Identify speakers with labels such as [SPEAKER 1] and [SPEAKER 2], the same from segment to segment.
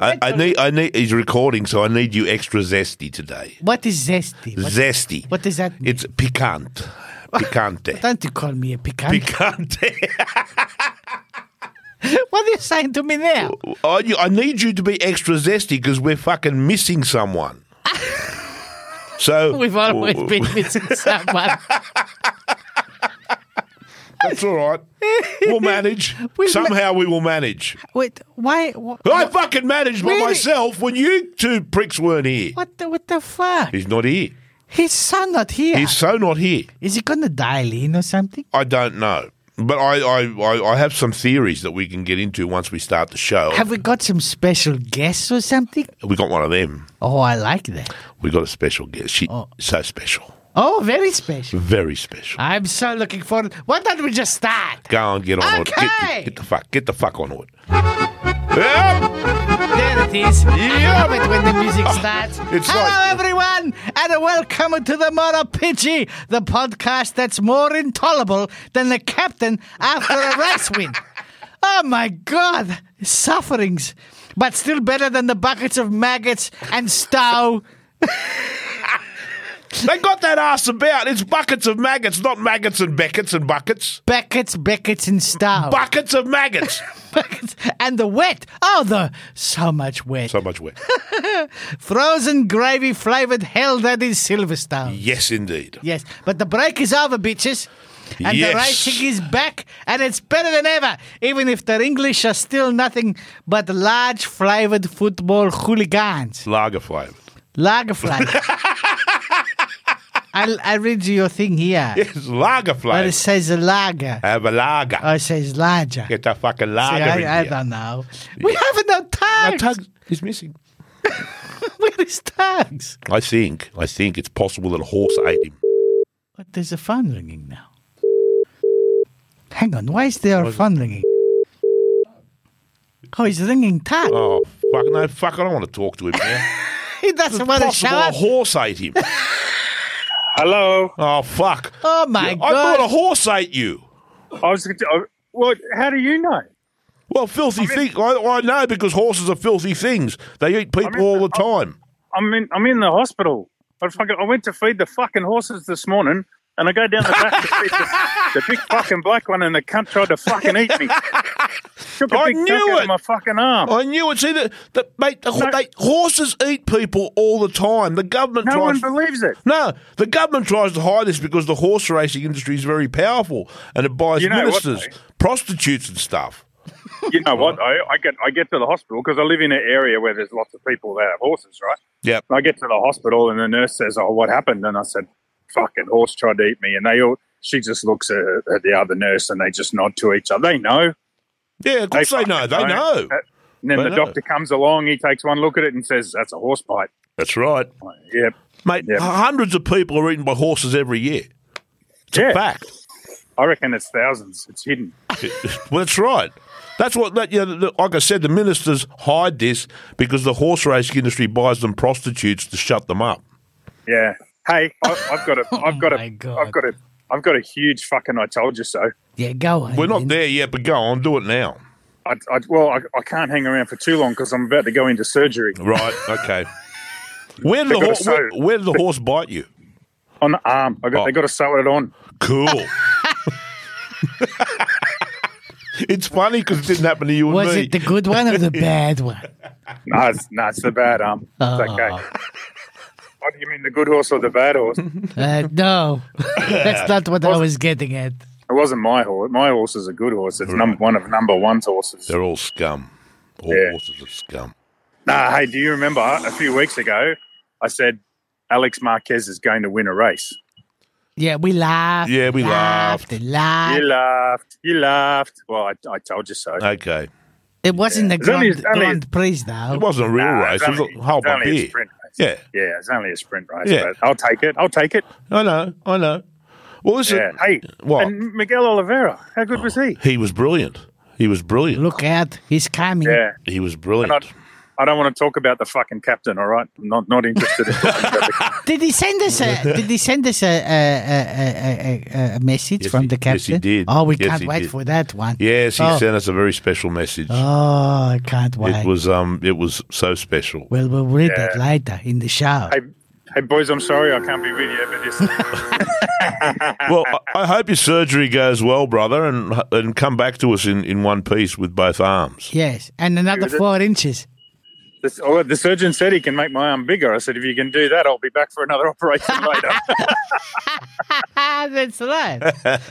[SPEAKER 1] I, I need, I need. He's recording, so I need you extra zesty today.
[SPEAKER 2] What is zesty? What,
[SPEAKER 1] zesty.
[SPEAKER 2] what does that mean?
[SPEAKER 1] It's picante. Picante.
[SPEAKER 2] Don't you call me a pecan.
[SPEAKER 1] picante.
[SPEAKER 2] what are you saying to me there?
[SPEAKER 1] I, I need you to be extra zesty because we're fucking missing someone. so
[SPEAKER 2] We've always
[SPEAKER 1] Oh.
[SPEAKER 2] been missing someone.
[SPEAKER 1] That's all right. We'll manage.
[SPEAKER 2] We've ma-
[SPEAKER 1] Somehow we will manage.
[SPEAKER 2] Wait, why? What,
[SPEAKER 1] I fucking managed by
[SPEAKER 2] Really?
[SPEAKER 1] myself when you two pricks weren't here.
[SPEAKER 2] what, the, what the fuck?
[SPEAKER 1] He's not here.
[SPEAKER 2] His son not here.
[SPEAKER 1] He's so not here.
[SPEAKER 2] Is he gonna dial in or something?
[SPEAKER 1] I don't know. But I, I, I, I have some theories that we can get into once we start the show.
[SPEAKER 2] Have we got some special guests or something?
[SPEAKER 1] we got one of them.
[SPEAKER 2] Oh, I like that.
[SPEAKER 1] We got a special guest. She
[SPEAKER 2] Oh.
[SPEAKER 1] so special.
[SPEAKER 2] Oh, very special.
[SPEAKER 1] Very special.
[SPEAKER 2] I'm so looking forward. Why don't we just start?
[SPEAKER 1] Go on, get on it.
[SPEAKER 2] Okay.
[SPEAKER 1] Get, get the fuck get the fuck on it. Yep.
[SPEAKER 2] There it is.
[SPEAKER 1] Yeah.
[SPEAKER 2] I love it when the music starts.
[SPEAKER 1] It's
[SPEAKER 2] Hello,
[SPEAKER 1] like-
[SPEAKER 2] everyone, and welcome to the Monopichi, the podcast that's more intolerable than the captain after a race win. Oh my God, sufferings, but still better than the buckets of maggots and stow.
[SPEAKER 1] They got that ass about. It's buckets of maggots, not maggots and beckets and buckets.
[SPEAKER 2] Beckets, Beckets, and Stow.
[SPEAKER 1] Buckets of maggots.
[SPEAKER 2] Buckets and the wet. Oh, the so much wet.
[SPEAKER 1] so much wet.
[SPEAKER 2] Frozen gravy flavored hell that is Silverstone.
[SPEAKER 1] Yes, indeed.
[SPEAKER 2] Yes, but the break is over, bitches. And
[SPEAKER 1] Yes.
[SPEAKER 2] the racing is back, and it's better than ever, even if their English are still nothing but large flavored football hooligans.
[SPEAKER 1] Lager flavour.
[SPEAKER 2] Lagerfly. I'll, I'll read you your thing here.
[SPEAKER 1] Yes, lager
[SPEAKER 2] But
[SPEAKER 1] flavour.
[SPEAKER 2] it says lager.
[SPEAKER 1] Have a lager.
[SPEAKER 2] Oh, it says larger.
[SPEAKER 1] Get that fucking
[SPEAKER 2] See,
[SPEAKER 1] lager in
[SPEAKER 2] I, I
[SPEAKER 1] here.
[SPEAKER 2] don't know. We haven't no
[SPEAKER 1] Now,
[SPEAKER 2] tags.
[SPEAKER 1] Tug is missing.
[SPEAKER 2] Where is tags?
[SPEAKER 1] I think, I think it's possible that a horse ate him.
[SPEAKER 2] What, there's a phone ringing now. Hang on, why is there a phone ringing? Oh, he's ringing tag.
[SPEAKER 1] Oh, fuck, no, fuck, I don't want to talk to him now.
[SPEAKER 2] He doesn't want to show
[SPEAKER 1] possible a
[SPEAKER 2] up.
[SPEAKER 1] horse ate him.
[SPEAKER 3] Hello.
[SPEAKER 1] Oh, fuck.
[SPEAKER 2] Oh my
[SPEAKER 1] I thought a
[SPEAKER 2] god!
[SPEAKER 1] horse ate you.
[SPEAKER 3] I was. I, well, how do you know?
[SPEAKER 1] Well, filthy thing. I, I know because horses are filthy things. They eat people
[SPEAKER 3] mean,
[SPEAKER 1] all the time.
[SPEAKER 3] I'm in. I'm in the hospital. I fucking. I went to feed the fucking horses this morning, and I go down the back to feed the, the big fucking black one, and the cunt tried to fucking eat me. Took a
[SPEAKER 1] I
[SPEAKER 3] big
[SPEAKER 1] knew
[SPEAKER 3] chunk out
[SPEAKER 1] it.
[SPEAKER 3] of my fucking arm.
[SPEAKER 1] I knew it. See, that, that mate, the, ho they, horses eat people all the time. The government
[SPEAKER 3] no one
[SPEAKER 1] tries.
[SPEAKER 3] believes it.
[SPEAKER 1] no, the government tries to hide this because the horse racing industry is very powerful and it buys
[SPEAKER 3] You know what,
[SPEAKER 1] ministers,
[SPEAKER 3] though?
[SPEAKER 1] prostitutes, and stuff.
[SPEAKER 3] You know what? I, I get. I get to the hospital because I live in an area where there's lots of people that have horses, right?
[SPEAKER 1] Yep.
[SPEAKER 3] And I get to the hospital, and the nurse says, "Oh, what happened?" And I said, "Fucking horse tried to eat me." And they all. She just looks at, at the other nurse, and they just nod to each other. They know.
[SPEAKER 1] Yeah, of course they,
[SPEAKER 3] fucking
[SPEAKER 1] know. They know.
[SPEAKER 3] Uh, And then
[SPEAKER 1] They
[SPEAKER 3] the
[SPEAKER 1] know.
[SPEAKER 3] doctor comes along, he takes one look at it and says, That's a horse bite.
[SPEAKER 1] That's right.
[SPEAKER 3] Yep.
[SPEAKER 1] Mate,
[SPEAKER 3] Yeah.
[SPEAKER 1] hundreds of people are eaten by horses every year.
[SPEAKER 3] yeah.
[SPEAKER 1] Fact.
[SPEAKER 3] I reckon it's thousands. It's hidden.
[SPEAKER 1] Well, that's right. That's what that you know, the- like I said, the ministers hide this because the horse racing industry buys them prostitutes to shut them up.
[SPEAKER 3] Yeah. Hey, I, I've got a I've got a
[SPEAKER 2] Oh my God.
[SPEAKER 3] I've got a I've got a huge fucking I told you so.
[SPEAKER 2] Yeah, go on.
[SPEAKER 1] We're not
[SPEAKER 2] then.
[SPEAKER 1] there yet, but go on, do it now.
[SPEAKER 3] I, I, well, I, I can't hang around for too long because I'm about to go into surgery
[SPEAKER 1] Right? Okay. Where did the
[SPEAKER 3] They gotta
[SPEAKER 1] horse? Where,
[SPEAKER 3] sew.
[SPEAKER 1] where did the horse bite you?
[SPEAKER 3] on the arm. I got,
[SPEAKER 1] Oh.
[SPEAKER 3] They got to sew it on.
[SPEAKER 1] Cool. it's funny because it didn't happen to you and
[SPEAKER 2] Was
[SPEAKER 1] me.
[SPEAKER 2] it the good one or the bad one?
[SPEAKER 3] No, it's, no, it's the bad arm. It's okay. What do you mean, the good horse or the bad horse? it
[SPEAKER 2] Uh, no, that's not what I was getting at.
[SPEAKER 3] wasn't my horse. My horse is a good horse. It's number one of number one's horses.
[SPEAKER 1] They're all scum. All
[SPEAKER 3] Yeah.
[SPEAKER 1] horses are scum.
[SPEAKER 3] Nah, hey, do you remember a few weeks ago I said Alex Marquez is going to win a race?
[SPEAKER 2] Yeah, we laughed.
[SPEAKER 1] Yeah, we laughed.
[SPEAKER 2] and laughed.
[SPEAKER 3] You laughed. You laughed. Well, I, I told you so.
[SPEAKER 1] Okay.
[SPEAKER 2] It wasn't the
[SPEAKER 3] It's only-
[SPEAKER 2] grand,
[SPEAKER 3] it's only-
[SPEAKER 2] grand prix, though.
[SPEAKER 1] It wasn't a real
[SPEAKER 3] Nah,
[SPEAKER 1] race.
[SPEAKER 3] it's
[SPEAKER 1] It was
[SPEAKER 3] only-
[SPEAKER 1] a whole
[SPEAKER 3] it's only a
[SPEAKER 1] beer.
[SPEAKER 3] sprint race.
[SPEAKER 1] Yeah.
[SPEAKER 3] Yeah, it's only a sprint race,
[SPEAKER 1] Yeah.
[SPEAKER 3] but I'll take it. I'll take it.
[SPEAKER 1] I know. I know. Well, listen.
[SPEAKER 3] Yeah. Hey,
[SPEAKER 1] What?
[SPEAKER 3] and Miguel Oliveira, how good was he?
[SPEAKER 1] He was brilliant. He was brilliant.
[SPEAKER 2] Look out, he's coming.
[SPEAKER 3] Yeah.
[SPEAKER 1] He was
[SPEAKER 3] And I,
[SPEAKER 1] brilliant.
[SPEAKER 3] I don't want to talk about the fucking captain. All right, I'm not not interested. In talking about the
[SPEAKER 2] Did he send us a? did he send us a a, a, a, a, a message
[SPEAKER 1] Yes,
[SPEAKER 2] from
[SPEAKER 1] he-
[SPEAKER 2] the captain?
[SPEAKER 1] yes, he did.
[SPEAKER 2] Oh, we
[SPEAKER 1] Yes,
[SPEAKER 2] can't
[SPEAKER 1] he
[SPEAKER 2] wait
[SPEAKER 1] did.
[SPEAKER 2] for that one.
[SPEAKER 1] Yes, he
[SPEAKER 2] oh.
[SPEAKER 1] sent us a very special message.
[SPEAKER 2] Oh, I can't wait.
[SPEAKER 1] It was um, it was so special.
[SPEAKER 2] well, we'll read that later in the show.
[SPEAKER 3] hey, hey, boys, I'm sorry I can't be with you for this.
[SPEAKER 1] Well, I, I hope your surgery goes well, brother, and and come back to us in, in one piece with both arms.
[SPEAKER 2] yes, and another
[SPEAKER 3] Dude, it-
[SPEAKER 2] four inches.
[SPEAKER 3] this oh, the surgeon said he can make my arm bigger. I said, if you can do that, I'll be back for another operation later.
[SPEAKER 2] Ah, that's right.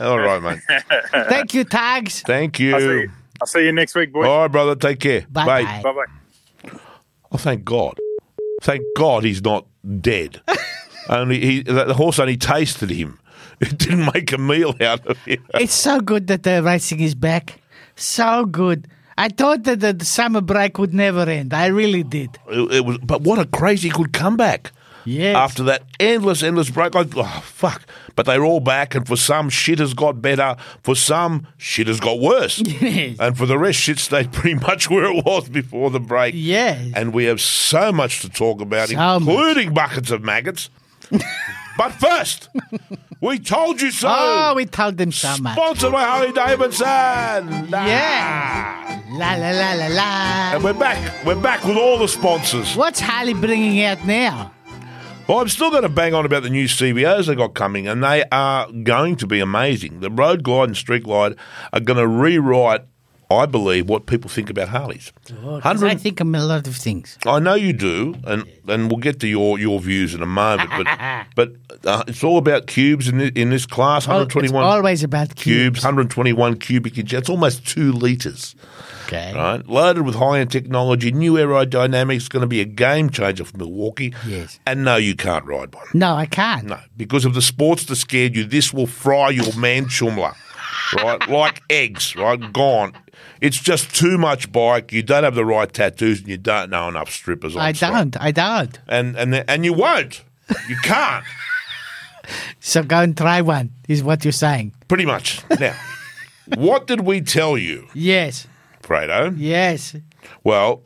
[SPEAKER 1] All right, mate.
[SPEAKER 2] Thank you, Tags.
[SPEAKER 1] Thank
[SPEAKER 3] I'll, see
[SPEAKER 1] you.
[SPEAKER 3] you, I'll see you next week, boys.
[SPEAKER 1] All right, brother. Take care.
[SPEAKER 2] Bye bye.
[SPEAKER 3] Bye bye.
[SPEAKER 1] Oh, thank God. Thank God he's not dead. only he, the the horse only tasted him. It didn't make a meal out of him.
[SPEAKER 2] It's so good that the racing is back. So good. I thought that the summer break would never end. I really did.
[SPEAKER 1] It, it was, but what a crazy good comeback.
[SPEAKER 2] Yes.
[SPEAKER 1] After that endless, endless break, like, oh, fuck. But they're all back, and for some, shit has got better. For some, shit has got worse.
[SPEAKER 2] Yes.
[SPEAKER 1] And for the rest, shit stayed pretty much where it was before the break.
[SPEAKER 2] Yes.
[SPEAKER 1] And we have so much to talk about,
[SPEAKER 2] So much.
[SPEAKER 1] including buckets of maggots. but first, we told you so.
[SPEAKER 2] oh, we told them so much.
[SPEAKER 1] Sponsored by Harley Davidson. Ah.
[SPEAKER 2] Yes. La la la la la.
[SPEAKER 1] And we're back. We're back with all the sponsors.
[SPEAKER 2] What's Harley bringing out now?
[SPEAKER 1] Well, I'm still going to bang on about the new CBOs they got coming, and they are going to be amazing. The Road Glide and Street Glide are going to rewrite, I believe, what people think about Harleys.
[SPEAKER 2] 'Cause I
[SPEAKER 1] 100
[SPEAKER 2] think I'm a lot of things.
[SPEAKER 1] I know you do, and and we'll get to your, your views in a moment. But but uh, it's all about cubes in this, in this class.
[SPEAKER 2] Al- Oh, It's
[SPEAKER 1] 121
[SPEAKER 2] always about
[SPEAKER 1] cubes,
[SPEAKER 2] cubes.
[SPEAKER 1] 121 cubic inches. That's almost two liters.
[SPEAKER 2] Okay.
[SPEAKER 1] right? Loaded with high end technology, new aerodynamics, going to be a game changer for Milwaukee.
[SPEAKER 2] Yes.
[SPEAKER 1] And no, you can't ride one.
[SPEAKER 2] No, I can't.
[SPEAKER 1] No, because of the sports that scared you, this will fry your man chumla, right? Like eggs, right? Gone. It's just too much bike. You don't have the right tattoos, and you don't know enough strippers. On
[SPEAKER 2] I
[SPEAKER 1] site.
[SPEAKER 2] don't. I don't.
[SPEAKER 1] and and and you won't. You can't.
[SPEAKER 2] So go and try one, is what you're saying.
[SPEAKER 1] Pretty much. Now, what did we tell you,
[SPEAKER 2] Yes.
[SPEAKER 1] Fredo?
[SPEAKER 2] Yes.
[SPEAKER 1] Well,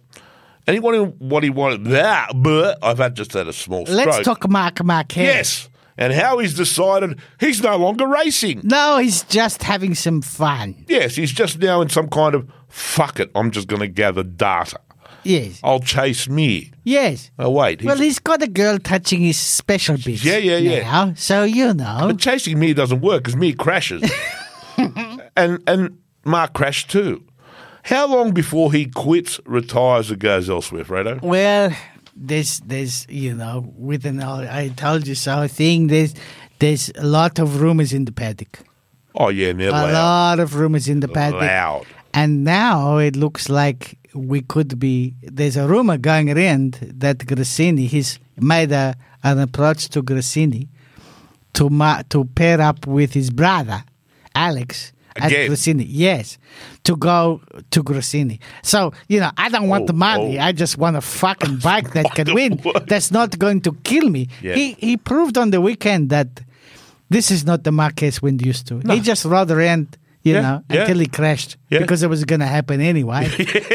[SPEAKER 1] anyone who what he wanted that, but I've had just had a small stroke.
[SPEAKER 2] Let's talk Mark Marquez.
[SPEAKER 1] Yes, and how he's decided he's no longer racing.
[SPEAKER 2] No, he's just having some fun.
[SPEAKER 1] Yes, he's just now in some kind of fuck it. I'm just going to gather data.
[SPEAKER 2] Yes.
[SPEAKER 1] I'll chase me.
[SPEAKER 2] Yes.
[SPEAKER 1] Oh wait, he's,
[SPEAKER 2] well, he's got a girl touching his special bits.
[SPEAKER 1] Yeah, yeah, yeah.
[SPEAKER 2] now, so you know.
[SPEAKER 1] but chasing me doesn't work because me crashes, and and Mark crashed too. How long before he quits, retires, or goes elsewhere, Fredo?
[SPEAKER 2] Well, there's there's you know with an all I told you so thing. There's there's a lot of rumors in the paddock.
[SPEAKER 1] Oh yeah, now
[SPEAKER 2] A
[SPEAKER 1] loud,
[SPEAKER 2] lot of rumors in the paddock.
[SPEAKER 1] loud.
[SPEAKER 2] And now it looks like we could be. There's a rumor going around that Grassini, he's made a, an approach to Grassini to ma- to pair up with his brother, Alex. At
[SPEAKER 1] Again.
[SPEAKER 2] Grassini, yes, to go to Grassini. So you know, I don't want
[SPEAKER 1] Oh,
[SPEAKER 2] the money.
[SPEAKER 1] oh.
[SPEAKER 2] I just want a fucking bike that can win.
[SPEAKER 1] What?
[SPEAKER 2] That's not going to kill me.
[SPEAKER 1] Yeah.
[SPEAKER 2] He he proved on the weekend that this is not the Marquez we used to. He just rode around, you
[SPEAKER 1] Yeah,
[SPEAKER 2] know,
[SPEAKER 1] yeah.
[SPEAKER 2] until he crashed
[SPEAKER 1] Yeah.
[SPEAKER 2] because it was going to happen anyway.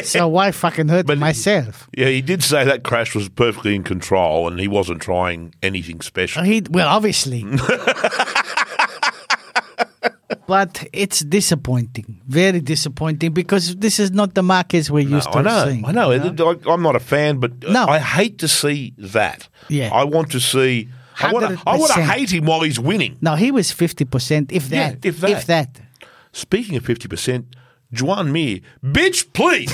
[SPEAKER 2] So why fucking hurt
[SPEAKER 1] But-
[SPEAKER 2] myself?
[SPEAKER 1] Yeah, he did say that crash was perfectly in control and he wasn't trying anything special.
[SPEAKER 2] He well, obviously. but it's disappointing, very disappointing, because this is not the Marquez we're used to
[SPEAKER 1] I know,
[SPEAKER 2] seeing.
[SPEAKER 1] I know. I- I'm not a fan, but
[SPEAKER 2] No.
[SPEAKER 1] I hate to see that.
[SPEAKER 2] Yeah.
[SPEAKER 1] I want to see. I want to. I want to
[SPEAKER 2] 100%.
[SPEAKER 1] hate him while he's winning.
[SPEAKER 2] No, he was fifty percent, if
[SPEAKER 1] Yeah,
[SPEAKER 2] that,
[SPEAKER 1] if that.
[SPEAKER 2] if that.
[SPEAKER 1] Speaking of fifty percent, Juan Mir, bitch, please.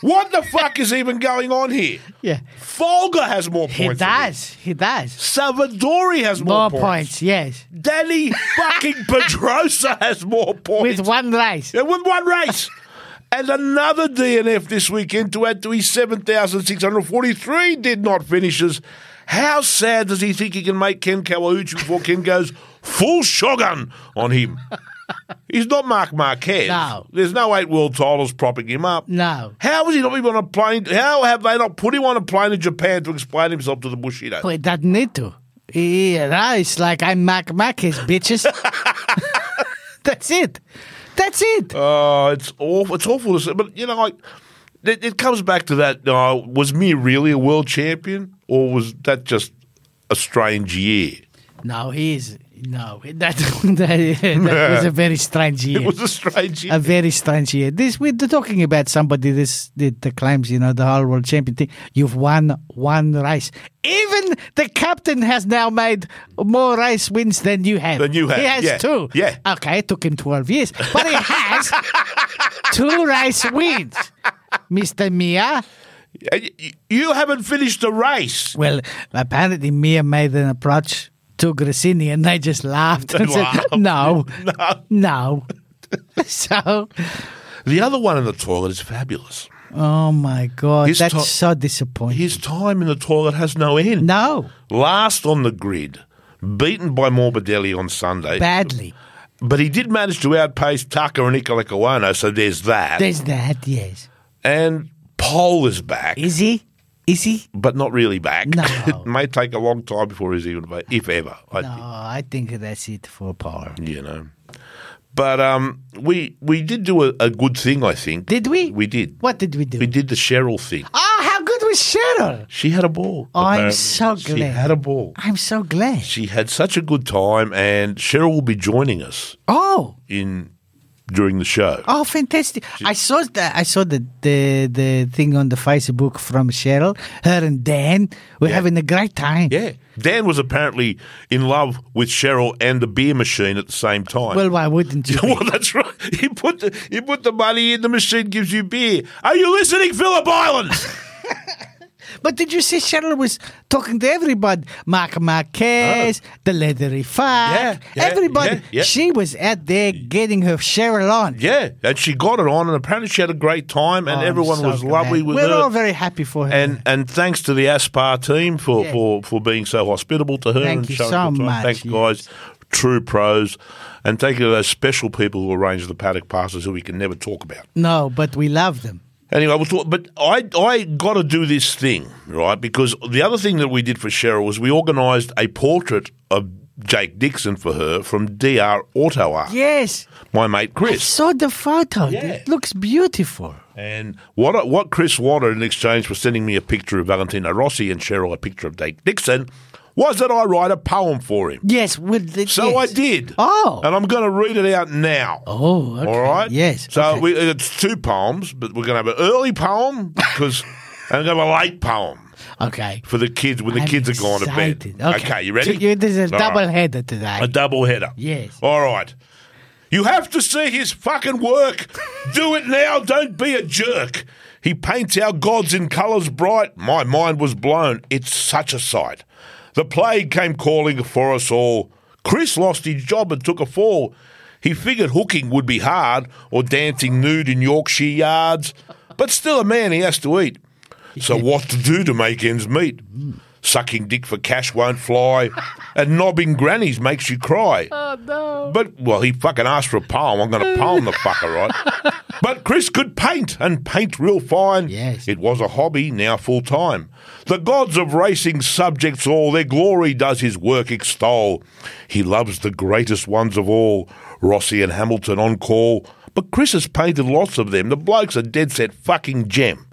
[SPEAKER 1] what the fuck is even going on here?
[SPEAKER 2] Yeah,
[SPEAKER 1] Folger has more points.
[SPEAKER 2] he
[SPEAKER 1] than him.
[SPEAKER 2] does, he does.
[SPEAKER 1] Salvadori has more,
[SPEAKER 2] More points, yes,
[SPEAKER 1] Danny fucking Pedrosa has more points.
[SPEAKER 2] with one race.
[SPEAKER 1] Yeah, with one race. And another DNF this weekend to add to his 7,643 did not finishes. How sad does he think he can make Ken Kawauchi before Ken goes full shotgun on him? He's not Mark Marquez.
[SPEAKER 2] No.
[SPEAKER 1] There's no eight world titles propping him up.
[SPEAKER 2] No,
[SPEAKER 1] How is he not even on a plane? How have they not put him on a plane to Japan to explain himself to the Bushido?
[SPEAKER 2] But it doesn't need to. Yeah, that is like I'm Mac Marquez, bitches. That's it. That's it.
[SPEAKER 1] Uh. Oh, it's awful. It's awful to say, but you know, like It, it comes back to that. Uh, was Mir really a world champion, or was that just a strange year?
[SPEAKER 2] No, he is. No, that, that, that was a very strange year.
[SPEAKER 1] It was a strange year.
[SPEAKER 2] a very strange year. This we're talking about somebody this that that claims you know the whole world champion thing. You've won one race. Even the captain has now made more race wins than you have.
[SPEAKER 1] Than you have,
[SPEAKER 2] He has
[SPEAKER 1] yeah,
[SPEAKER 2] two.
[SPEAKER 1] yeah.
[SPEAKER 2] Okay, it took him twelve years, but he has two race wins, Mister Mia.
[SPEAKER 1] And y- You haven't finished the race.
[SPEAKER 2] Well, apparently Mia made an approach to Grassini and they just laughed and
[SPEAKER 1] Laughed.
[SPEAKER 2] said, "No,
[SPEAKER 1] No.
[SPEAKER 2] no." so.
[SPEAKER 1] The other one in the toilet is fabulous.
[SPEAKER 2] Oh my God,
[SPEAKER 1] His
[SPEAKER 2] that's
[SPEAKER 1] to-
[SPEAKER 2] so disappointing.
[SPEAKER 1] His time in the toilet has no end.
[SPEAKER 2] No,
[SPEAKER 1] Last on the grid, beaten by Morbidelli on Sunday.
[SPEAKER 2] badly.
[SPEAKER 1] But he did manage to outpace Tucker and Ikalekawano, so there's that.
[SPEAKER 2] There's that, yes.
[SPEAKER 1] and Pole is back,
[SPEAKER 2] Is he? Is he?
[SPEAKER 1] but not really back.
[SPEAKER 2] No.
[SPEAKER 1] it may take a long time before he's even back, if ever. I
[SPEAKER 2] No, I think that's it for Paul.
[SPEAKER 1] think, you know. But um, we we did do a, a good thing, I think.
[SPEAKER 2] Did we?
[SPEAKER 1] We did.
[SPEAKER 2] What did we do?
[SPEAKER 1] We did the Cheryl thing.
[SPEAKER 2] Oh, how good was Cheryl?
[SPEAKER 1] She had a ball.
[SPEAKER 2] I'm
[SPEAKER 1] apparently.
[SPEAKER 2] so
[SPEAKER 1] She
[SPEAKER 2] glad.
[SPEAKER 1] had a ball.
[SPEAKER 2] I'm so glad.
[SPEAKER 1] She had such a good time, and Cheryl will be joining us
[SPEAKER 2] Oh,
[SPEAKER 1] in during the show.
[SPEAKER 2] oh, fantastic! I saw that. I saw the, the the thing on the Facebook from Cheryl. Her and Dan were
[SPEAKER 1] Yeah.
[SPEAKER 2] having a great time.
[SPEAKER 1] Yeah. Dan was apparently in love with Cheryl and the beer machine at the same time.
[SPEAKER 2] Well, why wouldn't you?
[SPEAKER 1] well, that's right. You put the you put the money in the machine, gives you beer. Are you listening, Phillip Island?
[SPEAKER 2] But did you see Cheryl was talking to everybody? Mark Marquez, the Leathery Five,
[SPEAKER 1] Oh. Yeah, yeah,
[SPEAKER 2] everybody.
[SPEAKER 1] yeah, yeah.
[SPEAKER 2] She was out there getting her Cheryl on.
[SPEAKER 1] yeah, and she got it on, and apparently she had a great time, and
[SPEAKER 2] Oh, I'm
[SPEAKER 1] everyone
[SPEAKER 2] so
[SPEAKER 1] was lovely
[SPEAKER 2] glad.
[SPEAKER 1] with
[SPEAKER 2] We're
[SPEAKER 1] her.
[SPEAKER 2] all very happy for her.
[SPEAKER 1] and and thanks to the Aspar team for,
[SPEAKER 2] Yeah.
[SPEAKER 1] for, for being so hospitable to her.
[SPEAKER 2] Thank
[SPEAKER 1] and
[SPEAKER 2] you
[SPEAKER 1] showing
[SPEAKER 2] so
[SPEAKER 1] good time.
[SPEAKER 2] much,
[SPEAKER 1] Thanks,
[SPEAKER 2] yes.
[SPEAKER 1] guys. True pros. And thank you to those special people who arranged the paddock passes who we can never talk about.
[SPEAKER 2] no, but we love them.
[SPEAKER 1] Anyway, we'll talk, but I I got to do this thing right because the other thing that we did for Cheryl was we organised a portrait of Jake Dixon for her from DR Auto Art,
[SPEAKER 2] Yes,
[SPEAKER 1] my mate
[SPEAKER 2] I
[SPEAKER 1] Chris.
[SPEAKER 2] saw the photo.
[SPEAKER 1] Yeah.
[SPEAKER 2] It looks beautiful.
[SPEAKER 1] And what I- what Chris wanted in exchange for sending me a picture of Valentino Rossi and Cheryl a picture of Jake Dixon was that I write a poem for him.
[SPEAKER 2] Yes, with the,
[SPEAKER 1] So
[SPEAKER 2] yes.
[SPEAKER 1] I did.
[SPEAKER 2] Oh.
[SPEAKER 1] and I'm going to read it out now.
[SPEAKER 2] Oh, okay.
[SPEAKER 1] All right.
[SPEAKER 2] Yes.
[SPEAKER 1] So
[SPEAKER 2] okay.
[SPEAKER 1] we, it's two poems, but we're going to have an early poem because and going to have a late poem.
[SPEAKER 2] okay.
[SPEAKER 1] for the kids when the
[SPEAKER 2] I'm
[SPEAKER 1] kids are going to bed.
[SPEAKER 2] excited.
[SPEAKER 1] Okay, you ready?
[SPEAKER 2] So you- this is a
[SPEAKER 1] All right.
[SPEAKER 2] double header today.
[SPEAKER 1] A double header.
[SPEAKER 2] Yes.
[SPEAKER 1] All right. You have to see his fucking work. Do it now. Don't be a jerk. He paints our gods in colours bright. My mind was blown. It's such a sight. The plague came calling for us all. Chris lost his job and took a fall. He figured hooking would be hard or dancing nude in Yorkshire yards. But still, a man he has to eat. So what to do to make ends meet? Sucking dick for cash won't fly, and knobbing grannies makes you cry. Oh no! But well, he fucking asked for a poem. I'm going to poem the fucker, right? But Chris could paint and paint real fine.
[SPEAKER 2] Yes.
[SPEAKER 1] it was a hobby, now full time. The gods of racing subjects all their glory does his work extol. He loves the greatest ones of all, Rossi and Hamilton on call. But Chris has painted lots of them. The bloke's a dead set fucking gem.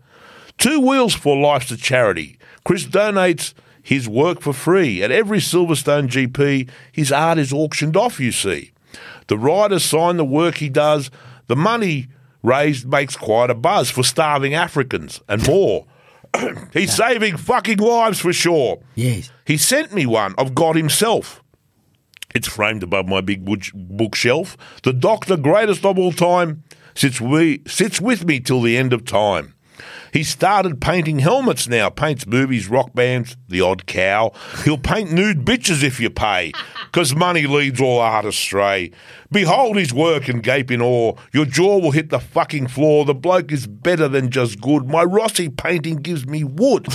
[SPEAKER 1] Two Wheels for Life's a charity. Chris donates his work for free. At every Silverstone GP, his art is auctioned off, you see. The riders sign the work he does. The money raised makes quite a buzz for starving Africans and more. He's saving fucking lives for sure.
[SPEAKER 2] yes.
[SPEAKER 1] He sent me one of God himself. It's framed above my big wood- bookshelf. The doctor, greatest of all time, sits, we, sits with me till the end of time. He started painting helmets now, paints movies, rock bands, the odd cow. He'll paint nude bitches if you pay, 'cause money leads all art astray. Behold his work and gape in awe. Your jaw will hit the fucking floor. The bloke is better than just good. My Rossi painting gives me wood.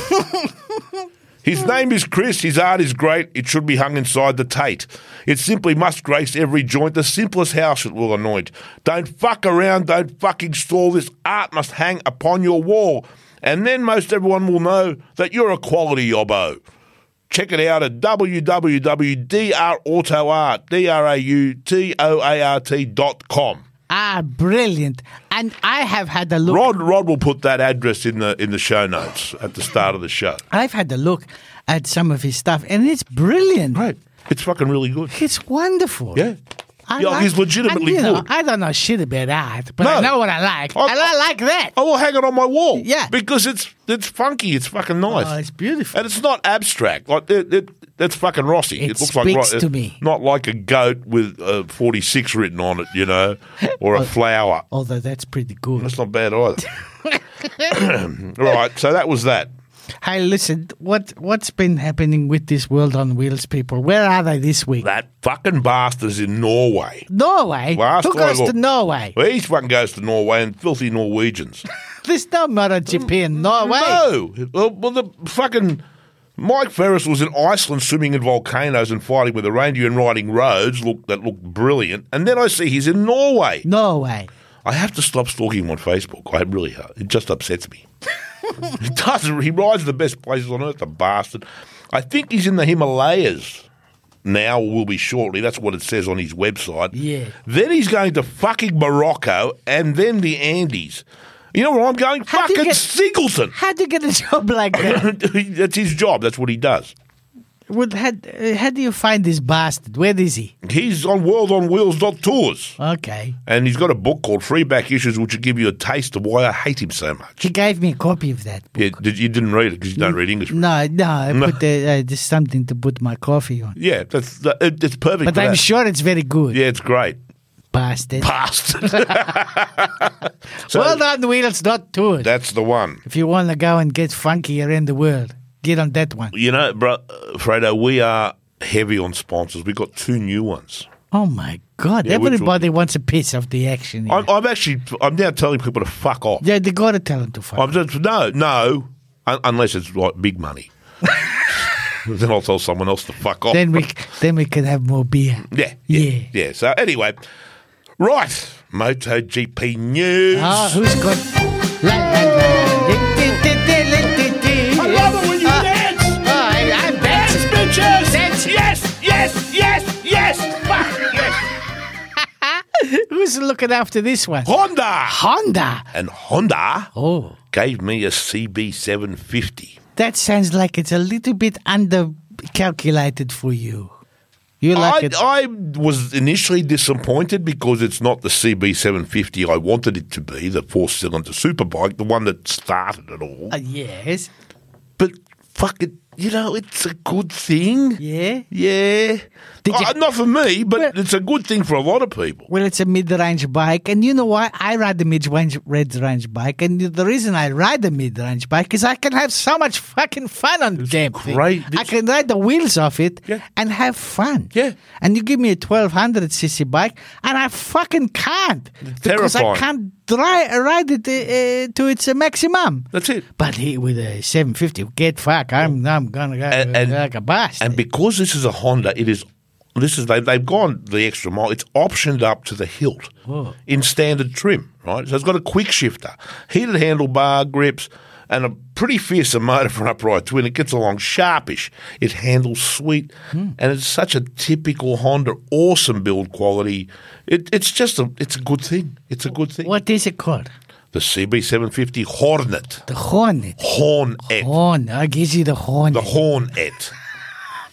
[SPEAKER 1] His name is Chris. His art is great. It should be hung inside the Tate. It simply must grace every joint. The simplest house it will anoint. Don't fuck around. Don't fucking stall. This art must hang upon your wall. And then most everyone will know that you're a quality yobbo. Check it out at www.drautoart, D-R-A-U-T-O-A-R-T dot com.
[SPEAKER 2] are Ah, brilliant. And I have had a look.
[SPEAKER 1] Rod Rod will put that address in the in the show notes at the start of the show.
[SPEAKER 2] I've had a look at some of his stuff, and it's brilliant.
[SPEAKER 1] Great. It's fucking really good.
[SPEAKER 2] It's wonderful.
[SPEAKER 1] Yeah.
[SPEAKER 2] I
[SPEAKER 1] Yeah, he's legitimately
[SPEAKER 2] and, you know,
[SPEAKER 1] good.
[SPEAKER 2] I don't know shit about art, but I
[SPEAKER 1] No. Oh,
[SPEAKER 2] know what I like,
[SPEAKER 1] I-
[SPEAKER 2] and I like that.
[SPEAKER 1] I will hang it on my wall.
[SPEAKER 2] Yeah.
[SPEAKER 1] Because it's it's funky. It's fucking nice.
[SPEAKER 2] Oh, it's beautiful.
[SPEAKER 1] And it's not abstract. Like it, it, that's fucking Rossi.
[SPEAKER 2] It
[SPEAKER 1] It, looks like
[SPEAKER 2] speaks
[SPEAKER 1] Ro-
[SPEAKER 2] to me.
[SPEAKER 1] Not like a goat with uh, forty six written on it, you know, or
[SPEAKER 2] Uh,
[SPEAKER 1] a flower.
[SPEAKER 2] Although that's pretty good.
[SPEAKER 1] That's not bad either. right. So that was that.
[SPEAKER 2] Hey, listen, what what's been happening with this world on wheels, people? Where are they this week?
[SPEAKER 1] That fucking bastard's in Norway.
[SPEAKER 2] Norway.
[SPEAKER 1] Last
[SPEAKER 2] Who
[SPEAKER 1] time I
[SPEAKER 2] goes to
[SPEAKER 1] looked.
[SPEAKER 2] Norway?
[SPEAKER 1] Well, he fucking goes to Norway and filthy Norwegians.
[SPEAKER 2] There's no MotoGP in Norway.
[SPEAKER 1] Mm, No. Well, well, the fucking Mike Ferris was in Iceland swimming in volcanoes and fighting with a reindeer and riding roads. Look, that looked brilliant. And then I see he's in Norway.
[SPEAKER 2] Norway.
[SPEAKER 1] I have to stop stalking him on Facebook. I really, it just upsets me. he doesn't. He rides the best places on earth. The bastard. I think he's in the Himalayas now. or Will be shortly. That's what it says on his website.
[SPEAKER 2] Yeah.
[SPEAKER 1] Then he's going to fucking Morocco and then the Andes. You know where I'm going?
[SPEAKER 2] How do you
[SPEAKER 1] fucking
[SPEAKER 2] get-
[SPEAKER 1] Singleton.
[SPEAKER 2] How do you get a job like that?
[SPEAKER 1] That's his job. That's what he does.
[SPEAKER 2] Would how, uh, how do you find this bastard? Where is he?
[SPEAKER 1] He's on worldonwheels.tours.
[SPEAKER 2] Okay.
[SPEAKER 1] And he's got a book called Free Back Issues, which will give you a taste of why I hate him so much.
[SPEAKER 2] He gave me a copy of that.
[SPEAKER 1] Yeah, did, you didn't read it because you
[SPEAKER 2] Mm.
[SPEAKER 1] don't read English.
[SPEAKER 2] No, no, I
[SPEAKER 1] No.
[SPEAKER 2] put the, uh, just something to put my coffee on.
[SPEAKER 1] Yeah, that's that, it, it's perfect.
[SPEAKER 2] But
[SPEAKER 1] for
[SPEAKER 2] I'm
[SPEAKER 1] that.
[SPEAKER 2] sure it's very good.
[SPEAKER 1] Yeah, it's great.
[SPEAKER 2] Bastard.
[SPEAKER 1] Bastard. so
[SPEAKER 2] well done, Wheels. Not tour.
[SPEAKER 1] that's the one.
[SPEAKER 2] if you want to go and get funky around the world, get on that one.
[SPEAKER 1] You know, bro, Fredo, we are heavy on sponsors. We've got two new ones.
[SPEAKER 2] Oh my God!
[SPEAKER 1] Yeah, which
[SPEAKER 2] Everybody wants a piece of the action. here.
[SPEAKER 1] I'm, I'm actually, I'm now telling people to fuck off.
[SPEAKER 2] yeah, they gotta tell him to fuck.
[SPEAKER 1] I'm just, no, no, un- unless it's like big money. then I'll tell someone else to fuck off.
[SPEAKER 2] then we then we can have more beer.
[SPEAKER 1] yeah, yeah,
[SPEAKER 2] Yeah.
[SPEAKER 1] yeah. So anyway, right, MotoGP news.
[SPEAKER 2] Ah, who's got? La, la, la.
[SPEAKER 1] I love it when you
[SPEAKER 2] Ah,
[SPEAKER 1] dance.
[SPEAKER 2] ah, I- I'm
[SPEAKER 1] Yes,
[SPEAKER 2] dancing.
[SPEAKER 1] bitches.
[SPEAKER 2] That's-
[SPEAKER 1] yes, yes, yes, yes. Fuck yes.
[SPEAKER 2] Who's looking after this one?
[SPEAKER 1] Honda.
[SPEAKER 2] Honda.
[SPEAKER 1] And Honda
[SPEAKER 2] Oh,
[SPEAKER 1] gave me a CB750.
[SPEAKER 2] that sounds like it's a little bit under calculated for you. You like it? Uh,
[SPEAKER 1] I, I was initially disappointed because it's not the CB750 I wanted it to be, the four cylinder superbike, the one that started it all.
[SPEAKER 2] Uh, yes.
[SPEAKER 1] But fuck it, you know, it's a good thing.
[SPEAKER 2] Yeah.
[SPEAKER 1] Yeah.
[SPEAKER 2] Did
[SPEAKER 1] Uh,
[SPEAKER 2] you-
[SPEAKER 1] not for me, but
[SPEAKER 2] Well-
[SPEAKER 1] it's a good thing for a lot of people.
[SPEAKER 2] Well, it's a mid-range bike, and you know why I ride the mid-range red-range bike, and the reason I ride the mid-range bike is I can have so much fucking fun on the damn thing.
[SPEAKER 1] great.
[SPEAKER 2] I can ride the wheels off it
[SPEAKER 1] Yeah.
[SPEAKER 2] and have fun.
[SPEAKER 1] Yeah.
[SPEAKER 2] And you give me a twelve hundred cc bike, and I fucking can't because I
[SPEAKER 1] terrifying.
[SPEAKER 2] can't dry, ride it uh, uh, to its uh, maximum.
[SPEAKER 1] That's it.
[SPEAKER 2] But he, with a seven fifty, get fuck! I'm I'm gonna go
[SPEAKER 1] Oh. And- and-
[SPEAKER 2] like a bastard.
[SPEAKER 1] And because this is a Honda, it is this is they, they've gone the extra mile. It's optioned up to the hilt in standard trim, right? So it's got a quick shifter, heated handlebar grips, and a pretty fearsome motor for an upright twin. It gets along sharpish. It handles sweet, and it's such a typical Honda. Awesome build quality. It, it's just a it's a good thing. It's a good thing.
[SPEAKER 2] what is it called?
[SPEAKER 1] The CB750 Hornet,
[SPEAKER 2] The Hornet.
[SPEAKER 1] Hornet,
[SPEAKER 2] Horn. I gives you the Hornet.
[SPEAKER 1] the Hornet.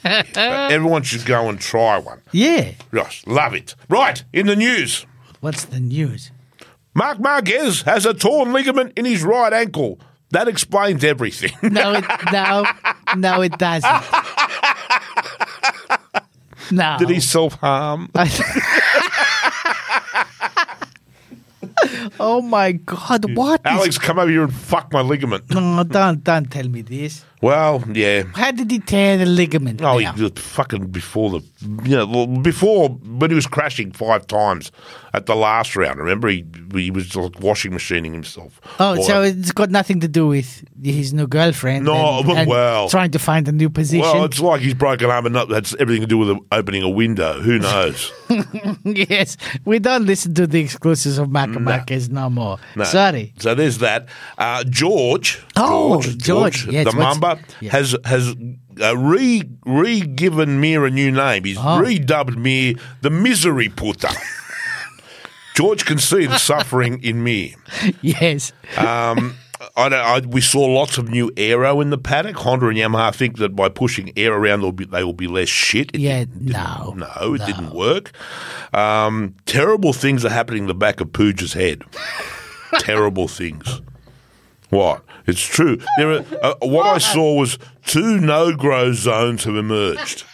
[SPEAKER 1] Yeah, but everyone should go and try one.
[SPEAKER 2] Yeah.
[SPEAKER 1] Yes, love it. Right, in the news.
[SPEAKER 2] What's the news?
[SPEAKER 1] Mark Marquez has a torn ligament in his right ankle. That explains everything.
[SPEAKER 2] No, it, no, no, it doesn't. No.
[SPEAKER 1] Did he self harm?
[SPEAKER 2] oh my God! What? is-
[SPEAKER 1] Alex, come over here and fuck my ligament.
[SPEAKER 2] No, don't don't tell me this.
[SPEAKER 1] Well, yeah.
[SPEAKER 2] How did he tear the ligament?
[SPEAKER 1] Oh,
[SPEAKER 2] now?
[SPEAKER 1] he was fucking before the, you know, well, before when he was crashing five times at the last round. Remember, he he was like washing machining himself.
[SPEAKER 2] Oh,
[SPEAKER 1] Or-
[SPEAKER 2] so it's got nothing to do with his new girlfriend.
[SPEAKER 1] No,
[SPEAKER 2] and,
[SPEAKER 1] but
[SPEAKER 2] and
[SPEAKER 1] well.
[SPEAKER 2] trying to find a new position.
[SPEAKER 1] well, it's like he's broken arm and not, that's everything to do with opening a window. Who knows?
[SPEAKER 2] yes, we don't listen to the exclusives of Mac Marquez no more.
[SPEAKER 1] No.
[SPEAKER 2] Sorry.
[SPEAKER 1] So there's that. Uh, George.
[SPEAKER 2] Oh, George, yes,
[SPEAKER 1] the
[SPEAKER 2] what's-
[SPEAKER 1] Mamba
[SPEAKER 2] yeah.
[SPEAKER 1] has has uh, re re
[SPEAKER 2] Oh.
[SPEAKER 1] given Mir a new name. He's redubbed Mir the Misery Putter. George can see the suffering in me.
[SPEAKER 2] Yes.
[SPEAKER 1] Um, I don't, I, we saw lots of new aero in the paddock. Honda and Yamaha think that by pushing air around, they'll be, they will be less shit. It
[SPEAKER 2] Yeah,
[SPEAKER 1] didn't- didn't-
[SPEAKER 2] no.
[SPEAKER 1] no, it didn't work. Um, terrible things are happening in the back of Pooja's head. terrible things. What? It's true. There are, uh, what I saw was two no-grow zones have emerged.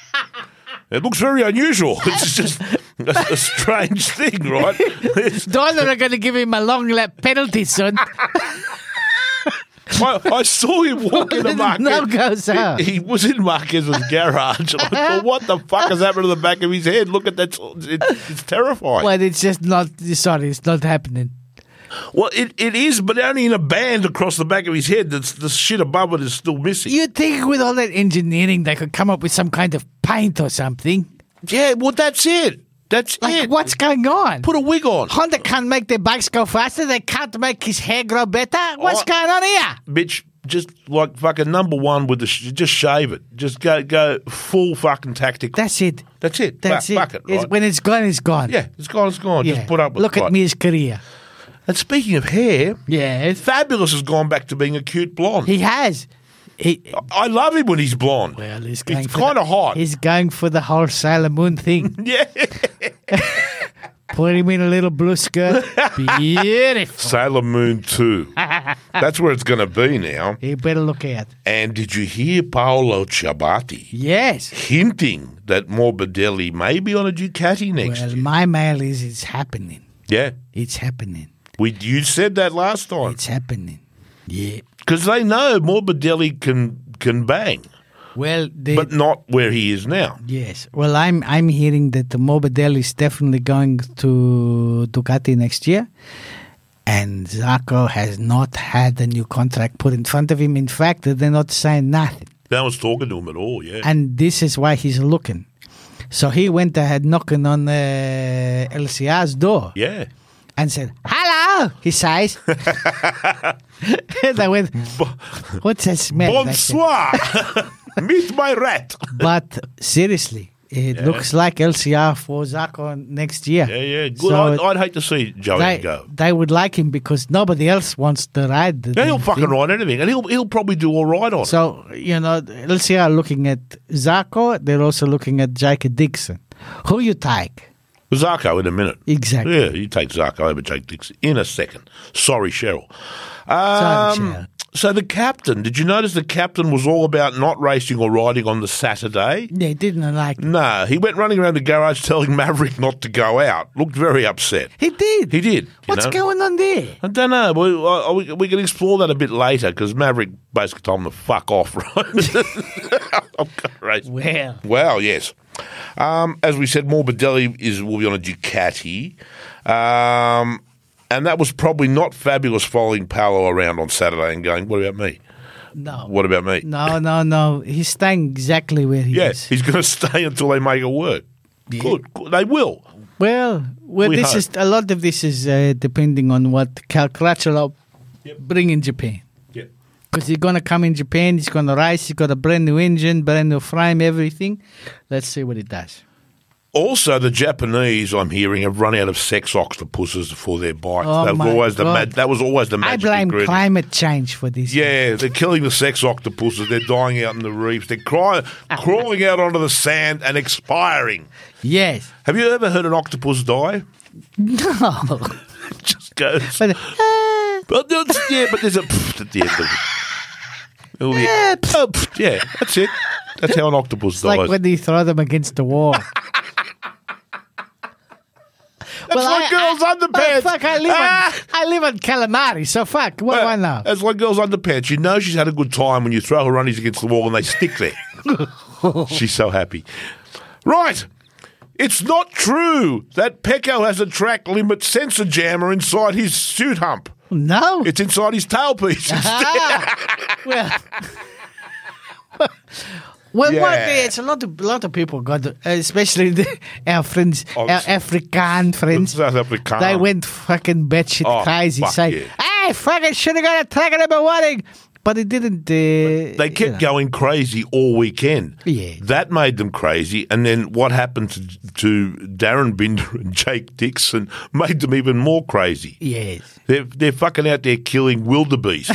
[SPEAKER 1] It looks very unusual. It's just a, a strange thing, right? It's-
[SPEAKER 2] Donner are going to give him a long lap penalty soon.
[SPEAKER 1] I, I saw him walk in the market.
[SPEAKER 2] No goes out.
[SPEAKER 1] He was in Marquez's garage. And I thought, what the fuck has happened to the back of his head? Look at that. It, it's terrifying.
[SPEAKER 2] Well, it's just not. Sorry, it's not happening.
[SPEAKER 1] Well, it, it is, but only in a band across the back of his head. That's the shit above it is still missing.
[SPEAKER 2] You'd think with all that engineering, they could come up with some kind of paint or something.
[SPEAKER 1] yeah, well, that's it. That's
[SPEAKER 2] Like,
[SPEAKER 1] it.
[SPEAKER 2] what's going on?
[SPEAKER 1] Put a wig on.
[SPEAKER 2] Honda can't make their bikes go faster. They can't make his hair grow better. What's
[SPEAKER 1] Oh.
[SPEAKER 2] going on here?
[SPEAKER 1] Bitch, just like fucking number one with the, sh- just shave it. Just go, go full fucking tactical.
[SPEAKER 2] That's it.
[SPEAKER 1] that's it.
[SPEAKER 2] That's
[SPEAKER 1] Fuck- Fuck
[SPEAKER 2] it.
[SPEAKER 1] it,
[SPEAKER 2] It's-
[SPEAKER 1] right?
[SPEAKER 2] when it's gone, it's gone.
[SPEAKER 1] yeah, it's gone, it's gone.
[SPEAKER 2] Yeah.
[SPEAKER 1] Just put up with
[SPEAKER 2] Look
[SPEAKER 1] it.
[SPEAKER 2] at
[SPEAKER 1] right?
[SPEAKER 2] me, his career.
[SPEAKER 1] And speaking of hair,
[SPEAKER 2] Yeah,
[SPEAKER 1] Fabulous has gone back to being a cute blonde.
[SPEAKER 2] he has. He,
[SPEAKER 1] I love him when he's blonde.
[SPEAKER 2] well, he's going
[SPEAKER 1] it's
[SPEAKER 2] for the-
[SPEAKER 1] kind of hot.
[SPEAKER 2] He's going for the whole Sailor Moon thing.
[SPEAKER 1] Yeah.
[SPEAKER 2] Put him in a little blue skirt. Beautiful.
[SPEAKER 1] Sailor Moon 2. That's where it's going to be now.
[SPEAKER 2] You better look out.
[SPEAKER 1] And did you hear Paolo Ciabatti
[SPEAKER 2] Yes.
[SPEAKER 1] hinting that Morbidelli may be on a Ducati next
[SPEAKER 2] Well,
[SPEAKER 1] year?
[SPEAKER 2] my mail is it's happening.
[SPEAKER 1] Yeah.
[SPEAKER 2] It's happening.
[SPEAKER 1] We, you said that last time.
[SPEAKER 2] It's happening. Yeah.
[SPEAKER 1] Because they know Morbidelli can, can bang,
[SPEAKER 2] Well, the,
[SPEAKER 1] but not where he is now.
[SPEAKER 2] Yes. Well, I'm I'm hearing that the Morbidelli is definitely going to Ducati next year, and Zarco has not had a new contract put in front of him. In fact, they're not saying nothing,
[SPEAKER 1] No one's talking to him at all, yeah.
[SPEAKER 2] and this is why he's looking. So he went ahead knocking on uh, LCR's door
[SPEAKER 1] yeah.
[SPEAKER 2] and said, "Hello," he says. and I went, "What's that smell?" And I said,
[SPEAKER 1] Bonsoir! Meet my rat!
[SPEAKER 2] but seriously, it looks like LCR for Zarco next year.
[SPEAKER 1] Yeah, yeah, good.
[SPEAKER 2] So
[SPEAKER 1] I'd, I'd hate to see Joey
[SPEAKER 2] they,
[SPEAKER 1] Oh, go.
[SPEAKER 2] they would like him because nobody else wants to ride. The
[SPEAKER 1] Yeah, he'll
[SPEAKER 2] damn
[SPEAKER 1] fucking
[SPEAKER 2] thing.
[SPEAKER 1] ride anything, and he'll he'll probably do all right on it.
[SPEAKER 2] So, you know, LCR are looking at Zarco. They're also looking at Jake Dixon. Who you take?
[SPEAKER 1] Zarko in a minute.
[SPEAKER 2] Exactly.
[SPEAKER 1] Yeah, you take Zarko over Jake Dixon in a second. Sorry, Cheryl.
[SPEAKER 2] Sorry,
[SPEAKER 1] Um,
[SPEAKER 2] Cheryl.
[SPEAKER 1] So the captain, did you notice the captain was all about not racing or riding on the Saturday?
[SPEAKER 2] They didn't like
[SPEAKER 1] No, he went running around the garage telling Maverick not to go out. Looked very upset.
[SPEAKER 2] He did.
[SPEAKER 1] He did. you
[SPEAKER 2] What's
[SPEAKER 1] know?
[SPEAKER 2] going on there?
[SPEAKER 1] I don't know. We, I- we, we can explore that a bit later because Maverick basically told him to fuck off, right? I'm gonna race.
[SPEAKER 2] Well,
[SPEAKER 1] Wow, yes. Um, as we said, Morbidelli is will be on a Ducati, um, and that was probably not fabulous following Paolo around on Saturday and going, "What about me?
[SPEAKER 2] no.
[SPEAKER 1] What about me?"
[SPEAKER 2] No, no, no. He's staying exactly where he
[SPEAKER 1] Yes,
[SPEAKER 2] is.
[SPEAKER 1] he's going to stay until they make it work. Good, good, they will.
[SPEAKER 2] Well, well,
[SPEAKER 1] We
[SPEAKER 2] this
[SPEAKER 1] hope.
[SPEAKER 2] is a lot of this is uh, depending on what Cal Crutchlow bring in Japan.
[SPEAKER 1] Yeah.
[SPEAKER 2] Because he's going to come in Japan, he's going to race, he's got a brand new engine, brand new frame, everything. Let's see what it does.
[SPEAKER 1] Also, the Japanese, I'm hearing, have run out of sex octopuses for their bikes.
[SPEAKER 2] Oh,
[SPEAKER 1] that was
[SPEAKER 2] my
[SPEAKER 1] always the
[SPEAKER 2] God.
[SPEAKER 1] mag- that was always the
[SPEAKER 2] I
[SPEAKER 1] magic
[SPEAKER 2] blame
[SPEAKER 1] ingredient.
[SPEAKER 2] climate change for this.
[SPEAKER 1] Yeah, they're killing the sex octopuses. They're dying out in the reefs. They're cry-
[SPEAKER 2] Ah.
[SPEAKER 1] crawling out onto the sand and expiring.
[SPEAKER 2] Yes.
[SPEAKER 1] Have you ever heard an octopus die?
[SPEAKER 2] No.
[SPEAKER 1] It just goes.
[SPEAKER 2] but, uh,
[SPEAKER 1] But it's- yeah, but there's a pfft at the end of it. It'll be,
[SPEAKER 2] Yeah,
[SPEAKER 1] oh, pfft, yeah, that's it. That's how an octopus dies.
[SPEAKER 2] uh, like when you throw them against the wall.
[SPEAKER 1] that's like girls' underpants.
[SPEAKER 2] fuck, I live,
[SPEAKER 1] Ah! Uh,
[SPEAKER 2] on, I live on calamari, so fuck, what do I know?
[SPEAKER 1] That's like girls' underpants. You know she's had a good time when you throw her undies against the wall and they stick there. she's so happy. Right. It's not true that Pecco has a track limit sensor jammer inside his suit hump.
[SPEAKER 2] no.
[SPEAKER 1] It's inside his tailpiece.
[SPEAKER 2] Ah, well, well,
[SPEAKER 1] Yeah.
[SPEAKER 2] what the- it's a lot of lot of people got, uh, especially the, our friends,
[SPEAKER 1] Oh,
[SPEAKER 2] our
[SPEAKER 1] s-
[SPEAKER 2] African friends.
[SPEAKER 1] South African.
[SPEAKER 2] They went fucking batshit
[SPEAKER 1] Uh-huh. Oh,
[SPEAKER 2] crazy,
[SPEAKER 1] fuck
[SPEAKER 2] saying,
[SPEAKER 1] yeah.
[SPEAKER 2] "Hey, fucking should have got a track number one." in." but it didn't. Uh,
[SPEAKER 1] They kept going crazy all weekend.
[SPEAKER 2] Yeah.
[SPEAKER 1] That made them crazy. And then what happened to, to Darren Binder and Jake Dixon made them even more crazy.
[SPEAKER 2] Yes.
[SPEAKER 1] They're, they're fucking out there killing wildebeest.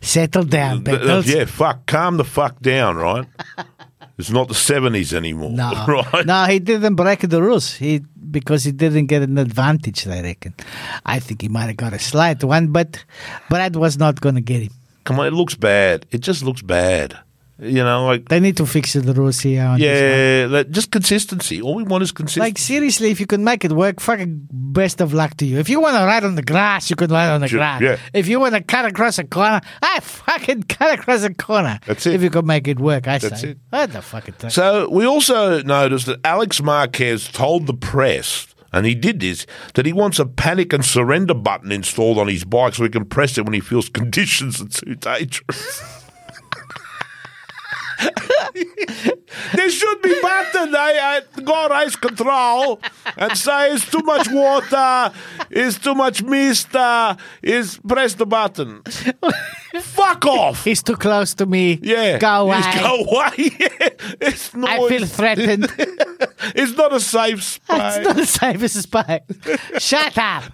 [SPEAKER 2] Settle down,
[SPEAKER 1] Th-
[SPEAKER 2] Beatles.
[SPEAKER 1] uh, yeah, fuck. Calm the fuck down, right? It's not the 70s anymore,
[SPEAKER 2] No,
[SPEAKER 1] right?
[SPEAKER 2] no, he didn't break the rules. He because he didn't get an advantage. I reckon. I think he might have got a slight one, but Brad was not going to get him.
[SPEAKER 1] Come on, it looks bad. It just looks bad. You know, like,
[SPEAKER 2] They need to fix the rules here. On this one.
[SPEAKER 1] yeah, that, just consistency. All we want is
[SPEAKER 2] Like
[SPEAKER 1] consistency.
[SPEAKER 2] seriously, if you can make it work, fucking best of luck to you. If you want to ride on the grass, you can ride on the
[SPEAKER 1] Ju-
[SPEAKER 2] grass.
[SPEAKER 1] yeah.
[SPEAKER 2] If you want to cut across a corner, I fucking cut across a corner.
[SPEAKER 1] That's it.
[SPEAKER 2] If you can make it work, I
[SPEAKER 1] That's
[SPEAKER 2] say.
[SPEAKER 1] it.
[SPEAKER 2] What the fucking thing?
[SPEAKER 1] so we also noticed that Alex Marquez told the press, and he did this, that he wants a panic and surrender button installed on his bike so he can press it when he feels conditions are too dangerous. There should be button. I, I go race control and say it's too much water, it's too much mist, uh, is press the button. Fuck off.
[SPEAKER 2] He's too close to me.
[SPEAKER 1] Yeah.
[SPEAKER 2] Go away.
[SPEAKER 1] Just go away. Yeah. It's not.
[SPEAKER 2] I feel threatened.
[SPEAKER 1] It's not a safe space.
[SPEAKER 2] It's not a safe spot. Shut up.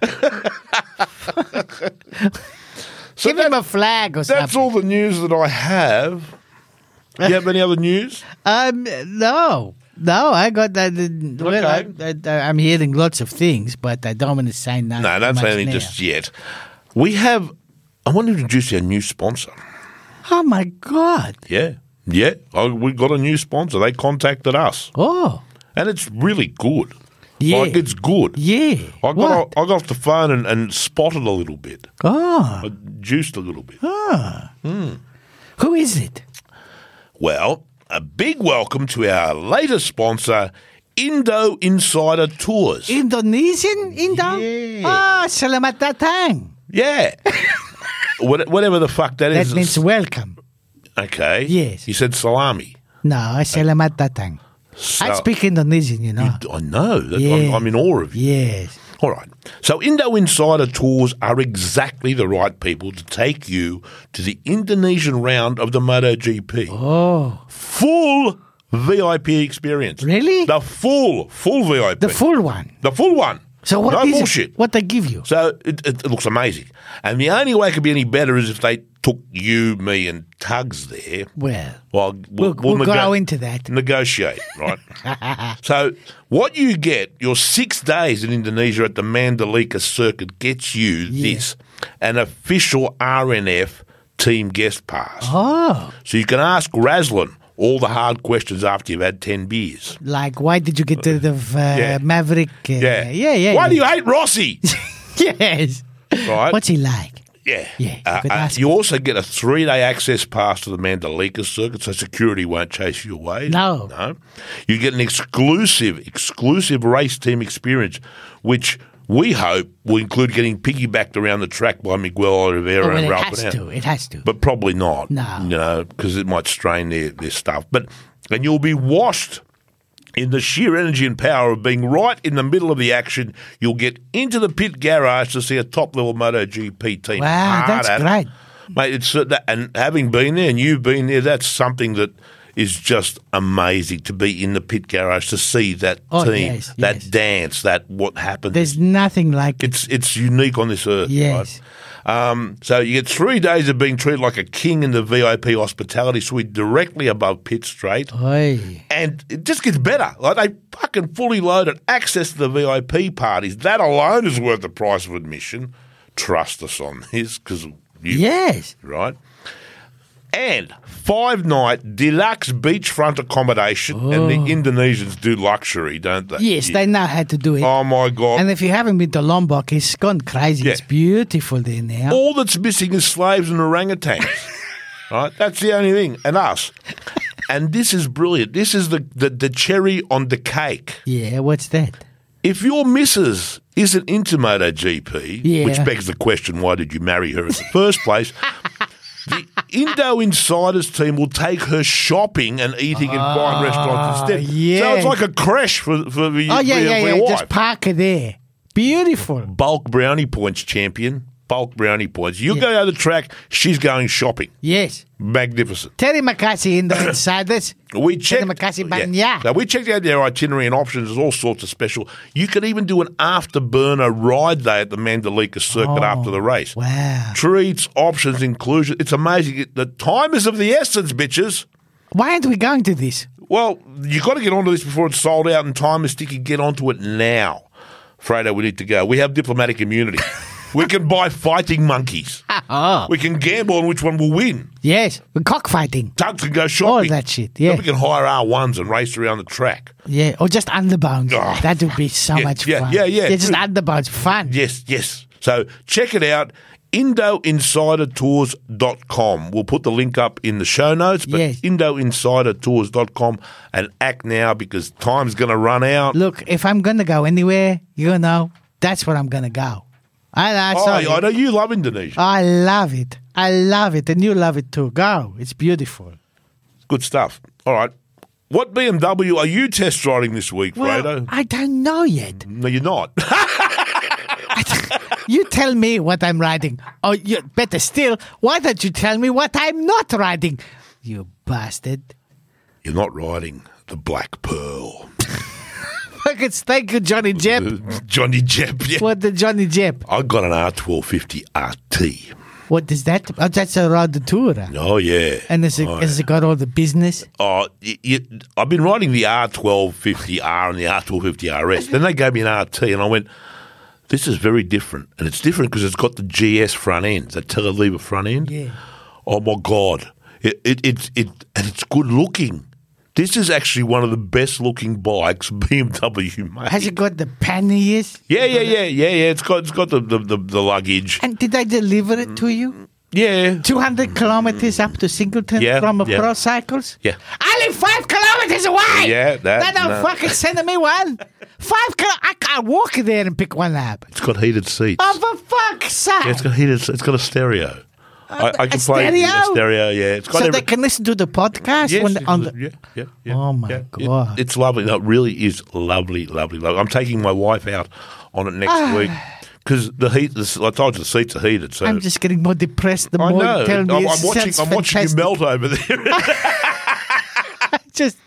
[SPEAKER 1] so
[SPEAKER 2] Give
[SPEAKER 1] that-
[SPEAKER 2] him a flag or
[SPEAKER 1] that's
[SPEAKER 2] something.
[SPEAKER 1] all the news that I have. Do you have any other news?
[SPEAKER 2] Um, no, no, I got that. Well, I, I, I'm hearing lots of things, but I don't want to say nothing.
[SPEAKER 1] No, don't
[SPEAKER 2] much
[SPEAKER 1] say anything
[SPEAKER 2] now.
[SPEAKER 1] just yet. We have. I want to introduce our new sponsor.
[SPEAKER 2] Oh my god!
[SPEAKER 1] Yeah. Yeah. Oh, we got a new sponsor. They contacted us.
[SPEAKER 2] Oh,
[SPEAKER 1] And it's really good.
[SPEAKER 2] Yeah.
[SPEAKER 1] Like, it's good.
[SPEAKER 2] yeah.
[SPEAKER 1] I got,
[SPEAKER 2] What?
[SPEAKER 1] off- I got off the phone and, and spotted a little bit,
[SPEAKER 2] Oh,
[SPEAKER 1] I juiced a little bit.
[SPEAKER 2] who is it?
[SPEAKER 1] Well, a big welcome to our latest sponsor, Indo Insider Tours.
[SPEAKER 2] Indonesian Indo?
[SPEAKER 1] Yeah.
[SPEAKER 2] Ah, selamat datang.
[SPEAKER 1] yeah. What, whatever the fuck that
[SPEAKER 2] That
[SPEAKER 1] is.
[SPEAKER 2] means welcome.
[SPEAKER 1] okay.
[SPEAKER 2] Yes.
[SPEAKER 1] You said salami.
[SPEAKER 2] No, selamat datang. I
[SPEAKER 1] So-
[SPEAKER 2] speak Indonesian, you know.
[SPEAKER 1] I know. That- I'm,
[SPEAKER 2] Yeah.
[SPEAKER 1] I'm in awe of you.
[SPEAKER 2] Yes.
[SPEAKER 1] All right. So, Indo Insider Tours are exactly the right people to take you to the Indonesian round of the MotoGP.
[SPEAKER 2] Oh,
[SPEAKER 1] Full VIP experience.
[SPEAKER 2] Really?
[SPEAKER 1] The full, full VIP.
[SPEAKER 2] the full one.
[SPEAKER 1] The full one.
[SPEAKER 2] So what
[SPEAKER 1] no
[SPEAKER 2] is it?
[SPEAKER 1] bullshit.
[SPEAKER 2] What they give you?
[SPEAKER 1] So it, it, it looks amazing. And the only way it could be any better is if they took you, me, and Tugs there.
[SPEAKER 2] Well,
[SPEAKER 1] Well, we'll,
[SPEAKER 2] we'll, we'll,
[SPEAKER 1] nego-
[SPEAKER 2] go into that.
[SPEAKER 1] negotiate, right? so what you get, your six days in Indonesia at the Mandalika Circuit gets you this, an official RNF team guest pass.
[SPEAKER 2] Oh,
[SPEAKER 1] So you can ask Raslin all the hard questions after you've had 10 beers.
[SPEAKER 2] like why did you get rid of uh,
[SPEAKER 1] Yeah.
[SPEAKER 2] Maverick? Uh,
[SPEAKER 1] Yeah.
[SPEAKER 2] yeah, yeah.
[SPEAKER 1] Why do
[SPEAKER 2] yeah.
[SPEAKER 1] you hate Rossi?
[SPEAKER 2] yes.
[SPEAKER 1] Right.
[SPEAKER 2] What's he like?
[SPEAKER 1] Yeah.
[SPEAKER 2] Yeah, you
[SPEAKER 1] Uh,
[SPEAKER 2] could
[SPEAKER 1] uh,
[SPEAKER 2] ask
[SPEAKER 1] you also get a three day access pass to the Mandalika circuit, so security won't chase you away.
[SPEAKER 2] No.
[SPEAKER 1] No. You get an exclusive, exclusive race team experience, which we hope will include getting piggybacked around the track by Miguel Oliveira
[SPEAKER 2] Oh, well,
[SPEAKER 1] and
[SPEAKER 2] it
[SPEAKER 1] Ralph
[SPEAKER 2] has
[SPEAKER 1] Bernal.
[SPEAKER 2] to. It has to.
[SPEAKER 1] But probably not.
[SPEAKER 2] No.
[SPEAKER 1] You know, because it might strain their, their stuff. But and you'll be washed in the sheer energy and power of being right in the middle of the action. You'll get into the pit garage to see a top level MotoGP team.
[SPEAKER 2] Wow,
[SPEAKER 1] hard
[SPEAKER 2] that's
[SPEAKER 1] at it.
[SPEAKER 2] great.
[SPEAKER 1] mate. It's uh, that, and having been there and you've been there, that's something that. Is just amazing to be in the pit garage to see that
[SPEAKER 2] Oh,
[SPEAKER 1] team,
[SPEAKER 2] yes,
[SPEAKER 1] that
[SPEAKER 2] yes.
[SPEAKER 1] dance, that what happened.
[SPEAKER 2] There's nothing like it.
[SPEAKER 1] It's it's unique on this earth.
[SPEAKER 2] Yes.
[SPEAKER 1] Right? Um, so you get three days of being treated like a king in the VIP hospitality suite directly above pit straight.
[SPEAKER 2] Oy.
[SPEAKER 1] And it just gets better. Like they fucking fully loaded access to the VIP parties. That alone is worth the price of admission. Trust us on this because you
[SPEAKER 2] Yes.
[SPEAKER 1] right? And five night deluxe beachfront accommodation. And the Indonesians do luxury, don't they?
[SPEAKER 2] Oh. Yes,
[SPEAKER 1] Yeah.
[SPEAKER 2] they now had to do it.
[SPEAKER 1] Oh my god!
[SPEAKER 2] and if you haven't been to Lombok, it's gone crazy.
[SPEAKER 1] Yeah. Oh.
[SPEAKER 2] It's beautiful there now.
[SPEAKER 1] All that's missing is slaves and orangutans. right? That's the only thing. And us. And this is brilliant. This is the, the, the cherry on the cake.
[SPEAKER 2] Yeah, what's that?
[SPEAKER 1] If your missus isn't into MotoGP,
[SPEAKER 2] Yeah.
[SPEAKER 1] which begs the question, why did you marry her in the first place? the Indo Insiders team will take her shopping and eating in fine restaurants instead. So
[SPEAKER 2] Ah, yeah.
[SPEAKER 1] it's like a crash for, for, for,
[SPEAKER 2] Oh,
[SPEAKER 1] your- for
[SPEAKER 2] yeah, yeah,
[SPEAKER 1] your
[SPEAKER 2] yeah.
[SPEAKER 1] wife.
[SPEAKER 2] Just park it there. Beautiful.
[SPEAKER 1] Bulk brownie points champion. bulk brownie points. You
[SPEAKER 2] Yeah.
[SPEAKER 1] go to the track, she's going shopping.
[SPEAKER 2] Yes.
[SPEAKER 1] Magnificent.
[SPEAKER 2] Terry McCarthy in the inside this.
[SPEAKER 1] We checked.
[SPEAKER 2] Macassi button, yeah.
[SPEAKER 1] So we checked out their itinerary and options. There's all sorts of special. You could even do an afterburner ride day at the Mandalika Circuit after the race.
[SPEAKER 2] Oh, Wow.
[SPEAKER 1] Treats, options, inclusion. It's amazing. The time is of the essence, bitches.
[SPEAKER 2] Why aren't we going to this?
[SPEAKER 1] Well, you got to get onto this before it's sold out, and time is ticking. Get onto it now, Fredo. We need to go. We have diplomatic immunity. we can buy fighting monkeys. We can gamble on which one will win.
[SPEAKER 2] Yes. Cockfighting.
[SPEAKER 1] Tugs can go shopping.
[SPEAKER 2] that shit, Oh, yeah.
[SPEAKER 1] Then we can hire our ones and race around the track.
[SPEAKER 2] Yeah. Or just underbound.
[SPEAKER 1] Oh.
[SPEAKER 2] That would be so
[SPEAKER 1] Yeah,
[SPEAKER 2] much
[SPEAKER 1] yeah,
[SPEAKER 2] fun.
[SPEAKER 1] yeah, yeah.
[SPEAKER 2] just underbound. Fun.
[SPEAKER 1] Yes, yes. So check it out. IndoInsiderTours.com. We'll put the link up in the show notes, but
[SPEAKER 2] Yes.
[SPEAKER 1] IndoInsiderTours.com and act now because time's going to run out.
[SPEAKER 2] Look, if I'm going to go anywhere, you know, that's where I'm going to go. I, I,
[SPEAKER 1] oh,
[SPEAKER 2] sorry. Uh,
[SPEAKER 1] I know you love Indonesia.
[SPEAKER 2] I love it. I love it. And you love it too. Go. It's beautiful.
[SPEAKER 1] Good stuff. All right. What BMW are you test riding this week,
[SPEAKER 2] Well,
[SPEAKER 1] Fredo?
[SPEAKER 2] I don't know yet.
[SPEAKER 1] No, you're not.
[SPEAKER 2] You tell me what I'm riding. Or you, better still, why don't you tell me what I'm not riding? You bastard.
[SPEAKER 1] you're not riding the Black Pearl.
[SPEAKER 2] Fucking thank you, Johnny Jep.
[SPEAKER 1] Johnny Jep. Yeah.
[SPEAKER 2] What the Johnny Jep?
[SPEAKER 1] I got an R1250 RT.
[SPEAKER 2] What is that? Oh, that's a Rodatura.
[SPEAKER 1] Oh, yeah.
[SPEAKER 2] And has it,
[SPEAKER 1] Oh,
[SPEAKER 2] has it got all the business?
[SPEAKER 1] Oh, y y I've been riding the R1250R and the R1250RS. Then they gave me an RT, and I went, "This is very different, and it's different because it's got the GS front end, the telelever front end."
[SPEAKER 2] Yeah.
[SPEAKER 1] Oh my god, it it it, it and it's good looking. This is actually one of the best looking bikes BMW made.
[SPEAKER 2] Has it got the panniers?
[SPEAKER 1] yeah, yeah, yeah, yeah, yeah. It's got it's got the the, the, the luggage.
[SPEAKER 2] And did I deliver it to you?
[SPEAKER 1] Yeah.
[SPEAKER 2] 200 kilometers up to Singleton
[SPEAKER 1] Yeah,
[SPEAKER 2] from a
[SPEAKER 1] yeah.
[SPEAKER 2] Pro Cycles?
[SPEAKER 1] Yeah.
[SPEAKER 2] I live five kilometers away!
[SPEAKER 1] Yeah, that-
[SPEAKER 2] They don't
[SPEAKER 1] no.
[SPEAKER 2] fucking send me one. Five kilo. I can't walk there and pick one up.
[SPEAKER 1] It's got heated seats.
[SPEAKER 2] Oh, for fuck's sake!
[SPEAKER 1] Yeah, it's got heated. It's got a stereo. I, I
[SPEAKER 2] Oh, a
[SPEAKER 1] can play
[SPEAKER 2] stereo?
[SPEAKER 1] a stereo. Yeah, it's got
[SPEAKER 2] so
[SPEAKER 1] every-
[SPEAKER 2] they can listen to the podcast
[SPEAKER 1] Yes,
[SPEAKER 2] when they- on the,
[SPEAKER 1] yeah, yeah, yeah,
[SPEAKER 2] Oh, my
[SPEAKER 1] yeah. It-
[SPEAKER 2] God.
[SPEAKER 1] it's lovely. No, it really is lovely, lovely, lovely. I'm taking my wife out on it
[SPEAKER 2] Ah.
[SPEAKER 1] next week because the heat. The, I told you the seats are heated, so
[SPEAKER 2] I'm just getting more depressed the
[SPEAKER 1] I
[SPEAKER 2] more
[SPEAKER 1] know.
[SPEAKER 2] you tell
[SPEAKER 1] I'm,
[SPEAKER 2] me.
[SPEAKER 1] I'm
[SPEAKER 2] it
[SPEAKER 1] watching.
[SPEAKER 2] sounds
[SPEAKER 1] I'm watching you
[SPEAKER 2] fantastic.
[SPEAKER 1] melt over there.
[SPEAKER 2] Just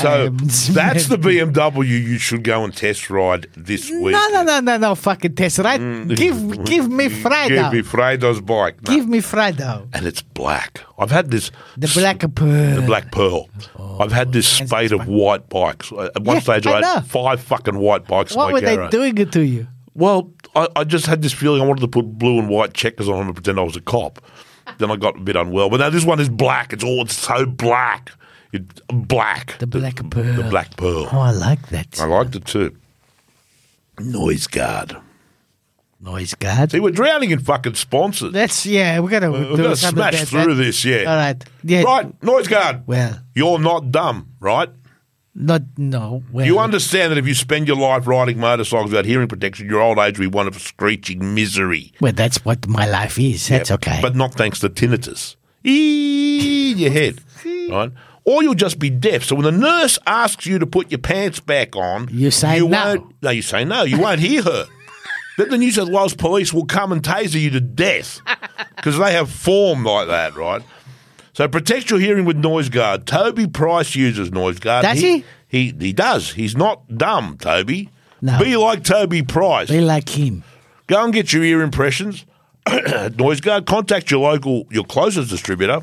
[SPEAKER 1] so that's the BMW you should go and test ride this week.
[SPEAKER 2] No, no, no, no, no, fucking test, right? Give, give me Friday.
[SPEAKER 1] Mm. Give me Fredo's bike, No.
[SPEAKER 2] Give me Friday.
[SPEAKER 1] and it's black. I've had this
[SPEAKER 2] The black pearl.
[SPEAKER 1] The black pearl.
[SPEAKER 2] Oh,
[SPEAKER 1] I've had this spate of white bikes. At one
[SPEAKER 2] Yeah,
[SPEAKER 1] stage, I,
[SPEAKER 2] I know.
[SPEAKER 1] had five fucking white bikes.
[SPEAKER 2] What
[SPEAKER 1] in my
[SPEAKER 2] were
[SPEAKER 1] garage.
[SPEAKER 2] they doing it to you?
[SPEAKER 1] Well, I, I just had this feeling I wanted to put blue and white checkers on them and pretend I was a cop. Then I got a bit unwell. But now this one is black. It's all it's so black. It, black.
[SPEAKER 2] The black pearl.
[SPEAKER 1] The black pearl.
[SPEAKER 2] Oh, I like that
[SPEAKER 1] I liked it too. Noise guard.
[SPEAKER 2] noise guard.
[SPEAKER 1] See, we're drowning in fucking sponsors.
[SPEAKER 2] That's yeah. We're gonna
[SPEAKER 1] We're
[SPEAKER 2] do
[SPEAKER 1] going to
[SPEAKER 2] something
[SPEAKER 1] smash
[SPEAKER 2] about
[SPEAKER 1] through
[SPEAKER 2] that.
[SPEAKER 1] this, yeah.
[SPEAKER 2] All right. Yeah.
[SPEAKER 1] Right, noise guard.
[SPEAKER 2] Well,
[SPEAKER 1] You're not dumb, right?
[SPEAKER 2] not no. Well,
[SPEAKER 1] You understand that if you spend your life riding motorcycles without hearing protection, your old age will be one of screeching misery.
[SPEAKER 2] well, that's what my life is. That's
[SPEAKER 1] Yeah,
[SPEAKER 2] okay.
[SPEAKER 1] But not thanks to tinnitus. In your head. Right? Or you'll just be deaf. So when the nurse asks you to put your pants back on,
[SPEAKER 2] You say no.
[SPEAKER 1] Won't, no, you say no. You won't hear her. then the New South Wales police will come and taser you to death because they have form like that, right? So protect your hearing with Noise Guard. Toby Price uses Noise Guard.
[SPEAKER 2] Does
[SPEAKER 1] He, he does. He's not dumb, Toby.
[SPEAKER 2] No.
[SPEAKER 1] Be like Toby Price.
[SPEAKER 2] Be like him.
[SPEAKER 1] Go and get your ear impressions. Noise guard. Contact your local, your closest distributor,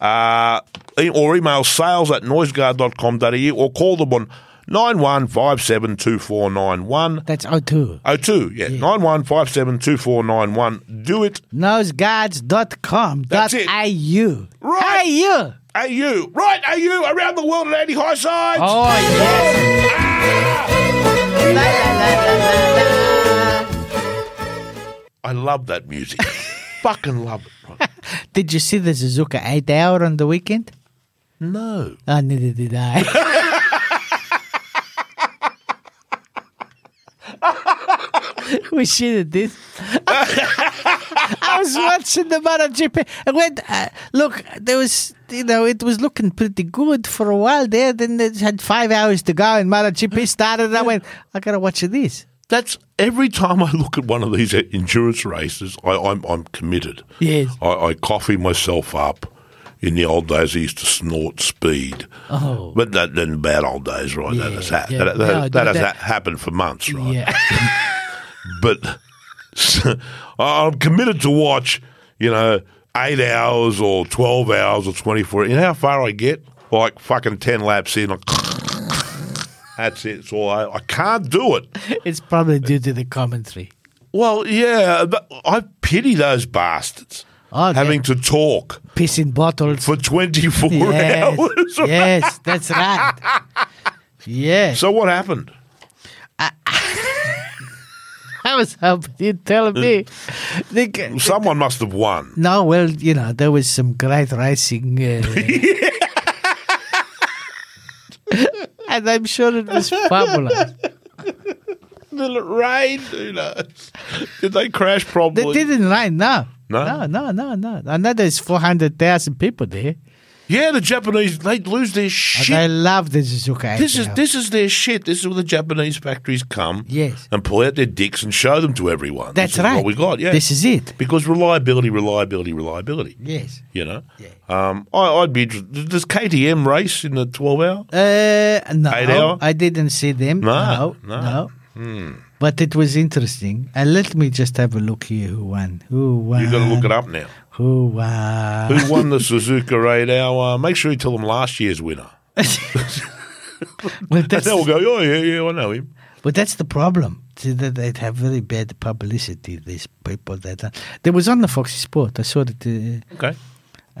[SPEAKER 1] uh, e- or email sales at noiseguard.com.au or call them on 91572491.
[SPEAKER 2] That's O2.
[SPEAKER 1] Oh, two, yeah, 91572491. Do it.
[SPEAKER 2] Noseguards.com.au.
[SPEAKER 1] That's it. Right.
[SPEAKER 2] Hey, you.
[SPEAKER 1] AU. Right, AU. Around the world at Andy High Sides.
[SPEAKER 2] Oh, yes.
[SPEAKER 1] I love that music. Fucking love it. Right.
[SPEAKER 2] Did you see the Suzuka 8 hour on the weekend?
[SPEAKER 1] No.
[SPEAKER 2] Oh, neither did I. we should have this. I was watching the MotoGP. I went, uh, look, there was, you know, it was looking pretty good for a while there. Then it had five hours to go, and MotoGP started. And I went, I gotta watch this.
[SPEAKER 1] That's every time I look at one of these endurance races, I, I'm, I'm committed.
[SPEAKER 2] Yes.
[SPEAKER 1] I, I coffee myself up. In the old days, I used to snort speed.
[SPEAKER 2] Oh.
[SPEAKER 1] But that, in the bad old days, right? that
[SPEAKER 2] Yeah,
[SPEAKER 1] has, ha-
[SPEAKER 2] yeah.
[SPEAKER 1] that, that,
[SPEAKER 2] No,
[SPEAKER 1] that,
[SPEAKER 2] that-
[SPEAKER 1] has
[SPEAKER 2] that-
[SPEAKER 1] ha- happened for months, right?
[SPEAKER 2] Yeah.
[SPEAKER 1] but I'm committed to watch, you know, eight hours or 12 hours or 24. You know how far I get? Like fucking 10 laps in. like, That's it. It's all I, I can't do it.
[SPEAKER 2] it's probably due to the commentary.
[SPEAKER 1] Well, yeah, but I pity those bastards
[SPEAKER 2] Oh,
[SPEAKER 1] having to talk
[SPEAKER 2] Piss in bottles.
[SPEAKER 1] for 24
[SPEAKER 2] yes.
[SPEAKER 1] hours.
[SPEAKER 2] yes, that's right. Yes.
[SPEAKER 1] So what happened?
[SPEAKER 2] I was hoping you'd tell me. The g-
[SPEAKER 1] Someone must have won.
[SPEAKER 2] no, well, you know, there was some great racing. Uh, and I'm sure it was fabulous.
[SPEAKER 1] Did it rain? Who knows? Did they crash? Probably.
[SPEAKER 2] They didn't rain, no.
[SPEAKER 1] No?
[SPEAKER 2] No, no, no, no. I know there's 400,000 people there.
[SPEAKER 1] Yeah, the Japanese, they lose
[SPEAKER 2] Oh,
[SPEAKER 1] their shit.
[SPEAKER 2] And I love the Suzuka.
[SPEAKER 1] This is
[SPEAKER 2] XL.
[SPEAKER 1] this is their shit. This is where the Japanese factories come,
[SPEAKER 2] Yes.
[SPEAKER 1] and pull out their dicks and show them to everyone.
[SPEAKER 2] That's
[SPEAKER 1] this is
[SPEAKER 2] right.
[SPEAKER 1] What we got, yeah.
[SPEAKER 2] This is it.
[SPEAKER 1] because reliability, reliability, reliability.
[SPEAKER 2] Yes.
[SPEAKER 1] You know,
[SPEAKER 2] Yeah.
[SPEAKER 1] um, I, I'd be interested. Does KTM race in the twelve hour?
[SPEAKER 2] Uh, no,
[SPEAKER 1] Eight hour?
[SPEAKER 2] I didn't see them.
[SPEAKER 1] No,
[SPEAKER 2] No,
[SPEAKER 1] no. Hmm.
[SPEAKER 2] no. But it was interesting. And let me just have a look here. Who won? Who won?
[SPEAKER 1] You've got to look it up now.
[SPEAKER 2] Who won?
[SPEAKER 1] Who won the Suzuka eight hour? Make sure you tell them last year's winner.
[SPEAKER 2] well,
[SPEAKER 1] And
[SPEAKER 2] that's,
[SPEAKER 1] they'll go, oh yeah, yeah, I know him.
[SPEAKER 2] but that's the problem. See, that they have very bad publicity. These people that are, they was on the Foxy Sport. I saw it.
[SPEAKER 1] Okay,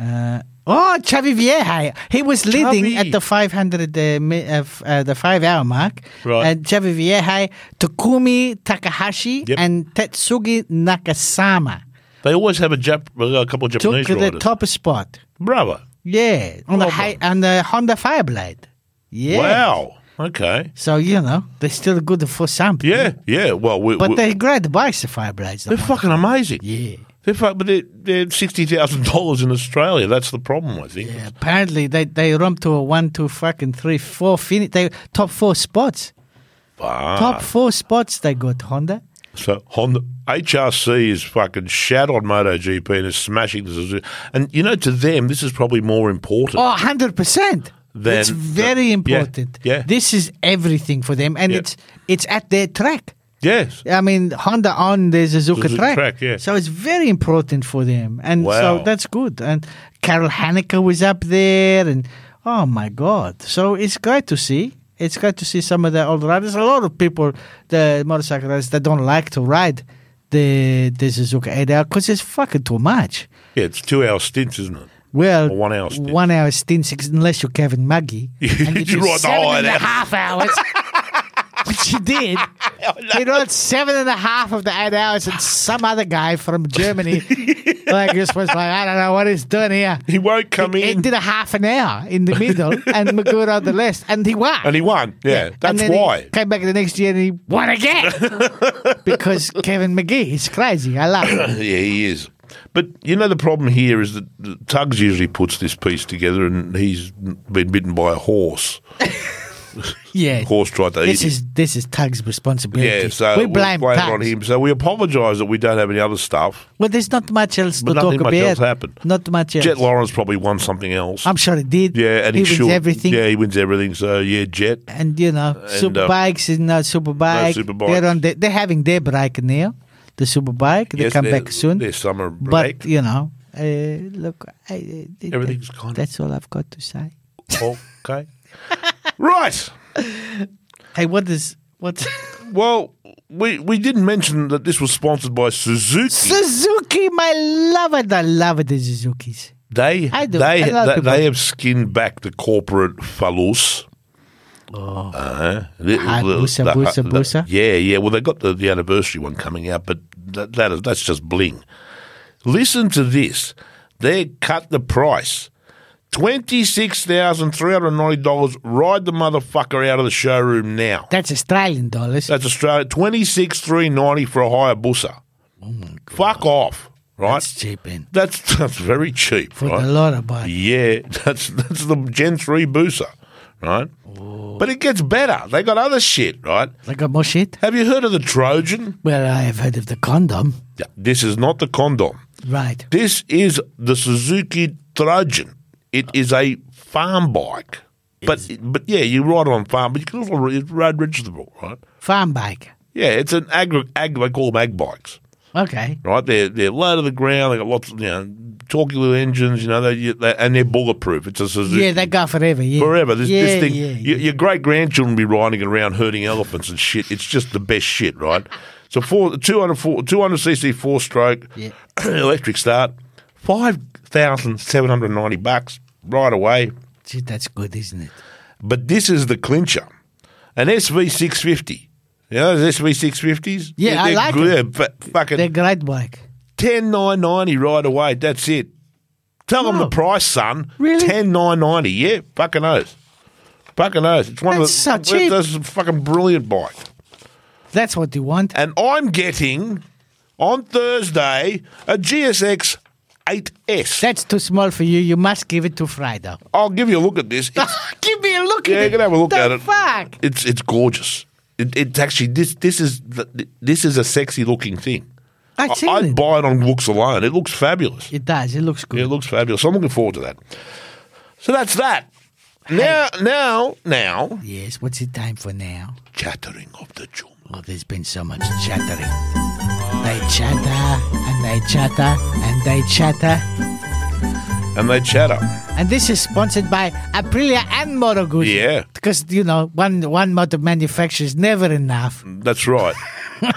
[SPEAKER 2] Uh, uh, oh, Xavi Vieja. He was leading
[SPEAKER 1] Xavi.
[SPEAKER 2] at the 500, uh, mi- uh, f- uh, the five hour mark.
[SPEAKER 1] Right.
[SPEAKER 2] And Xavi Vieja, Takumi Takahashi,
[SPEAKER 1] Yep.
[SPEAKER 2] and Tetsugi Nakasama
[SPEAKER 1] they always have a Jap- a couple of
[SPEAKER 2] took
[SPEAKER 1] Japanese
[SPEAKER 2] the
[SPEAKER 1] riders.
[SPEAKER 2] top spot.
[SPEAKER 1] Bravo!
[SPEAKER 2] Yeah, on the
[SPEAKER 1] Well
[SPEAKER 2] hi- on the Honda Fireblade. Yeah.
[SPEAKER 1] Wow. Okay.
[SPEAKER 2] So you know they're still good for something.
[SPEAKER 1] Yeah. Yeah. Well, we,
[SPEAKER 2] But
[SPEAKER 1] we-
[SPEAKER 2] they're great bikes, the Fireblades. the
[SPEAKER 1] they're
[SPEAKER 2] Honda.
[SPEAKER 1] fucking amazing.
[SPEAKER 2] Yeah.
[SPEAKER 1] They're, fu- but they're, they're sixty thousand dollars in Australia. That's the problem, I think.
[SPEAKER 2] Yeah, apparently they they romped to a one, two, fucking three, four finish. They top four spots.
[SPEAKER 1] Ah,
[SPEAKER 2] Top four spots they got Honda.
[SPEAKER 1] so Honda HRC is fucking shat on MotoGP and is smashing the Suzuki. And you know, to them, this is probably more important.
[SPEAKER 2] Oh, 100%.
[SPEAKER 1] Then-
[SPEAKER 2] it's very
[SPEAKER 1] yeah,
[SPEAKER 2] important.
[SPEAKER 1] yeah.
[SPEAKER 2] This is everything for them and
[SPEAKER 1] Yeah.
[SPEAKER 2] it's it's at their track.
[SPEAKER 1] Yes,
[SPEAKER 2] I mean, Honda on the Suzuka,
[SPEAKER 1] Suzuka
[SPEAKER 2] track.
[SPEAKER 1] track, yeah.
[SPEAKER 2] So it's very important for them. And
[SPEAKER 1] Wow.
[SPEAKER 2] so that's good. And Carol Haneke was up there. And oh my God. So it's great to see. It's great to see some of the old riders. A lot of people, the motorcycle riders, that don't like to ride the, the Suzuka 8 hour because it's fucking too much.
[SPEAKER 1] yeah, it's two hour stints, isn't it?
[SPEAKER 2] Well,
[SPEAKER 1] Or one hour stint.
[SPEAKER 2] One hour stint, six- unless you're Kevin Maggie. and
[SPEAKER 1] You
[SPEAKER 2] you do
[SPEAKER 1] ride the
[SPEAKER 2] seven
[SPEAKER 1] whole
[SPEAKER 2] and
[SPEAKER 1] eight
[SPEAKER 2] a half hours, which you did. He rode seven and a half of the eight hours, and some other guy from Germany, like this was like, I don't know what he's doing here.
[SPEAKER 1] He won't come
[SPEAKER 2] He
[SPEAKER 1] in,
[SPEAKER 2] did a half an hour in the middle, and McGurr on the list, and he won.
[SPEAKER 1] and he won. Yeah,
[SPEAKER 2] And
[SPEAKER 1] that's
[SPEAKER 2] then he
[SPEAKER 1] why.
[SPEAKER 2] came back the next year and he won again because Kevin McGee is crazy. I love him.
[SPEAKER 1] yeah, he is. But you know, the problem here is that the- Tugs usually puts this piece together, and he's been bitten by a horse.
[SPEAKER 2] Yeah,
[SPEAKER 1] Horse tried to eat
[SPEAKER 2] This
[SPEAKER 1] him.
[SPEAKER 2] is this is Tug's responsibility.
[SPEAKER 1] Yeah, so
[SPEAKER 2] we
[SPEAKER 1] we'll
[SPEAKER 2] blame
[SPEAKER 1] blame it
[SPEAKER 2] Tugs.
[SPEAKER 1] on him. So we apologise that we don't have any other stuff.
[SPEAKER 2] Well, there's not much else
[SPEAKER 1] But
[SPEAKER 2] to
[SPEAKER 1] nothing
[SPEAKER 2] talk
[SPEAKER 1] much
[SPEAKER 2] about.
[SPEAKER 1] else happened.
[SPEAKER 2] Not much else.
[SPEAKER 1] Jet Lawrence probably won something else.
[SPEAKER 2] I'm sure he did.
[SPEAKER 1] yeah, and
[SPEAKER 2] Um, he,
[SPEAKER 1] he,
[SPEAKER 2] wins
[SPEAKER 1] should.
[SPEAKER 2] everything.
[SPEAKER 1] Yeah, he wins everything. So yeah, Jet.
[SPEAKER 2] And you know,
[SPEAKER 1] uh,
[SPEAKER 2] super bikes and uh, super bike.
[SPEAKER 1] Superbikes.
[SPEAKER 2] They're on. The, they're having their break now. The super bike. They
[SPEAKER 1] Yes,
[SPEAKER 2] come
[SPEAKER 1] their-
[SPEAKER 2] back soon.
[SPEAKER 1] Their summer
[SPEAKER 2] But
[SPEAKER 1] break.
[SPEAKER 2] you know, uh, look, I, uh, th-
[SPEAKER 1] Everything's gone.
[SPEAKER 2] That's all I've got to say.
[SPEAKER 1] okay. right.
[SPEAKER 2] Hey, what is what?
[SPEAKER 1] Well, we we didn't mention that this was sponsored by Suzuki.
[SPEAKER 2] Suzuki, my lover, I love the Suzuki's.
[SPEAKER 1] they
[SPEAKER 2] I do.
[SPEAKER 1] they
[SPEAKER 2] I like
[SPEAKER 1] they,
[SPEAKER 2] people.
[SPEAKER 1] they have skinned back the corporate falus. Oh. Uh, the-
[SPEAKER 2] Ah,
[SPEAKER 1] the-
[SPEAKER 2] busa,
[SPEAKER 1] the-
[SPEAKER 2] busa,
[SPEAKER 1] the-
[SPEAKER 2] busa.
[SPEAKER 1] Yeah, yeah. Well, they got the, the anniversary one coming out, but that, that is, that's just bling. Listen to this. They cut the price. $26,390. Ride the motherfucker out of the showroom now.
[SPEAKER 2] That's Australian dollars.
[SPEAKER 1] That's Australia. 26390 for a higher busa. Fuck off, right?
[SPEAKER 2] That's cheap, in
[SPEAKER 1] that's, that's very cheap,
[SPEAKER 2] for
[SPEAKER 1] right?
[SPEAKER 2] the lot of bike.
[SPEAKER 1] Yeah, that's that's the Gen three booster, right? But it gets better. They got other shit, right?
[SPEAKER 2] I got more oh, shit.
[SPEAKER 1] Have you heard of the Trojan?
[SPEAKER 2] Well, I have heard of the condom.
[SPEAKER 1] Yeah, This is not the condom.
[SPEAKER 2] Right.
[SPEAKER 1] This is the Suzuki Trojan.
[SPEAKER 2] Uh.
[SPEAKER 1] It is a farm bike. But but yeah, you ride it on farm, but you can also ri- it's road registerable, right?
[SPEAKER 2] Farm bike.
[SPEAKER 1] Yeah, it's an agri ag they call them ag bikes,
[SPEAKER 2] Okay.
[SPEAKER 1] right? They're they're low to the ground. They got lots of you know talky little engines, you know, they, they and they're bulletproof. It's a Suzuki.
[SPEAKER 2] Yeah, they go forever. Yeah.
[SPEAKER 1] Forever, this,
[SPEAKER 2] yeah,
[SPEAKER 1] this thing,
[SPEAKER 2] Yeah,
[SPEAKER 1] your- your great grandchildren will be riding around herding elephants and shit. It's just the best shit, right? So, four, 200, 200cc four stroke,
[SPEAKER 2] Yeah.
[SPEAKER 1] electric start, 5,790 bucks right away.
[SPEAKER 2] Gee, that's good, isn't it?
[SPEAKER 1] But this is the clincher an SV650. You know those SV650s?
[SPEAKER 2] Yeah, I
[SPEAKER 1] they're
[SPEAKER 2] like
[SPEAKER 1] good. F-
[SPEAKER 2] They're
[SPEAKER 1] fucking
[SPEAKER 2] great bike.
[SPEAKER 1] 10990 right away. That's it. Tell them the
[SPEAKER 2] Wow.
[SPEAKER 1] price, son.
[SPEAKER 2] Really?
[SPEAKER 1] 10990 Yeah, fucking oath. Fucking oath. It's one
[SPEAKER 2] That's so
[SPEAKER 1] of the
[SPEAKER 2] cheap.
[SPEAKER 1] That's a fucking brilliant bike.
[SPEAKER 2] That's what you want.
[SPEAKER 1] And I'm getting on Thursday a GSX 8S.
[SPEAKER 2] That's too small for you. You must give it to Friday.
[SPEAKER 1] I'll give you a look at this. It's,
[SPEAKER 2] give me a look
[SPEAKER 1] yeah,
[SPEAKER 2] at
[SPEAKER 1] you
[SPEAKER 2] it.
[SPEAKER 1] can have a look
[SPEAKER 2] the
[SPEAKER 1] at it.
[SPEAKER 2] Fuck.
[SPEAKER 1] It's it's gorgeous. It, it's actually this this is the, this is a sexy looking thing.
[SPEAKER 2] I
[SPEAKER 1] I,
[SPEAKER 2] seen
[SPEAKER 1] I'd
[SPEAKER 2] it.
[SPEAKER 1] buy it on looks alone. It looks fabulous.
[SPEAKER 2] it does. It looks good.
[SPEAKER 1] It looks fabulous. I'm looking forward to that. So that's that. Now, now, now,
[SPEAKER 2] yes. What's it time for now?
[SPEAKER 1] chattering of the chum.
[SPEAKER 2] Oh, there's been so much chattering. They chatter and they chatter and they chatter.
[SPEAKER 1] And they chatter.
[SPEAKER 2] And this is sponsored by Aprilia and Moto Guzzi.
[SPEAKER 1] Yeah.
[SPEAKER 2] Because, you know, one, one motor manufacturer is never enough.
[SPEAKER 1] That's right.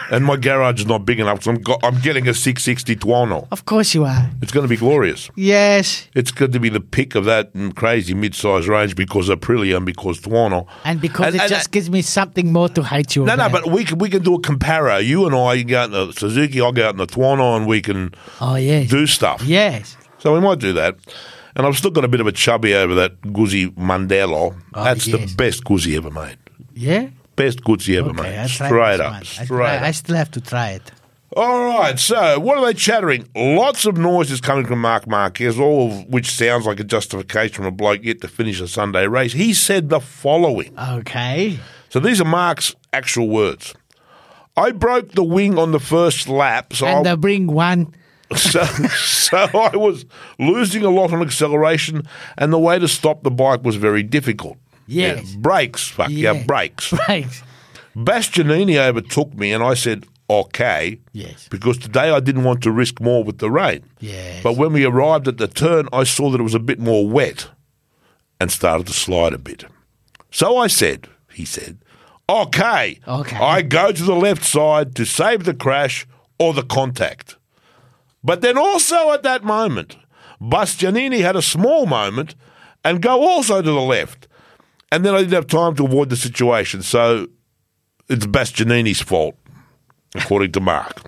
[SPEAKER 1] and my garage is not big enough, so I'm, go- I'm getting a 660 Tuono.
[SPEAKER 2] Of course you are.
[SPEAKER 1] It's going to be glorious.
[SPEAKER 2] Yes.
[SPEAKER 1] It's going to be the pick of that mm, crazy mid-sized range because Aprilia and because Tuono.
[SPEAKER 2] And because it
[SPEAKER 1] and-
[SPEAKER 2] just gives me something more to hate you
[SPEAKER 1] No, no,
[SPEAKER 2] about.
[SPEAKER 1] but we can, we can do a comparo. You and I, you can go out in the Suzuki, I'll go out in the Tuono, and we can
[SPEAKER 2] Oh, yes.
[SPEAKER 1] do stuff.
[SPEAKER 2] Yes.
[SPEAKER 1] So we might do that. And I've still got a bit of a chubby over that Guzzi Mandela.
[SPEAKER 2] Oh,
[SPEAKER 1] That's
[SPEAKER 2] yes.
[SPEAKER 1] the best Guzzi ever made.
[SPEAKER 2] Yeah?
[SPEAKER 1] Best Guzzi ever
[SPEAKER 2] Okay, I'll
[SPEAKER 1] made.
[SPEAKER 2] try
[SPEAKER 1] Straight
[SPEAKER 2] this
[SPEAKER 1] up.
[SPEAKER 2] one. I,
[SPEAKER 1] Straight
[SPEAKER 2] try-
[SPEAKER 1] up.
[SPEAKER 2] I still have to try it.
[SPEAKER 1] All right, so what are they chattering? Lots of noises coming from Mark Marquez, all of which sounds like a justification from a bloke yet to finish a Sunday race. He said the following.
[SPEAKER 2] Okay.
[SPEAKER 1] So these are Mark's actual words. I broke the wing on the first lap, so
[SPEAKER 2] And
[SPEAKER 1] I,
[SPEAKER 2] they bring one.
[SPEAKER 1] so, so I was losing a lot on acceleration, and the way to stop the bike was very difficult.
[SPEAKER 2] Yes.
[SPEAKER 1] Yeah, brakes, fuck yeah,
[SPEAKER 2] Yeah.
[SPEAKER 1] brakes.
[SPEAKER 2] Right.
[SPEAKER 1] Bastianini overtook me, and I said, okay.
[SPEAKER 2] Yes.
[SPEAKER 1] Because today I didn't want to risk more with the rain.
[SPEAKER 2] Yes.
[SPEAKER 1] But when we arrived at the turn, I saw that it was a bit more wet and started to slide a bit. So I said, he said, okay,
[SPEAKER 2] Okay.
[SPEAKER 1] I go to the left side to save the crash or the contact. But then also at that moment, Bastianini had a small moment and go also to the left. And then I didn't have time to avoid the situation. So it's Bastianini's fault, according to Mark.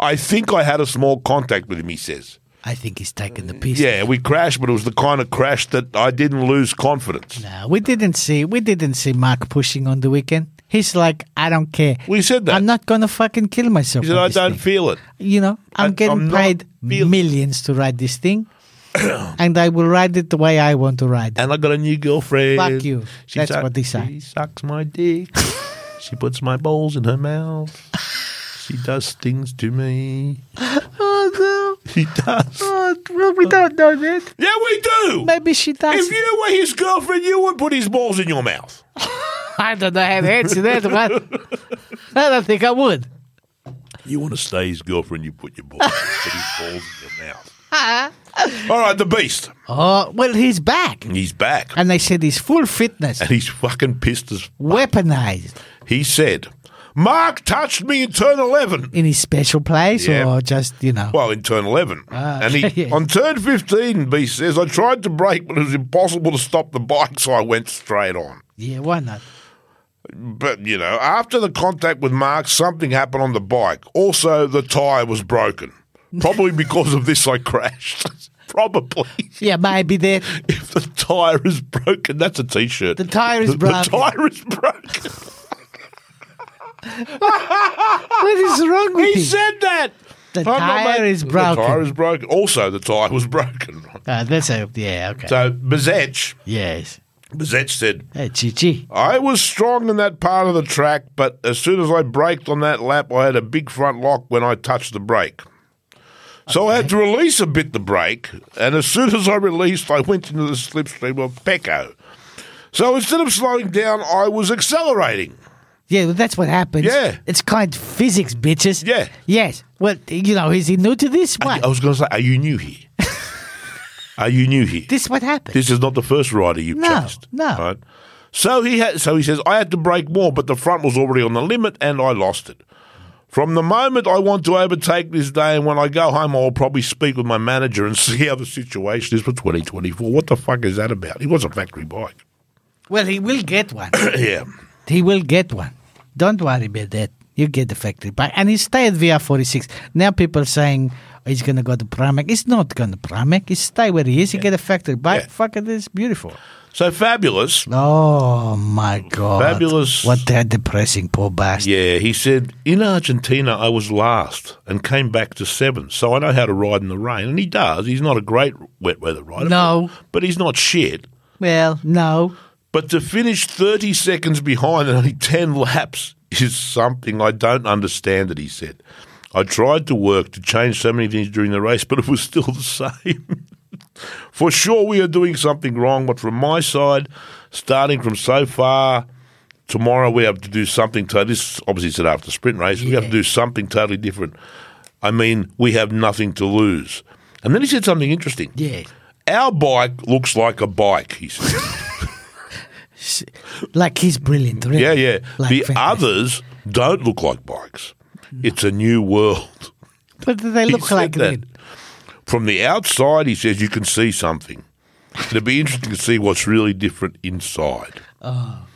[SPEAKER 1] I think I had a small contact with him, he says.
[SPEAKER 2] I think he's taking the piece.
[SPEAKER 1] Mm, Yeah, we crashed, but it was the kind of crash that I didn't lose confidence.
[SPEAKER 2] No, we didn't see we didn't see Mark pushing on the weekend. He's like, I don't care.
[SPEAKER 1] We said that.
[SPEAKER 2] I'm not gonna fucking kill myself.
[SPEAKER 1] he said,
[SPEAKER 2] on
[SPEAKER 1] I
[SPEAKER 2] this
[SPEAKER 1] don't
[SPEAKER 2] thing."
[SPEAKER 1] feel it.
[SPEAKER 2] you know, I'm
[SPEAKER 1] I-
[SPEAKER 2] getting
[SPEAKER 1] I'm not
[SPEAKER 2] paid
[SPEAKER 1] feel-
[SPEAKER 2] millions to ride this thing, and I will ride it the way I want to ride. it.
[SPEAKER 1] And I got a new girlfriend.
[SPEAKER 2] Fuck you.
[SPEAKER 1] She
[SPEAKER 2] That's
[SPEAKER 1] suck-
[SPEAKER 2] what they say.
[SPEAKER 1] She sucks my dick. she puts my balls in her mouth. She does things to me.
[SPEAKER 2] Oh no!
[SPEAKER 1] She does.
[SPEAKER 2] Oh, well, we don't know that.
[SPEAKER 1] Yeah, we do.
[SPEAKER 2] Maybe she does.
[SPEAKER 1] If you were his girlfriend, you would put his balls in your mouth.
[SPEAKER 2] I don't know how to answer that one. I don't think I would.
[SPEAKER 1] You want to stay his girlfriend, you put your balls, put his balls in your mouth. All right, the beast.
[SPEAKER 2] Oh well, he's back,
[SPEAKER 1] He's back.
[SPEAKER 2] and they said he's full fitness,
[SPEAKER 1] And he's fucking pissed as
[SPEAKER 2] weaponized
[SPEAKER 1] He said, Mark touched me in turn 11.
[SPEAKER 2] in his special place,
[SPEAKER 1] Yeah.
[SPEAKER 2] or just you know.
[SPEAKER 1] Well, in turn 11.
[SPEAKER 2] Ah,
[SPEAKER 1] and he,
[SPEAKER 2] yes.
[SPEAKER 1] on turn 15, B says, I tried to brake, but it was impossible to stop the bike, so I went straight on.
[SPEAKER 2] Yeah, why not?
[SPEAKER 1] But, you know, after the contact with Mark, something happened on the bike. Also, the tyre was broken. Probably because of this, I crashed. Probably.
[SPEAKER 2] Yeah, maybe that.
[SPEAKER 1] If the tyre is broken, that's a t shirt.
[SPEAKER 2] The tyre is broken.
[SPEAKER 1] The tyre is broken.
[SPEAKER 2] What is wrong with
[SPEAKER 1] He
[SPEAKER 2] you?
[SPEAKER 1] said "Oh, that.
[SPEAKER 2] The
[SPEAKER 1] I'm not
[SPEAKER 2] tyre
[SPEAKER 1] making-
[SPEAKER 2] is
[SPEAKER 1] The tyre
[SPEAKER 2] broken.
[SPEAKER 1] is broken. Also, the tyre was broken.
[SPEAKER 2] Uh, that's a, yeah, okay.
[SPEAKER 1] So Bezech
[SPEAKER 2] yes.
[SPEAKER 1] Bazette said,
[SPEAKER 2] Hey, Gigi.
[SPEAKER 1] I was strong in that part of the track, but as soon as I braked on that lap, I had a big front lock when I touched the brake. So I had to release a bit the brake, and as soon as I released, I went into the slipstream of Pecco. So instead of slowing down, I was accelerating.
[SPEAKER 2] Yeah, well, that's what happens.
[SPEAKER 1] Yeah.
[SPEAKER 2] It's kind of physics, bitches.
[SPEAKER 1] Yeah.
[SPEAKER 2] Yes. Well, you know, is he new to this? What?
[SPEAKER 1] I was going to say, are you new here? are you new here?
[SPEAKER 2] this what happened.
[SPEAKER 1] This is not the first rider you've
[SPEAKER 2] No,
[SPEAKER 1] chased.
[SPEAKER 2] no.
[SPEAKER 1] Right? So he had, so he says, I had to brake more, but the front was already on the limit and I lost it. From the moment I want to overtake this day, and when I go home, I'll probably speak with my manager and see how the situation is for 2024. What the fuck is that about? He was a factory bike.
[SPEAKER 2] well, he will get one.
[SPEAKER 1] yeah.
[SPEAKER 2] he will get one. Don't worry about that. You get the factory bike. And he stay at VR46. Now people saying "Oh, he's going to go to Pramac. He's not going to Pramac. He stay where he is. He get a factory bike.
[SPEAKER 1] Yeah.
[SPEAKER 2] Fuck it, it's beautiful.
[SPEAKER 1] So fabulous.
[SPEAKER 2] Oh, my God.
[SPEAKER 1] Fabulous.
[SPEAKER 2] What that depressing poor bastard.
[SPEAKER 1] Yeah, he said, in Argentina, I was last and came back to seventh, so I know how to ride in the rain. And he does. He's not a great wet weather rider.
[SPEAKER 2] No.
[SPEAKER 1] But, but he's not shit.
[SPEAKER 2] Well, no.
[SPEAKER 1] But to finish 30 seconds behind and only 10 laps is something I don't understand it, he said. I tried to work to change so many things during the race, but it was still the same. For sure, we are doing something wrong, but from my side, starting from so far, tomorrow we have to do something. To, this obviously said after sprint race, we have to do something totally different. I mean, we have nothing to lose. And then he said something interesting.
[SPEAKER 2] Yeah.
[SPEAKER 1] Our bike looks like a bike, he said.
[SPEAKER 2] Like he's brilliant, really.
[SPEAKER 1] Yeah, yeah.
[SPEAKER 2] Like
[SPEAKER 1] the
[SPEAKER 2] fantastic.
[SPEAKER 1] others don't look like bikes. It's a new world.
[SPEAKER 2] What do they
[SPEAKER 1] He
[SPEAKER 2] look
[SPEAKER 1] said
[SPEAKER 2] like
[SPEAKER 1] that.
[SPEAKER 2] then?
[SPEAKER 1] From the outside, he says you can see something. It'd be interesting to see what's really different inside. Oh.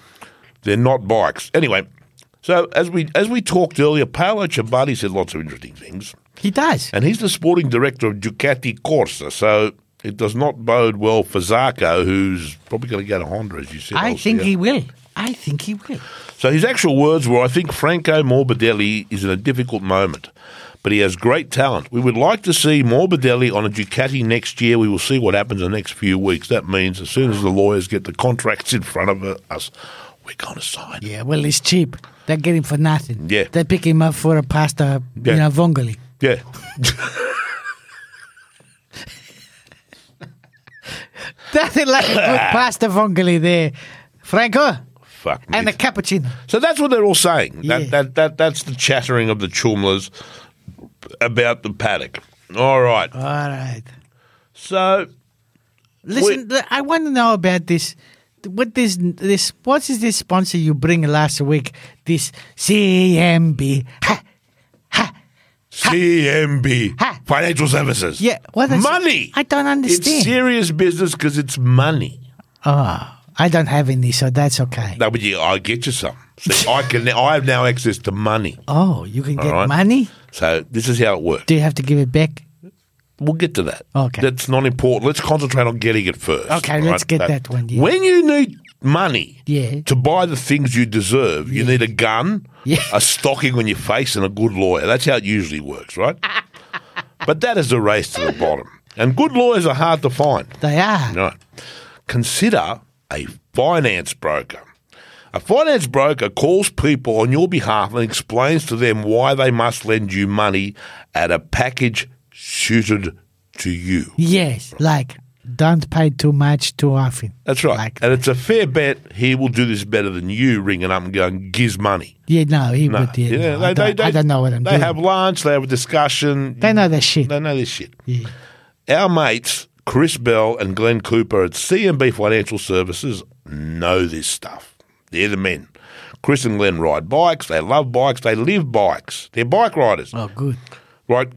[SPEAKER 1] They're not bikes. Anyway, so as we as we talked earlier, Paolo Ciabatti said lots of interesting things,
[SPEAKER 2] He does.
[SPEAKER 1] and he's the sporting director of Ducati Corsa. So it does not bode well for Zarco, who's probably going to go to Honda, as you said.
[SPEAKER 2] I
[SPEAKER 1] Elsie.
[SPEAKER 2] think
[SPEAKER 1] Yeah.
[SPEAKER 2] he will. I think he will.
[SPEAKER 1] So his actual words were, I think Franco Morbidelli is in a difficult moment, but he has great talent. We would like to see Morbidelli on a Ducati next year. We will see what happens in the next few weeks. That means as soon as the lawyers get the contracts in front of uh, us, we're going to sign.
[SPEAKER 2] Yeah, well, he's cheap. They get him for nothing.
[SPEAKER 1] Yeah.
[SPEAKER 2] They pick him up for a pasta,
[SPEAKER 1] Yeah.
[SPEAKER 2] you know, vongoli.
[SPEAKER 1] Yeah.
[SPEAKER 2] Nothing like a good pasta vongoli there. Franco,
[SPEAKER 1] Fuck me.
[SPEAKER 2] and a cappuccino.
[SPEAKER 1] so that's what they're all saying.
[SPEAKER 2] Yeah.
[SPEAKER 1] That, that, that, that's the chattering of the chumlas about the paddock. All right.
[SPEAKER 2] All right.
[SPEAKER 1] So,
[SPEAKER 2] Listen, th- I want to know about this. What this this what is this sponsor you bring last week? This CMB. Ha,
[SPEAKER 1] CMB,
[SPEAKER 2] Ha.
[SPEAKER 1] Financial Services.
[SPEAKER 2] yeah, what is
[SPEAKER 1] money.
[SPEAKER 2] I don't
[SPEAKER 1] It's
[SPEAKER 2] understand.
[SPEAKER 1] serious business because it's money.
[SPEAKER 2] oh, I don't have any, so that's okay.
[SPEAKER 1] No, but yeah, I get you some. See, I can. I have now access to money.
[SPEAKER 2] Oh, you can get
[SPEAKER 1] right.
[SPEAKER 2] money.
[SPEAKER 1] So this is how it works.
[SPEAKER 2] Do you have to give it back?
[SPEAKER 1] We'll get to that.
[SPEAKER 2] Okay.
[SPEAKER 1] That's not important. Let's concentrate on getting it first.
[SPEAKER 2] Okay,
[SPEAKER 1] all
[SPEAKER 2] let's get that one, yeah.
[SPEAKER 1] When you need money
[SPEAKER 2] Yeah.
[SPEAKER 1] to buy the things you deserve, you need a gun,
[SPEAKER 2] Yeah.
[SPEAKER 1] a stocking on your face, and a good lawyer. That's how it usually works, right? but that is a race to the bottom. And good lawyers are hard to find.
[SPEAKER 2] They are.
[SPEAKER 1] No. Consider a finance broker. A finance broker calls people on your behalf and explains to them why they must lend you money at a package suited to you.
[SPEAKER 2] Yes, like don't pay too much too often.
[SPEAKER 1] That's right.
[SPEAKER 2] Like,
[SPEAKER 1] and it's a fair bet he will do this better than you ringing up and going, giz money.
[SPEAKER 2] yeah, no, he
[SPEAKER 1] No.
[SPEAKER 2] would. Yeah,
[SPEAKER 1] You know,
[SPEAKER 2] no, I,
[SPEAKER 1] they-
[SPEAKER 2] don't,
[SPEAKER 1] they- they-
[SPEAKER 2] I don't know what I'm
[SPEAKER 1] They
[SPEAKER 2] doing.
[SPEAKER 1] have lunch, they have a discussion.
[SPEAKER 2] they know their shit.
[SPEAKER 1] They know this shit.
[SPEAKER 2] Yeah.
[SPEAKER 1] Our mates, Chris Bell and Glenn Cooper at CMB Financial Services, know this stuff. They're the men. Chris and Glenn ride bikes. They love bikes. They live bikes. They're bike riders.
[SPEAKER 2] Oh, good.
[SPEAKER 1] Right?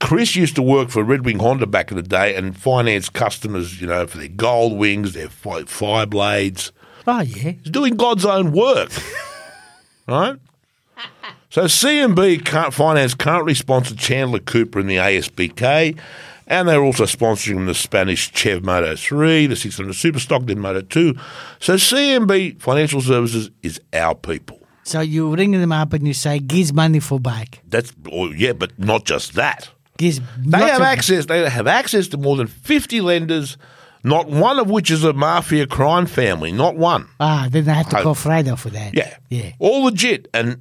[SPEAKER 1] Chris used to work for Red Wing Honda back in the day and finance customers, you know, for their gold wings, their fi- fire blades.
[SPEAKER 2] Oh, yeah.
[SPEAKER 1] He's doing God's own work, right? So CMB can't, Finance currently sponsor Chandler Cooper in the ASBK, and they're also sponsoring the Spanish Chev Moto 3, the 600 Superstock, then Moto 2. So CMB Financial Services is our people.
[SPEAKER 2] So you ring them up and you say, "Give money for bike."
[SPEAKER 1] That's oh, yeah, but not just that.
[SPEAKER 2] Give
[SPEAKER 1] They have access. They have access to more than fifty lenders, Not one of which is a mafia crime family. Not one.
[SPEAKER 2] Ah, then I have to call Friday for
[SPEAKER 1] Oh.
[SPEAKER 2] that.
[SPEAKER 1] Yeah.
[SPEAKER 2] Yeah.
[SPEAKER 1] All legit. And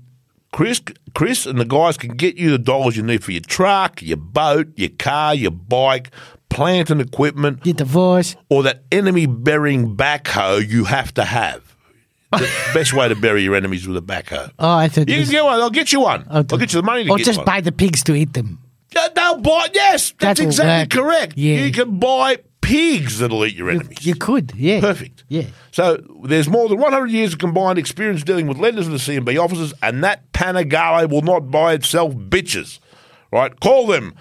[SPEAKER 1] Chris, Chris, and the guys can get you the dollars you need for your truck, your boat, your car, your bike, plant and equipment,
[SPEAKER 2] Your divorce.
[SPEAKER 1] or that enemy burying backhoe you have to have. The best way to bury your enemies with a backhoe.
[SPEAKER 2] Oh, I thought.
[SPEAKER 1] You
[SPEAKER 2] it was-
[SPEAKER 1] can get one. I'll get you one. I'll get you the money to
[SPEAKER 2] or
[SPEAKER 1] get
[SPEAKER 2] just
[SPEAKER 1] one.
[SPEAKER 2] buy the pigs to eat them.
[SPEAKER 1] Yeah, They'll buy. Yes, that's
[SPEAKER 2] That'll
[SPEAKER 1] exactly
[SPEAKER 2] work.
[SPEAKER 1] correct.
[SPEAKER 2] Yeah.
[SPEAKER 1] You can buy pigs that'll eat your enemies.
[SPEAKER 2] You could, yeah.
[SPEAKER 1] Perfect.
[SPEAKER 2] Yeah.
[SPEAKER 1] So there's more than 100 years of combined experience dealing with lenders and the CMB officers, and that Panigale will not buy itself bitches. Right? Call them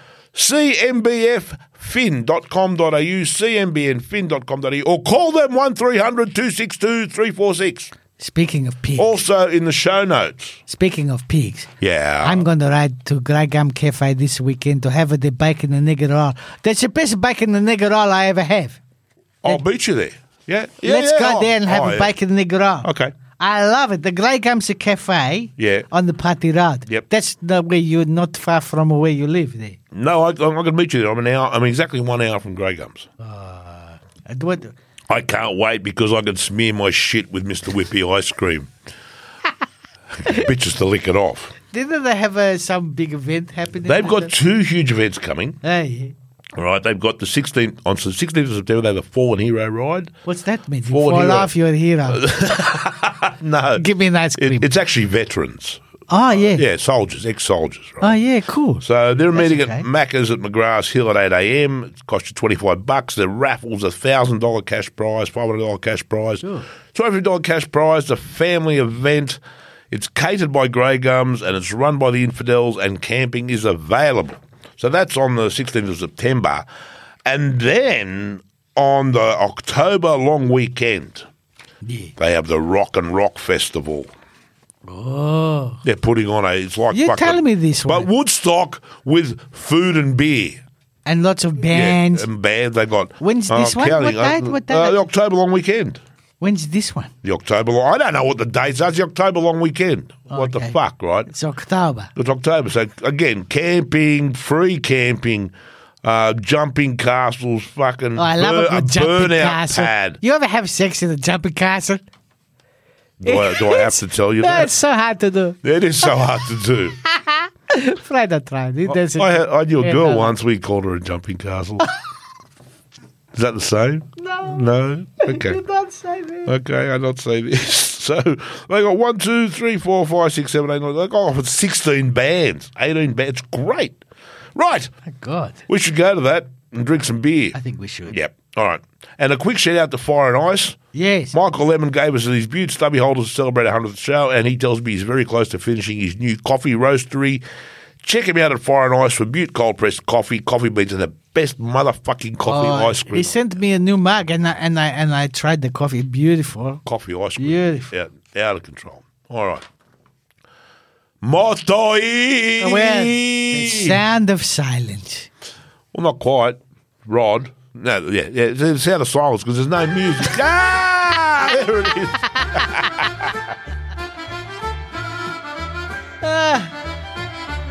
[SPEAKER 1] cmbffin.com.au, cmbnfin.com.au, or call them 1300 262 346.
[SPEAKER 2] Speaking of pigs.
[SPEAKER 1] Also in the show notes.
[SPEAKER 2] Speaking of pigs.
[SPEAKER 1] Yeah.
[SPEAKER 2] I'm going to ride to Gragam Cafe this weekend to have the bacon and nigger roll. That's the best bacon and nigger roll I ever have.
[SPEAKER 1] I'll beat you there. Yeah. yeah
[SPEAKER 2] Let's
[SPEAKER 1] yeah,
[SPEAKER 2] go
[SPEAKER 1] oh,
[SPEAKER 2] there and have
[SPEAKER 1] oh,
[SPEAKER 2] a
[SPEAKER 1] yeah.
[SPEAKER 2] bacon and nigger roll.
[SPEAKER 1] Okay.
[SPEAKER 2] I love it. The Gragam's Cafe
[SPEAKER 1] Yeah.
[SPEAKER 2] on the Party Road.
[SPEAKER 1] Yep.
[SPEAKER 2] That's the way you're not far from where you live there.
[SPEAKER 1] No, I, I'm going to meet you there. I'm an hour. I'm exactly one hour from Grey Gums.
[SPEAKER 2] And what-
[SPEAKER 1] I can't wait because I can smear my shit with Mr. Whippy ice cream. Bitches to lick it off.
[SPEAKER 2] Didn't they have uh, some big event happening?
[SPEAKER 1] They've got two huge events coming.
[SPEAKER 2] Hey,
[SPEAKER 1] All right, they've got the 16th on the 16th of September. They have a fallen hero ride.
[SPEAKER 2] what's that mean? You
[SPEAKER 1] Forward
[SPEAKER 2] fall
[SPEAKER 1] hero.
[SPEAKER 2] off, you're a hero.
[SPEAKER 1] No,
[SPEAKER 2] Give me an ice cream.
[SPEAKER 1] it, it's actually veterans.
[SPEAKER 2] oh, yeah.
[SPEAKER 1] Yeah, soldiers, ex-soldiers. Right.
[SPEAKER 2] Oh, yeah, cool.
[SPEAKER 1] So they're
[SPEAKER 2] That's
[SPEAKER 1] meeting at
[SPEAKER 2] okay.
[SPEAKER 1] Macca's at McGrath's Hill at 8 a.m. It costs you 25 bucks. The raffles, a $1,000 cash prize, $500 cash prize, $250 cash prize, a family event. It's catered by Grey Gums and it's run by the Infidels and camping is available. So that's on the 16th of September. And then on the October long weekend,
[SPEAKER 2] Yeah.
[SPEAKER 1] they have the Rock and Rock Festival.
[SPEAKER 2] Oh,
[SPEAKER 1] They're putting on a. It's like
[SPEAKER 2] You're
[SPEAKER 1] fucking-
[SPEAKER 2] telling me this
[SPEAKER 1] but
[SPEAKER 2] one.
[SPEAKER 1] Woodstock with food and beer.
[SPEAKER 2] and lots of
[SPEAKER 1] Yeah, um,
[SPEAKER 2] bands.
[SPEAKER 1] and band they got.
[SPEAKER 2] When's
[SPEAKER 1] I'm
[SPEAKER 2] this one?
[SPEAKER 1] counting.
[SPEAKER 2] What date?
[SPEAKER 1] Uh,
[SPEAKER 2] What date?
[SPEAKER 1] Uh, the October long weekend.
[SPEAKER 2] When's this one?
[SPEAKER 1] The October long. I don't know what the dates are. It's the October long weekend. What the
[SPEAKER 2] Okay.
[SPEAKER 1] fuck, right?
[SPEAKER 2] It's October.
[SPEAKER 1] It's October. So again, camping, free camping, uh, jumping castles, fucking
[SPEAKER 2] Oh, I love
[SPEAKER 1] bur-
[SPEAKER 2] a good
[SPEAKER 1] a
[SPEAKER 2] jumping
[SPEAKER 1] burnout
[SPEAKER 2] castle.
[SPEAKER 1] pad.
[SPEAKER 2] You ever have sex in a jumping castle?
[SPEAKER 1] Do I, do I have to tell you
[SPEAKER 2] No,
[SPEAKER 1] that?
[SPEAKER 2] it's so hard to do.
[SPEAKER 1] It is so hard to do.
[SPEAKER 2] Try to try. It doesn't.
[SPEAKER 1] I, had, I knew a
[SPEAKER 2] Yeah,
[SPEAKER 1] girl
[SPEAKER 2] no.
[SPEAKER 1] once. We called her a jumping castle. Is that the same?
[SPEAKER 2] No.
[SPEAKER 1] No. Okay.
[SPEAKER 2] You don't say that.
[SPEAKER 1] okay. I'm not saying this. So they got one, two, three, four, five, six, seven, eight, nine. They got off with sixteen bands, eighteen bands. It's great. Right.
[SPEAKER 2] My God.
[SPEAKER 1] We should go to that and drink some beer.
[SPEAKER 2] I think we should.
[SPEAKER 1] Yep. All right. And a quick shout out to Fire and Ice.
[SPEAKER 2] Yes.
[SPEAKER 1] Michael Lemon gave us these butte stubby holders to celebrate 100th show, and he tells me he's very close to finishing his new coffee roastery. Check him out at Fire and Ice for butte cold pressed coffee. Coffee beans are the best motherfucking coffee
[SPEAKER 2] Oh,
[SPEAKER 1] ice cream.
[SPEAKER 2] He sent me a new mug, and I and I and I tried the coffee. Beautiful.
[SPEAKER 1] coffee ice cream.
[SPEAKER 2] Beautiful.
[SPEAKER 1] Out, out of control. All right. Motoi.
[SPEAKER 2] Well, the sound of silence.
[SPEAKER 1] Well, not quite. Rod. No, yeah, yeah. It's the sound of silence because there's no music. ah, there it is.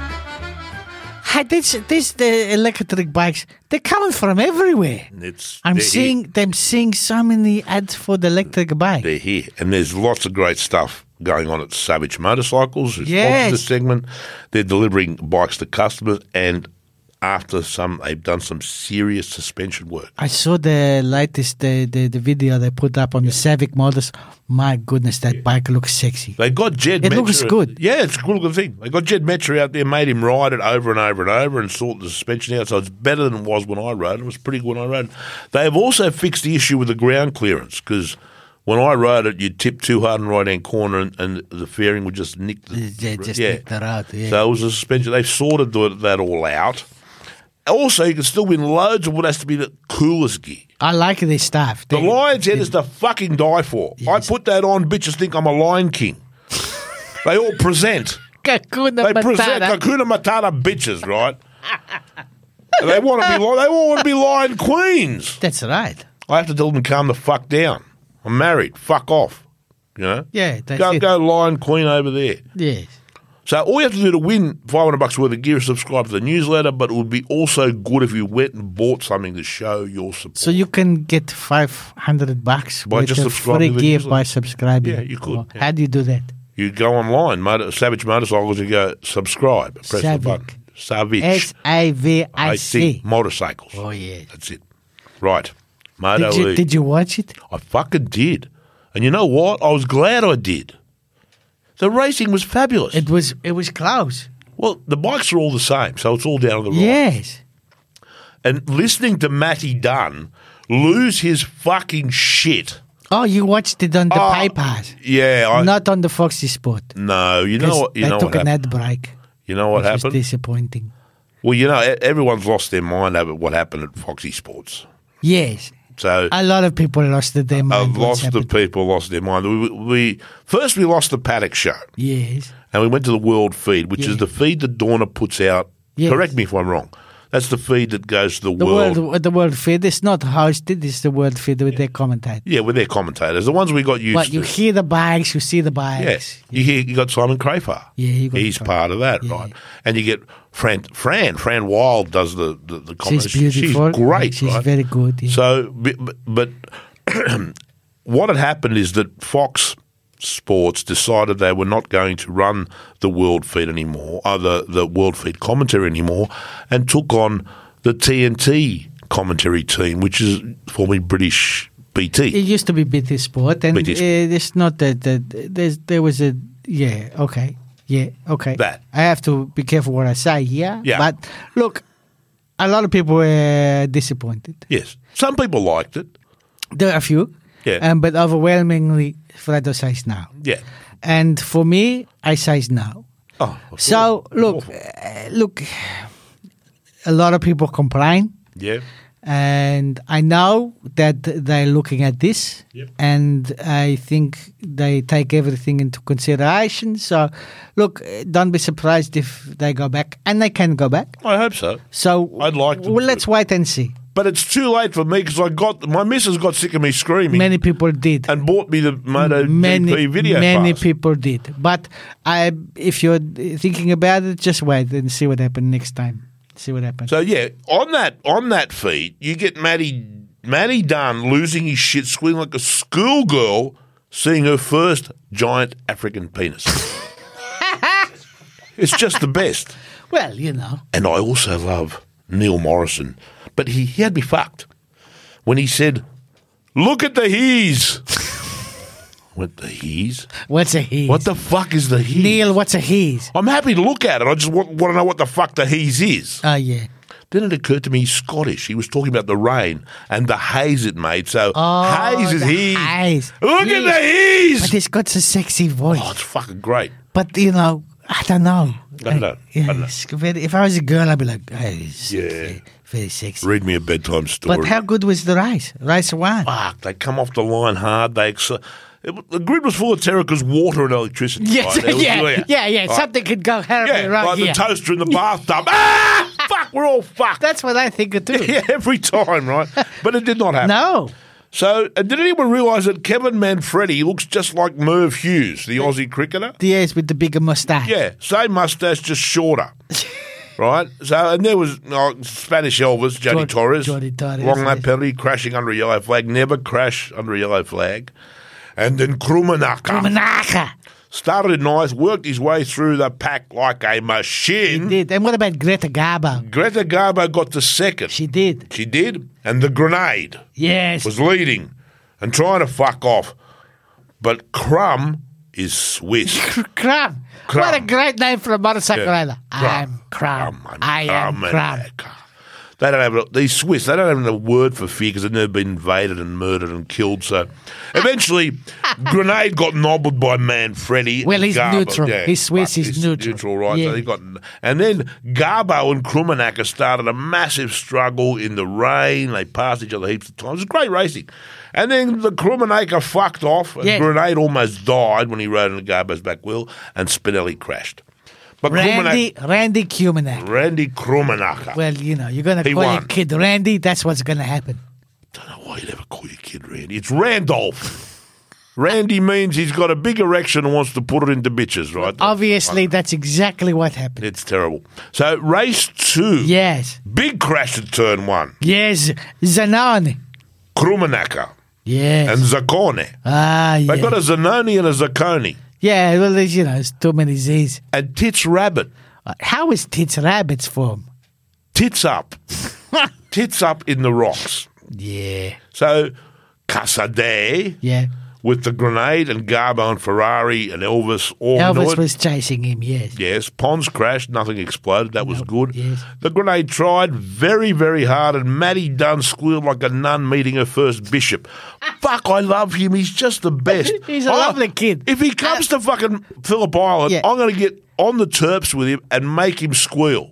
[SPEAKER 2] Hi, this this the electric bikes. They're coming from everywhere.
[SPEAKER 1] It's,
[SPEAKER 2] I'm
[SPEAKER 1] they're here.
[SPEAKER 2] seeing them seeing so many ads for the electric bike.
[SPEAKER 1] They're here, and there's lots of great stuff going on at Savage Motorcycles. Who
[SPEAKER 2] Yes.
[SPEAKER 1] sponsored this segment? They're delivering bikes to customers, and after some, they've done some serious suspension work.
[SPEAKER 2] I saw the latest the, the, the video they put up on the Civic models. My goodness, that bike looks sexy.
[SPEAKER 1] They got Jed.
[SPEAKER 2] It
[SPEAKER 1] Metcher-
[SPEAKER 2] looks good.
[SPEAKER 1] Yeah, it's a good looking thing. They got Jed Metcher out there, made him ride it over and over and over, and sort the suspension out. So it's better than it was when I rode. It was pretty good when I rode. it. They have also fixed the issue with the ground clearance because when I rode it, you'd tip too hard in right hand corner, and, and the fairing would just nick the
[SPEAKER 2] They just
[SPEAKER 1] yeah.
[SPEAKER 2] nicked that out, yeah.
[SPEAKER 1] So it was a suspension. They've sorted the, that all out. Also, you can still win loads of what has to be the coolest gear.
[SPEAKER 2] I like this stuff.
[SPEAKER 1] The
[SPEAKER 2] They-
[SPEAKER 1] lion's head is to fucking die for. I put that on, bitches think I'm a lion king. they all present.
[SPEAKER 2] Kakuna
[SPEAKER 1] They present
[SPEAKER 2] Matata.
[SPEAKER 1] Kakuna Matata bitches, right? And they want to be li- they all want to be lion queens.
[SPEAKER 2] That's right.
[SPEAKER 1] I have to tell them to calm the fuck down. I'm married. Fuck off. You know?
[SPEAKER 2] Yeah, that's
[SPEAKER 1] Go
[SPEAKER 2] it.
[SPEAKER 1] go lion queen over there.
[SPEAKER 2] Yes.
[SPEAKER 1] So all you have to do to win 500 bucks worth of gear is subscribe to the newsletter, but it would be also good if you went and bought something to show your support.
[SPEAKER 2] So you can get 500 bucks
[SPEAKER 1] By
[SPEAKER 2] with
[SPEAKER 1] just
[SPEAKER 2] the
[SPEAKER 1] subscribing
[SPEAKER 2] free
[SPEAKER 1] to the
[SPEAKER 2] gear
[SPEAKER 1] newsletter.
[SPEAKER 2] by subscribing.
[SPEAKER 1] Yeah, you could,
[SPEAKER 2] Oh,
[SPEAKER 1] yeah.
[SPEAKER 2] How do you do that?
[SPEAKER 1] You go online, motor, Savage Motorcycles, you go subscribe, press the
[SPEAKER 2] Savage.
[SPEAKER 1] button. Savage.
[SPEAKER 2] S A V I C.
[SPEAKER 1] Motorcycles.
[SPEAKER 2] Oh, yeah.
[SPEAKER 1] That's it. Right. Moto
[SPEAKER 2] Did you,
[SPEAKER 1] League.
[SPEAKER 2] did you watch it?
[SPEAKER 1] I fucking did. And you know what? I was glad I did. The racing was fabulous.
[SPEAKER 2] It was it was close.
[SPEAKER 1] well, the bikes are all the same, so it's all down to the right.
[SPEAKER 2] Yes.
[SPEAKER 1] And listening to Matty Dunn lose his fucking shit.
[SPEAKER 2] Oh, you watched it on the
[SPEAKER 1] Oh,
[SPEAKER 2] papers,
[SPEAKER 1] Yeah, I
[SPEAKER 2] not on the Foxy Sport.
[SPEAKER 1] no. You know what? You
[SPEAKER 2] they
[SPEAKER 1] know
[SPEAKER 2] took
[SPEAKER 1] what
[SPEAKER 2] an
[SPEAKER 1] happened.
[SPEAKER 2] ad break.
[SPEAKER 1] You know what
[SPEAKER 2] which was
[SPEAKER 1] happened.
[SPEAKER 2] disappointing.
[SPEAKER 1] Well, you know, e- everyone's lost their mind over what happened at Foxy Sports.
[SPEAKER 2] Yes,
[SPEAKER 1] So
[SPEAKER 2] a lot of people lost their mind.
[SPEAKER 1] I've
[SPEAKER 2] what's
[SPEAKER 1] lost the
[SPEAKER 2] happened.
[SPEAKER 1] people, lost their mind. We, we first we lost the paddock show,
[SPEAKER 2] Yes,
[SPEAKER 1] and we went to the world feed, which is
[SPEAKER 2] Yeah.
[SPEAKER 1] the feed that Dorna puts out.
[SPEAKER 2] Yes.
[SPEAKER 1] Correct me if I'm wrong. That's the feed that goes to the,
[SPEAKER 2] the
[SPEAKER 1] world.
[SPEAKER 2] world. the world feed. It's not hosted. It's the world feed with their commentator.
[SPEAKER 1] Yeah, with their commentators, the ones we got used
[SPEAKER 2] But you
[SPEAKER 1] to.
[SPEAKER 2] hear the bikes, you see the bikes.
[SPEAKER 1] Yes, you hear you got Simon Crafar.
[SPEAKER 2] Yeah, you got
[SPEAKER 1] he's
[SPEAKER 2] Simon.
[SPEAKER 1] part of that,
[SPEAKER 2] Yeah.
[SPEAKER 1] right? And you get Fran, Fran, Fran Wild does the the, the comments.
[SPEAKER 2] She's beautiful.
[SPEAKER 1] She's great.
[SPEAKER 2] She's
[SPEAKER 1] right?
[SPEAKER 2] very good. yeah.
[SPEAKER 1] So, but, but what had happened is that Fox Sports decided they were not going to run the World Feed anymore, uh, the, the World Feed commentary anymore, and took on the TNT commentary team, which is formerly British BT.
[SPEAKER 2] it used to be BT Sport, and
[SPEAKER 1] BT Sport.
[SPEAKER 2] uh, it's not that. that there's, there was a yeah. Okay, yeah. Okay.
[SPEAKER 1] That.
[SPEAKER 2] I have to be careful what I say here.
[SPEAKER 1] Yeah.
[SPEAKER 2] But look, a lot of people were disappointed.
[SPEAKER 1] Yes. Some people liked it.
[SPEAKER 2] There are a few.
[SPEAKER 1] Yeah.
[SPEAKER 2] Um, but overwhelmingly, Fredo says no.
[SPEAKER 1] Yeah.
[SPEAKER 2] And for me, I says no.
[SPEAKER 1] Oh,
[SPEAKER 2] So look,
[SPEAKER 1] awful.
[SPEAKER 2] uh, look, a lot of people complain,
[SPEAKER 1] Yeah.
[SPEAKER 2] and I know that they're looking at this,
[SPEAKER 1] Yep.
[SPEAKER 2] and I think they take everything into consideration. So, look, uh, don't be surprised if they go back, and they can go back.
[SPEAKER 1] I hope so.
[SPEAKER 2] So
[SPEAKER 1] I'd like them
[SPEAKER 2] Well,
[SPEAKER 1] to.
[SPEAKER 2] let's wait and see.
[SPEAKER 1] But it's too late for me because I got my missus got sick of me screaming
[SPEAKER 2] Many people did.
[SPEAKER 1] and bought me the Moto
[SPEAKER 2] many
[SPEAKER 1] GP video.
[SPEAKER 2] many
[SPEAKER 1] pass.
[SPEAKER 2] people did, but I, if you're uh, thinking about it, just wait and see what happens next time. See what happens.
[SPEAKER 1] So yeah, on that on that feed, you get Matty Matty Dunn losing his shit, squealing like a schoolgirl, seeing her first giant African penis. it's just the best.
[SPEAKER 2] well, you know.
[SPEAKER 1] And I also love Neil Morrison, but he, he had me fucked when he said, "Look at the he's." What the he's?
[SPEAKER 2] What's a he's?
[SPEAKER 1] What the fuck is the he's?
[SPEAKER 2] Neil? What's a he's?
[SPEAKER 1] I'm happy to look at it. I just want, want to know what the fuck the he's is.
[SPEAKER 2] Oh yeah.
[SPEAKER 1] Then it occurred to me he's Scottish. He was talking about the rain and the haze it made. So
[SPEAKER 2] Oh,
[SPEAKER 1] haze is
[SPEAKER 2] the
[SPEAKER 1] he's.
[SPEAKER 2] haze.
[SPEAKER 1] Look at
[SPEAKER 2] Yeah.
[SPEAKER 1] the he's.
[SPEAKER 2] But he's got a sexy voice.
[SPEAKER 1] oh, it's fucking great.
[SPEAKER 2] But you know, I don't know.
[SPEAKER 1] don't know.
[SPEAKER 2] yeah,
[SPEAKER 1] I don't know.
[SPEAKER 2] it's very- if I was a girl, I'd be like, oh, he's
[SPEAKER 1] Yeah.
[SPEAKER 2] very, very sexy.
[SPEAKER 1] Read me a bedtime story.
[SPEAKER 2] But how good was the race? Race one.
[SPEAKER 1] Fuck, they come off the line hard. They ex- it, the grid was full of Terrica's water and electricity.
[SPEAKER 2] Yes,
[SPEAKER 1] right? It oh, was
[SPEAKER 2] yeah, yeah,
[SPEAKER 1] brilliant.
[SPEAKER 2] yeah,
[SPEAKER 1] Right.
[SPEAKER 2] Something could go horribly
[SPEAKER 1] Yeah,
[SPEAKER 2] wrong
[SPEAKER 1] like
[SPEAKER 2] here.
[SPEAKER 1] the toaster in the bathtub. ah, fuck, we're all fucked.
[SPEAKER 2] That's what I think of too.
[SPEAKER 1] yeah, every time, right? But it did not happen.
[SPEAKER 2] No.
[SPEAKER 1] So, uh, did anyone realise that Kevin Manfredi looks just like Merv Hughes, the Aussie cricketer?
[SPEAKER 2] Yes, with the bigger mustache.
[SPEAKER 1] Yeah, same mustache, just shorter. right? So, and there was oh, Spanish Elvis, Jody
[SPEAKER 2] Jody-
[SPEAKER 1] Torres.
[SPEAKER 2] Jody Torres,
[SPEAKER 1] Long lap
[SPEAKER 2] yes.
[SPEAKER 1] penalty, crashing under a yellow flag, never crash under a yellow flag. And then Krumanaka
[SPEAKER 2] Manaka.
[SPEAKER 1] started ninth, worked his way through the pack like a machine.
[SPEAKER 2] Did. And what about Greta Garbo?
[SPEAKER 1] Greta Garbo got to second.
[SPEAKER 2] She did.
[SPEAKER 1] she did. And the grenade.
[SPEAKER 2] Yes.
[SPEAKER 1] was leading and trying to fuck off. But Crumb is Swiss.
[SPEAKER 2] Crumb.
[SPEAKER 1] Crumb.
[SPEAKER 2] What a great name for a motorcycle
[SPEAKER 1] Yeah.
[SPEAKER 2] rider. I'm Crumb.
[SPEAKER 1] Crumb, I'm
[SPEAKER 2] I am
[SPEAKER 1] Crumb and
[SPEAKER 2] Crumb.
[SPEAKER 1] I Crumb. They don't have a, these Swiss. They don't have a word for fear because they've never been invaded and murdered and killed. So,
[SPEAKER 2] Ah.
[SPEAKER 1] eventually, Grenade got nobbled by Manfredi.
[SPEAKER 2] Well,
[SPEAKER 1] and
[SPEAKER 2] he's
[SPEAKER 1] Garbo.
[SPEAKER 2] neutral. He's Swiss,
[SPEAKER 1] fuck,
[SPEAKER 2] he's neutral.
[SPEAKER 1] right? So
[SPEAKER 2] Yeah.
[SPEAKER 1] he got, and then Garbo and Krumanaka started a massive struggle in the rain. They passed each other heaps of times. It was great racing. And then the Krumanaka fucked off, and
[SPEAKER 2] Yeah.
[SPEAKER 1] Grenade almost died when he rode into Garbo's back wheel, and Spinelli crashed. But
[SPEAKER 2] Randy,
[SPEAKER 1] Krumanaka-
[SPEAKER 2] Randy Cuminac.
[SPEAKER 1] Randy Krumanaka.
[SPEAKER 2] Well, you know, you're going to
[SPEAKER 1] He
[SPEAKER 2] call your
[SPEAKER 1] won.
[SPEAKER 2] kid Randy. That's what's going to happen.
[SPEAKER 1] don't know why you never call your kid Randy. It's Randolph. Randy means he's got a big erection and wants to put it into bitches, right?
[SPEAKER 2] Obviously, that's exactly what happened.
[SPEAKER 1] It's terrible. So, race two.
[SPEAKER 2] Yes.
[SPEAKER 1] Big crash at turn one.
[SPEAKER 2] Yes. Zanoni.
[SPEAKER 1] Krumanaka
[SPEAKER 2] Yes.
[SPEAKER 1] and Zaccone.
[SPEAKER 2] ah, yeah.
[SPEAKER 1] They got a Zanoni and a Zaccone.
[SPEAKER 2] yeah, well, there's, you know, it's too many Z's.
[SPEAKER 1] And Tits Rabbit.
[SPEAKER 2] Uh, How is Tits Rabbit's form?
[SPEAKER 1] Tits up. tits up in the rocks.
[SPEAKER 2] Yeah.
[SPEAKER 1] So, Casade
[SPEAKER 2] Yeah.
[SPEAKER 1] with the grenade and Garbo and Ferrari and Elvis all knew
[SPEAKER 2] Elvis
[SPEAKER 1] it.
[SPEAKER 2] was chasing him, yes.
[SPEAKER 1] Yes, Pons crashed, nothing exploded. That was good.
[SPEAKER 2] yes.
[SPEAKER 1] The grenade tried very, very hard, and Matty Dunn squealed like a nun meeting her first bishop. Fuck, I love him. He's just the best.
[SPEAKER 2] He's a
[SPEAKER 1] I-
[SPEAKER 2] lovely kid.
[SPEAKER 1] If he comes to fucking Phillip Island,
[SPEAKER 2] Yeah.
[SPEAKER 1] I'm going to get on the terps with him and make him squeal.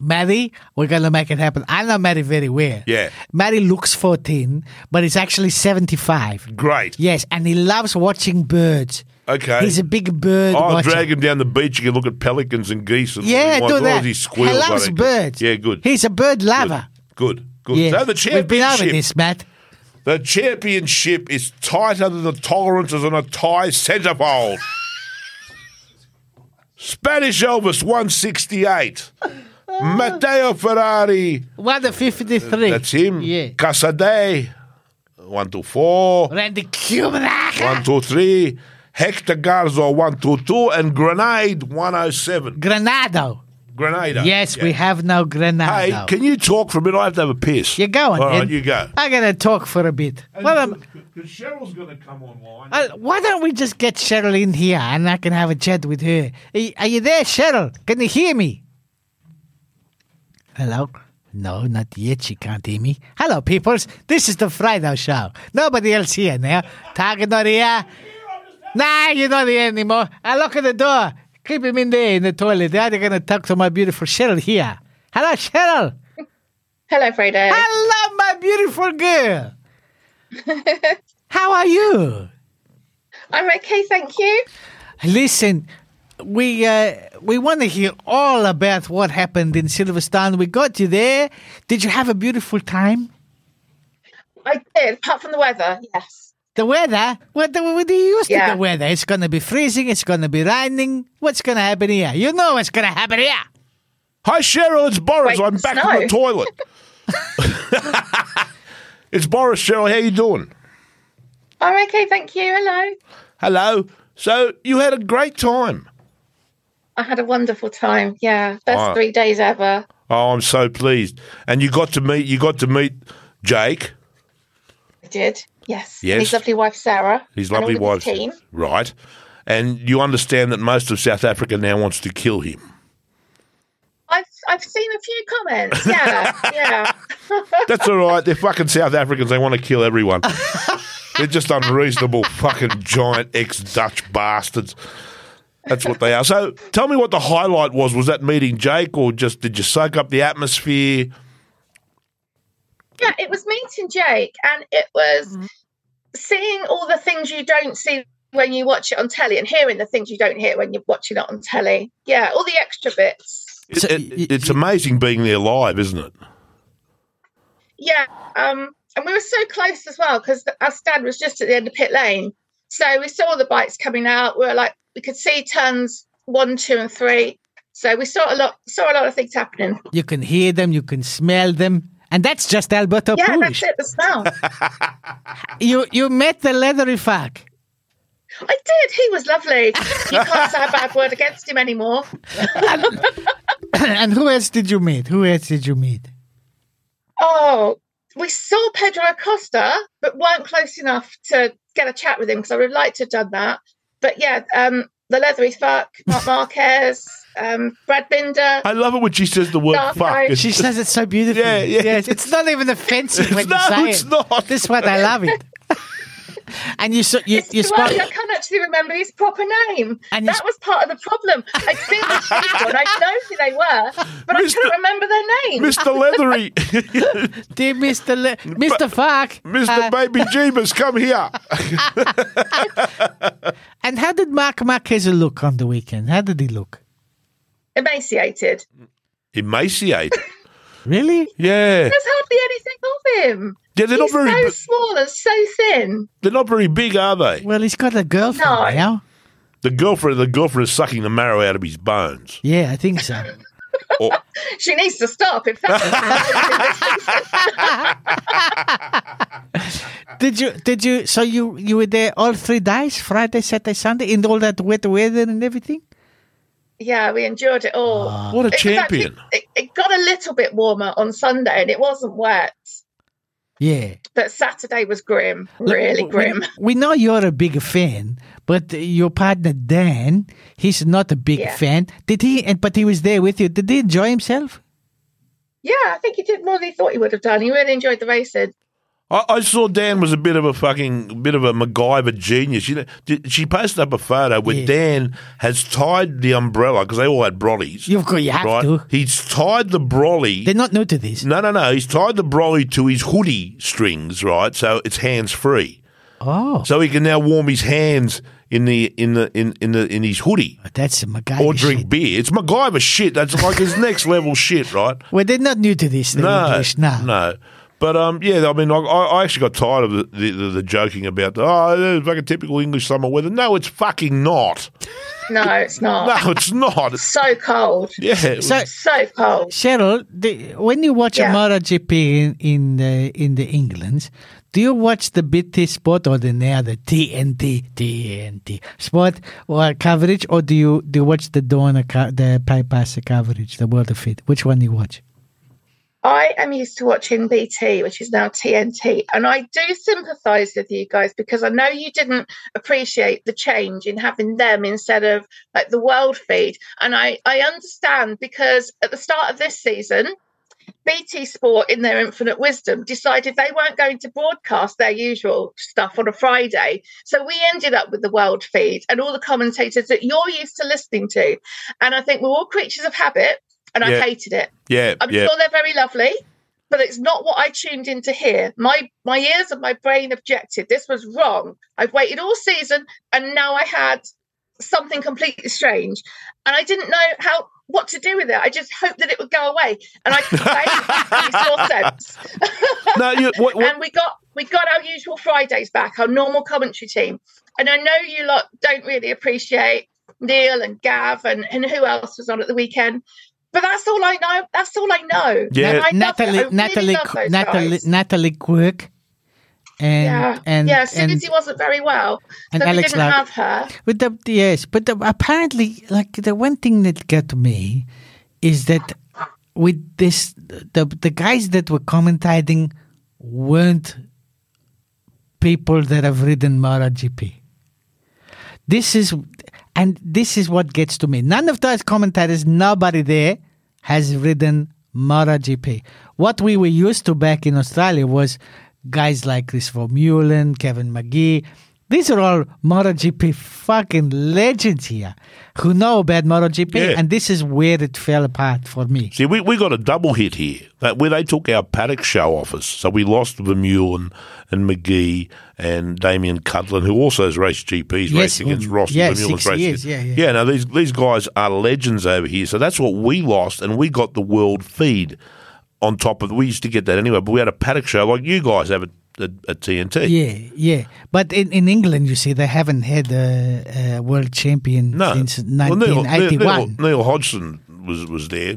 [SPEAKER 2] Maddie, we're going to make it happen. I know Maddie very well.
[SPEAKER 1] Yeah.
[SPEAKER 2] Maddie looks 14, but he's actually 75.
[SPEAKER 1] Great.
[SPEAKER 2] Yes, and he loves watching birds.
[SPEAKER 1] Okay.
[SPEAKER 2] He's a big bird
[SPEAKER 1] I'll
[SPEAKER 2] watcher.
[SPEAKER 1] drag him down the beach. You can look at pelicans and geese. And
[SPEAKER 2] yeah,
[SPEAKER 1] all
[SPEAKER 2] do
[SPEAKER 1] he
[SPEAKER 2] that.
[SPEAKER 1] He squeals.
[SPEAKER 2] he
[SPEAKER 1] I
[SPEAKER 2] loves
[SPEAKER 1] think.
[SPEAKER 2] birds.
[SPEAKER 1] Yeah, good.
[SPEAKER 2] He's a bird lover.
[SPEAKER 1] good. Good.
[SPEAKER 2] Yes.
[SPEAKER 1] So the
[SPEAKER 2] We've been over
[SPEAKER 1] championship.
[SPEAKER 2] this, Matt.
[SPEAKER 1] The championship is tighter than the tolerances on a Thai centrefold. Spanish Elvis 168. Matteo Ferrari.
[SPEAKER 2] 153.
[SPEAKER 1] That's him.
[SPEAKER 2] Yeah.
[SPEAKER 1] Casadei. 124.
[SPEAKER 2] Randy Kubrick.
[SPEAKER 1] 123. Hector Garzo 122. And Grenade 107.
[SPEAKER 2] Granado.
[SPEAKER 1] Grenada.
[SPEAKER 2] Yes,
[SPEAKER 1] Yeah.
[SPEAKER 2] we have no
[SPEAKER 1] Hey,
[SPEAKER 2] Granado.
[SPEAKER 1] can you talk for a minute? I have to have a piss.
[SPEAKER 2] You're going.
[SPEAKER 1] All right,
[SPEAKER 2] Ed.
[SPEAKER 1] you go.
[SPEAKER 2] I'm going to talk for a bit. Well, um, I'm,
[SPEAKER 1] Because Cheryl's going to come online.
[SPEAKER 2] Uh, why don't we just get Cheryl in here and I can have a chat with her? Are you, are you there, Cheryl? Can you hear me? Hello? No, not yet. She can't hear me. Hello, peoples. This is the Friday show. Nobody else here now. Target not here. Nah, you're not here anymore. I lock at the door. Keep him in there in the toilet. Now they're going to talk to my beautiful Cheryl here. Hello, Cheryl.
[SPEAKER 4] Hello, Fredo.
[SPEAKER 2] Hello, my beautiful girl. How are you?
[SPEAKER 4] I'm okay, thank you.
[SPEAKER 2] Listen, we uh, we want to hear all about what happened in Silverstone. We got you there. Did you have a beautiful time?
[SPEAKER 4] I did, apart from the weather, yes.
[SPEAKER 2] The weather? What the, what do you used to
[SPEAKER 4] Yeah.
[SPEAKER 2] the weather? It's going to be freezing. It's going to be raining. What's going to happen here? You know what's going to happen here.
[SPEAKER 1] Hi, Cheryl, it's Boris.
[SPEAKER 4] Wait,
[SPEAKER 1] I'm back from the
[SPEAKER 4] snow.
[SPEAKER 1] toilet. it's Boris, Cheryl. How you doing?
[SPEAKER 4] I'm okay, thank you. Hello.
[SPEAKER 1] Hello. So you had a great time.
[SPEAKER 4] I had a wonderful time. Yeah, best
[SPEAKER 1] Wow.
[SPEAKER 4] three days ever.
[SPEAKER 1] Oh, I'm so pleased. And you got to meet you got to meet Jake,
[SPEAKER 4] I did. Yes.
[SPEAKER 1] Yes.
[SPEAKER 4] His lovely wife Sarah.
[SPEAKER 1] his
[SPEAKER 4] and all
[SPEAKER 1] lovely
[SPEAKER 4] of
[SPEAKER 1] wife.
[SPEAKER 4] Team.
[SPEAKER 1] Right. And you understand that most of South Africa now wants to kill him.
[SPEAKER 4] I've I've seen a few comments. Yeah, yeah.
[SPEAKER 1] That's all right. They're fucking South Africans. They want to kill everyone. They're just unreasonable fucking giant ex Dutch bastards. That's what they are. So tell me what the highlight was. Was that meeting Jake or just did you soak up the atmosphere?
[SPEAKER 4] Yeah, it was meeting Jake, and it was seeing all the things you don't see when you watch it on telly, and hearing the things you don't hear when you're watching it on telly. Yeah, all the extra bits.
[SPEAKER 1] It-
[SPEAKER 2] So,
[SPEAKER 1] it-
[SPEAKER 2] y-
[SPEAKER 1] it's amazing being there live, isn't it?
[SPEAKER 4] Yeah, um, and we were so close as well because our stand was just at the end of pit lane, so we saw the bikes coming out. We were like, we could see turns one, two, and three. So we saw a lot, saw a lot of things happening.
[SPEAKER 2] You can hear them. You can smell them. And that's just Alberto
[SPEAKER 4] Yeah,
[SPEAKER 2] Puig.
[SPEAKER 4] that's it. The smell.
[SPEAKER 2] You you met the leathery fuck.
[SPEAKER 4] I did. He was lovely. You can't say a bad word against him anymore.
[SPEAKER 2] and who else did you meet? Who else did you meet?
[SPEAKER 4] Oh, we saw Pedro Acosta, but weren't close enough to get a chat with him because I would have liked to have done that. But yeah, um, the leathery fuck, Mark Marquez, um, Brad Binder.
[SPEAKER 1] I love it when she says the word
[SPEAKER 4] No,
[SPEAKER 1] fuck.
[SPEAKER 4] no.
[SPEAKER 1] It's-
[SPEAKER 2] She says it so beautifully.
[SPEAKER 1] Yeah, yeah.
[SPEAKER 2] Yes, it's not even offensive when
[SPEAKER 1] No,
[SPEAKER 2] you say
[SPEAKER 1] it's
[SPEAKER 2] it.
[SPEAKER 1] not.
[SPEAKER 2] This is what I love it. and you so, you,
[SPEAKER 4] It's
[SPEAKER 2] you
[SPEAKER 4] too early, I
[SPEAKER 2] spoke.
[SPEAKER 4] can't actually remember his proper name.
[SPEAKER 2] And
[SPEAKER 4] that
[SPEAKER 2] he's-
[SPEAKER 4] was part of the problem. I'd seen these people and I know who they were, but I
[SPEAKER 1] Mr.
[SPEAKER 4] couldn't remember their name.
[SPEAKER 1] Mr. Leathery,
[SPEAKER 2] Dear Mr. Le- Mr. Fuck.
[SPEAKER 4] Uh,
[SPEAKER 2] uh,
[SPEAKER 1] Mr. Baby Jeebus, come here.
[SPEAKER 2] And how did Mark Marquez look on the weekend? How did he look?
[SPEAKER 4] Emaciated.
[SPEAKER 1] Emaciated.
[SPEAKER 2] Really?
[SPEAKER 1] Yeah,
[SPEAKER 4] There's hardly anything of him.
[SPEAKER 1] yeah. They're not
[SPEAKER 4] He's
[SPEAKER 1] very.
[SPEAKER 4] so
[SPEAKER 1] bi-
[SPEAKER 4] small and so thin.
[SPEAKER 1] They're not very big, are they?
[SPEAKER 2] Well, he's got a girlfriend
[SPEAKER 4] No.
[SPEAKER 2] now.
[SPEAKER 1] The girlfriend. The girlfriend is sucking the marrow out of his bones.
[SPEAKER 2] Yeah, I think so.
[SPEAKER 1] Or-
[SPEAKER 4] She needs to stop. In fact,
[SPEAKER 2] did you? Did you? So you you were there all three days, Friday, Saturday, Sunday, in all that wet weather and everything.
[SPEAKER 4] yeah, we endured it all.
[SPEAKER 1] what a
[SPEAKER 4] It was actually-
[SPEAKER 1] Ah, champion!
[SPEAKER 4] it, it got a little bit warmer on Sunday, and it wasn't wet.
[SPEAKER 2] Yeah.
[SPEAKER 4] But Saturday was grim,
[SPEAKER 2] Look,
[SPEAKER 4] really
[SPEAKER 2] we-
[SPEAKER 4] grim.
[SPEAKER 2] We know you're a big fan, but your partner Dan, he's not a big
[SPEAKER 4] Yeah.
[SPEAKER 2] fan. Did he? And but he was there with you. Did he enjoy himself?
[SPEAKER 4] Yeah, I think he did more than he thought he would have done. He really enjoyed the racing.
[SPEAKER 1] I, I saw Dan was a bit of a fucking bit of a MacGyver genius. You know, did- she posted up a photo where
[SPEAKER 2] Yeah.
[SPEAKER 1] Dan has tied the umbrella because they all had brollies.
[SPEAKER 2] You've got. You have
[SPEAKER 1] right?
[SPEAKER 2] to.
[SPEAKER 1] He's tied the brolly.
[SPEAKER 2] They're not new to this.
[SPEAKER 1] no, no, no. He's tied the brolly to his hoodie strings, right? So it's hands free.
[SPEAKER 2] Oh,
[SPEAKER 1] So he can now warm his hands in the in the in, in the in his hoodie
[SPEAKER 2] that's some MacGyver
[SPEAKER 1] or drink
[SPEAKER 2] shit.
[SPEAKER 1] beer. It's MacGyver shit. That's like his next level shit, right?
[SPEAKER 2] Well, they're not new to this. They're
[SPEAKER 1] No,
[SPEAKER 2] English now.
[SPEAKER 1] no. But um, yeah, I mean, I, I I actually got tired of the, the, the, the joking about oh, it's like a typical English summer weather. No, it's fucking not.
[SPEAKER 4] No, it's not.
[SPEAKER 1] No, it's not. It's-
[SPEAKER 4] Oh. So cold.
[SPEAKER 1] yeah, it
[SPEAKER 2] So,
[SPEAKER 1] was-
[SPEAKER 4] So cold.
[SPEAKER 2] Cheryl, the, when you watch
[SPEAKER 4] Yeah.
[SPEAKER 2] a MotoGP in in the, in the England, do you watch the BT Sport or the now the TNT TNT Sport or coverage, or do you do you watch the Dawn co- the bypass coverage, the World of It? Which one do you watch?
[SPEAKER 4] I am used to watching BT, which is now TNT. And I do sympathize with you guys because I know you didn't appreciate the change in having them instead of like the world feed. And I, I understand because at the start of this season, BT Sport, in their infinite wisdom, decided they weren't going to broadcast their usual stuff on a Friday. So we ended up with the world feed and all the commentators that you're used to listening to. And I think we're all creatures of habit, and
[SPEAKER 1] Yeah.
[SPEAKER 4] I hated it.
[SPEAKER 1] yeah,
[SPEAKER 4] I'm
[SPEAKER 1] yeah.
[SPEAKER 4] sure they're very lovely, but it's not what I tuned in to hear. My my ears and my brain objected. This was wrong. I've waited all season, and now I had something completely strange, and I didn't know how what to do with it. I just hoped that it would go away, and I complained. it makes more sense.
[SPEAKER 1] No, you, what, what,
[SPEAKER 4] and we got we got our usual Fridays back, our normal commentary team. And I know you lot don't really appreciate Neil and Gav and, and who else was on at the weekend, but that's all I know. That's all I know.
[SPEAKER 1] Yeah.
[SPEAKER 4] And I love it. I
[SPEAKER 2] Natalie,
[SPEAKER 4] really
[SPEAKER 2] Natalie,
[SPEAKER 4] love those
[SPEAKER 2] Natalie,
[SPEAKER 4] guys.
[SPEAKER 2] Natalie Quirk, and
[SPEAKER 4] yeah,
[SPEAKER 2] and
[SPEAKER 4] yeah. Cindy
[SPEAKER 2] and,
[SPEAKER 4] wasn't very well, so
[SPEAKER 2] and
[SPEAKER 4] we
[SPEAKER 2] Alex
[SPEAKER 4] didn't
[SPEAKER 2] Lar-
[SPEAKER 4] have her.
[SPEAKER 2] With the yes, but the, apparently, like the one thing that got me is that with this, the the guys that were commentating weren't people that have ridden MotoGP. This is, and this is what gets to me. None of those commentators, nobody there, has ridden MotoGP. What we were used to back in Australia was guys like Christopher Mullen, Kevin McGee. These are all MotoGP fucking legends here who know about MotoGP,
[SPEAKER 1] Yeah.
[SPEAKER 2] and this is where it fell apart for me.
[SPEAKER 1] See, we, we got a double hit here that where they took our paddock show off us. So we lost Vermeulen and McGee and Damien Cudlin, who also has raced GPs,
[SPEAKER 2] Yes,
[SPEAKER 1] raced against Ross.
[SPEAKER 2] yeah,
[SPEAKER 1] and Vermeulen's
[SPEAKER 2] six
[SPEAKER 1] raced
[SPEAKER 2] years,
[SPEAKER 1] against-
[SPEAKER 2] yeah, yeah.
[SPEAKER 1] yeah. No, these these guys are legends over here. So that's what we lost, and we got the world feed on top of. We used to get that anyway, but we had a paddock show like you guys have at, at, at TNT.
[SPEAKER 2] Yeah, yeah. But in, in England, you see, they haven't had a, a world champion
[SPEAKER 1] No,
[SPEAKER 2] since
[SPEAKER 1] Well, Neil- Neil,
[SPEAKER 2] 1981.
[SPEAKER 1] Neil, Neil Hodgson was was there.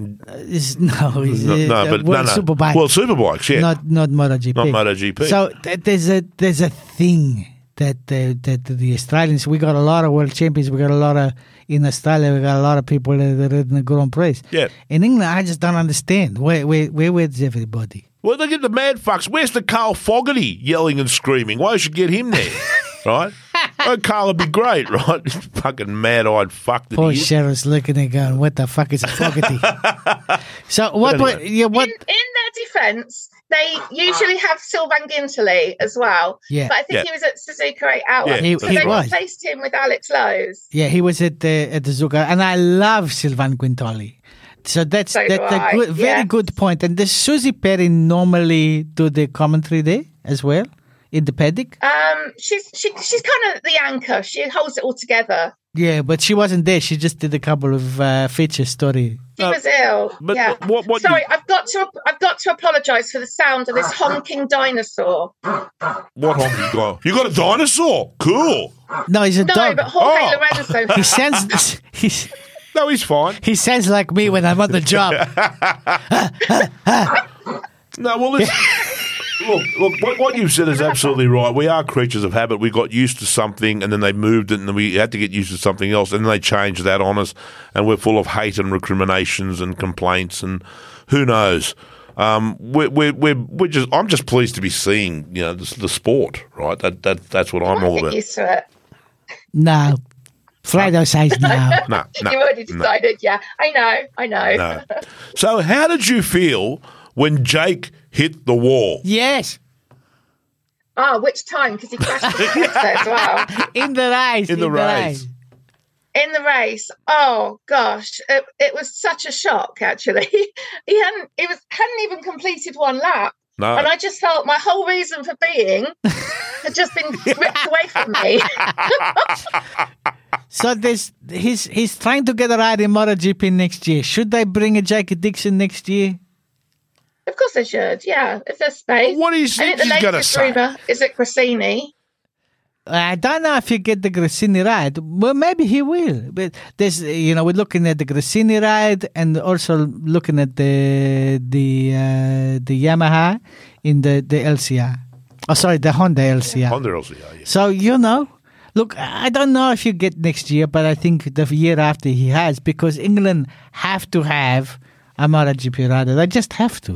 [SPEAKER 2] Is- no, is
[SPEAKER 1] No,
[SPEAKER 2] it,
[SPEAKER 1] no,
[SPEAKER 2] uh,
[SPEAKER 1] but
[SPEAKER 2] World
[SPEAKER 1] no, no.
[SPEAKER 2] Superbike,
[SPEAKER 1] World Superbikes, yeah.
[SPEAKER 2] not not MotoGP.
[SPEAKER 1] Not MotoGP.
[SPEAKER 2] So th- there's a there's a thing that uh, that the Australians we got a lot of world champions. We got a lot of in Australia. We got a lot of people that are in the Grand Prix.
[SPEAKER 1] Yeah.
[SPEAKER 2] In England, I just don't understand where where where was everybody.
[SPEAKER 1] Well, they get the mad fucks. Where's the Carl Fogarty yelling and screaming? Why should you get him there? right? Oh, Carl would be great, right? Fucking mad eyed fuck that
[SPEAKER 2] Poor
[SPEAKER 1] he is.
[SPEAKER 2] Cheryl's looking and going, "What the fuck is a Fogarty?" so what?
[SPEAKER 1] But
[SPEAKER 2] what yeah, what?
[SPEAKER 4] In, in their defence, they usually have Sylvan Ginterly as well.
[SPEAKER 2] Yeah.
[SPEAKER 4] But I think
[SPEAKER 1] Yeah.
[SPEAKER 4] he was at Suzuka eight hours.
[SPEAKER 1] Yeah,
[SPEAKER 2] He-
[SPEAKER 4] so
[SPEAKER 2] he
[SPEAKER 4] they
[SPEAKER 2] was.
[SPEAKER 4] replaced him with Alex Lowe's.
[SPEAKER 2] Yeah, he was at the at the Zucca, and I love Sylvan Quintoli. So that's
[SPEAKER 4] So do
[SPEAKER 2] that's a
[SPEAKER 4] I,
[SPEAKER 2] good, very
[SPEAKER 4] yeah.
[SPEAKER 2] good point. And does Susie Perry normally do the commentary there as well in the paddock?
[SPEAKER 4] Um, she's she, she's kind of the anchor. She holds it all together.
[SPEAKER 2] Yeah, but she wasn't there. She just did a couple of uh, feature story.
[SPEAKER 4] She
[SPEAKER 1] Uh,
[SPEAKER 4] was ill.
[SPEAKER 1] but
[SPEAKER 4] yeah.
[SPEAKER 1] what- what you-
[SPEAKER 4] Sorry, I've got to I've got to apologise for the sound of this honking dinosaur.
[SPEAKER 1] What honk you got? You got a dinosaur? Cool.
[SPEAKER 2] No, he's a
[SPEAKER 4] No,
[SPEAKER 2] dog.
[SPEAKER 4] but Jorge
[SPEAKER 1] Oh.
[SPEAKER 4] Lorenzo.
[SPEAKER 2] He sounds he's,
[SPEAKER 1] No, he's fine.
[SPEAKER 2] he sounds like me when I'm on the job.
[SPEAKER 1] No, well, listen. look, look. What, what you've said is absolutely right. We are creatures of habit. We got used to something, and then they moved it, and we had to get used to something else, and then they changed that on us, and we're full of hate and recriminations and complaints, and who knows. Um, we're, we're, we're, we're just. I'm just pleased to be seeing, you know, the, the sport. Right. That, that that's what I'm all
[SPEAKER 4] I'll
[SPEAKER 1] about.
[SPEAKER 4] get used to it.
[SPEAKER 2] no, Fredo says no.
[SPEAKER 1] No, no,
[SPEAKER 4] you already
[SPEAKER 1] no.
[SPEAKER 4] decided. Yeah, I know. I know.
[SPEAKER 1] No. So, how did you feel when Jake hit the wall?
[SPEAKER 2] Yes,
[SPEAKER 4] Oh, which time? Because he crashed the concert as well.
[SPEAKER 2] in the race.
[SPEAKER 1] In the race.
[SPEAKER 2] race.
[SPEAKER 4] in the race oh gosh it, it was such a shock actually he hadn't he was hadn't even completed one lap
[SPEAKER 1] No.
[SPEAKER 4] and i just felt my whole reason for being had just been ripped away from me
[SPEAKER 2] So this he's he's trying to get a ride in MotoGP next year. Should they bring a Jackie Dixon next year?
[SPEAKER 4] of course i should yeah if there's space
[SPEAKER 1] What do you
[SPEAKER 4] i
[SPEAKER 1] think
[SPEAKER 4] think the
[SPEAKER 1] he's going to
[SPEAKER 4] latest
[SPEAKER 1] say?
[SPEAKER 4] rumor is that Grassini.
[SPEAKER 2] I don't know if you get the Grassini ride. Well, maybe he will. But there's, you know, we're looking at the Grassini ride and also looking at the the uh, the Yamaha in the the LCR. Oh, sorry, the Honda LCR.
[SPEAKER 1] On the LCR, yeah.
[SPEAKER 2] So you know, look, I don't know if you get next year, but I think the year after he has because England have to have a MotoGP rider. They just have to.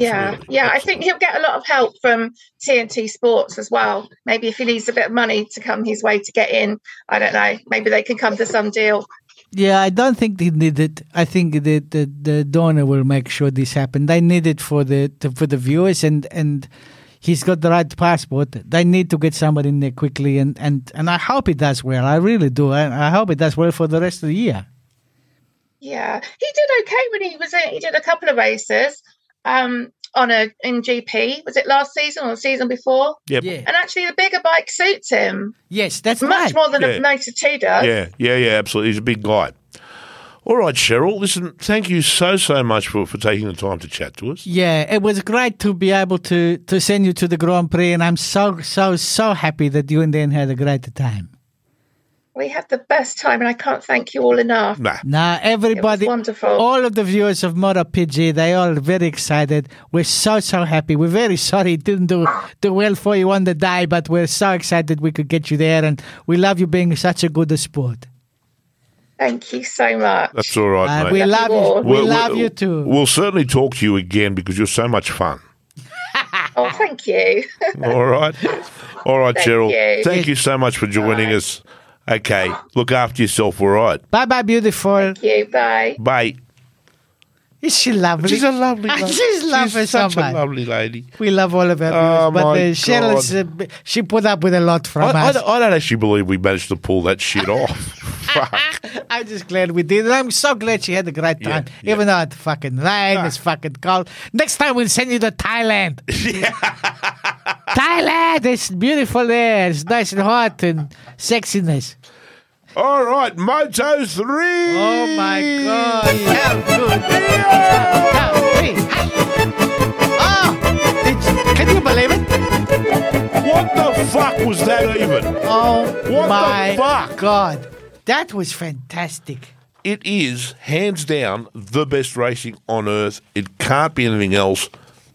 [SPEAKER 4] yeah
[SPEAKER 1] Absolutely.
[SPEAKER 4] yeah i think he'll get a lot of help from tnt sports as well maybe if he needs a bit of money to come his way to get in i don't know maybe they can come to some deal
[SPEAKER 2] Yeah, I don't think they need it. I think that the, the donor will make sure this happen. They need it for the to, for the viewers, and and he's got the right passport. They need to get somebody in there quickly, and and and I hope it does well. I really do. I, I hope it does well for the rest of the year.
[SPEAKER 4] Yeah, he did okay when he was in. He did a couple of races um, on a in GP. Was it last season or the season before?
[SPEAKER 1] Yep.
[SPEAKER 2] Yeah.
[SPEAKER 4] And actually, the bigger bike suits him
[SPEAKER 2] Yes, that's
[SPEAKER 4] much
[SPEAKER 2] right.
[SPEAKER 4] more than
[SPEAKER 1] Yeah.
[SPEAKER 4] a 92 does.
[SPEAKER 1] Yeah, yeah, yeah, absolutely. He's a big guy. All right, Cheryl, listen, thank you so, so much for, for taking the time to chat to us.
[SPEAKER 2] Yeah, it was great to be able to to send you to the Grand Prix, and I'm so so so happy that you and Dan had a great time.
[SPEAKER 4] We had the best time, and I can't thank you all enough.
[SPEAKER 1] Nah.
[SPEAKER 2] Now everybody,
[SPEAKER 4] wonderful.
[SPEAKER 2] all of the viewers of Motor PG, they all very excited. We're so so happy. We're very sorry it didn't do do well for you on the day, but we're so excited we could get you there, and we love you being such a good sport.
[SPEAKER 4] Thank you so much.
[SPEAKER 1] That's all right,
[SPEAKER 2] Uh,
[SPEAKER 1] mate.
[SPEAKER 2] we
[SPEAKER 4] Love
[SPEAKER 2] love
[SPEAKER 4] you all.
[SPEAKER 2] you. We
[SPEAKER 1] We'll-
[SPEAKER 2] love
[SPEAKER 1] we'll-
[SPEAKER 2] you too.
[SPEAKER 1] We'll certainly talk to you again because you're so much fun.
[SPEAKER 4] oh, thank you.
[SPEAKER 1] All right. All right,
[SPEAKER 4] Thank
[SPEAKER 1] Cheryl.
[SPEAKER 4] you.
[SPEAKER 1] Thank you so much for joining us. Okay. Look after yourself, all right.
[SPEAKER 2] Bye bye, beautiful.
[SPEAKER 4] thank you. Bye.
[SPEAKER 1] Bye.
[SPEAKER 2] Is she lovely?
[SPEAKER 1] She's a lovely lady.
[SPEAKER 2] Ah, She's lovely.
[SPEAKER 1] She's such
[SPEAKER 2] somebody.
[SPEAKER 1] a lovely lady.
[SPEAKER 2] We love all of her,
[SPEAKER 1] Oh,
[SPEAKER 2] viewers, but
[SPEAKER 1] my
[SPEAKER 2] uh, Cheryl's, uh, b- she put up with a lot
[SPEAKER 1] I,
[SPEAKER 2] from
[SPEAKER 1] I,
[SPEAKER 2] us.
[SPEAKER 1] don't- I don't actually believe we managed to pull that shit off. Fuck.
[SPEAKER 2] I'm just glad we did, and I'm so glad she had a great
[SPEAKER 1] Yeah,
[SPEAKER 2] time,
[SPEAKER 1] yeah. Ah.
[SPEAKER 2] even though it fucking rained, it's fucking cold. Next time we'll send you to Thailand. Thailand, it's beautiful there. It's nice and hot and sexiness.
[SPEAKER 1] All right, Moto 3.
[SPEAKER 2] Oh my god! How good! How good. Oh, did you- can you believe it?
[SPEAKER 1] What the fuck was that even?
[SPEAKER 2] Oh
[SPEAKER 1] the
[SPEAKER 2] my
[SPEAKER 1] fuck?
[SPEAKER 2] god, that was fantastic.
[SPEAKER 1] It is hands down the best racing on earth. It can't be anything else,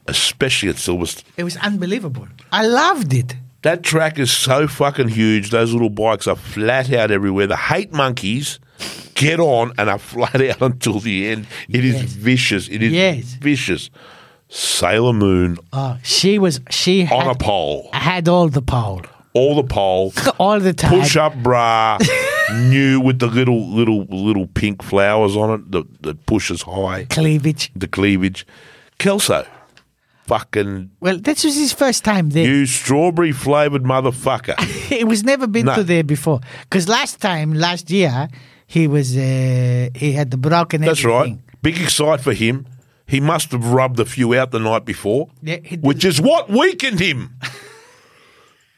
[SPEAKER 1] especially at Silverstone.
[SPEAKER 2] It was unbelievable. I loved it.
[SPEAKER 1] That track is so fucking huge. Those little bikes are flat out everywhere. The hate monkeys get on and are flat out until the end. It is
[SPEAKER 2] Yes.
[SPEAKER 1] vicious. It is
[SPEAKER 2] Yes.
[SPEAKER 1] vicious. Sailor Moon
[SPEAKER 2] Oh, she was she
[SPEAKER 1] on a
[SPEAKER 2] had,
[SPEAKER 1] pole,
[SPEAKER 2] had all the pole,
[SPEAKER 1] all the pole,
[SPEAKER 2] all the time.
[SPEAKER 1] push up bra, new with the little little little pink flowers on it that, that pushes high.
[SPEAKER 2] cleavage.
[SPEAKER 1] the cleavage. Kelso, fucking
[SPEAKER 2] Well, this was his first time there.
[SPEAKER 1] you strawberry flavored motherfucker.
[SPEAKER 2] It was never been
[SPEAKER 1] No.
[SPEAKER 2] to there before. Because last time, last year, he was uh, he had the broken.
[SPEAKER 1] That's right.
[SPEAKER 2] everything.
[SPEAKER 1] Big excite for him. He must have rubbed a few out the night before,
[SPEAKER 2] Yeah, he did.
[SPEAKER 1] which is what weakened him.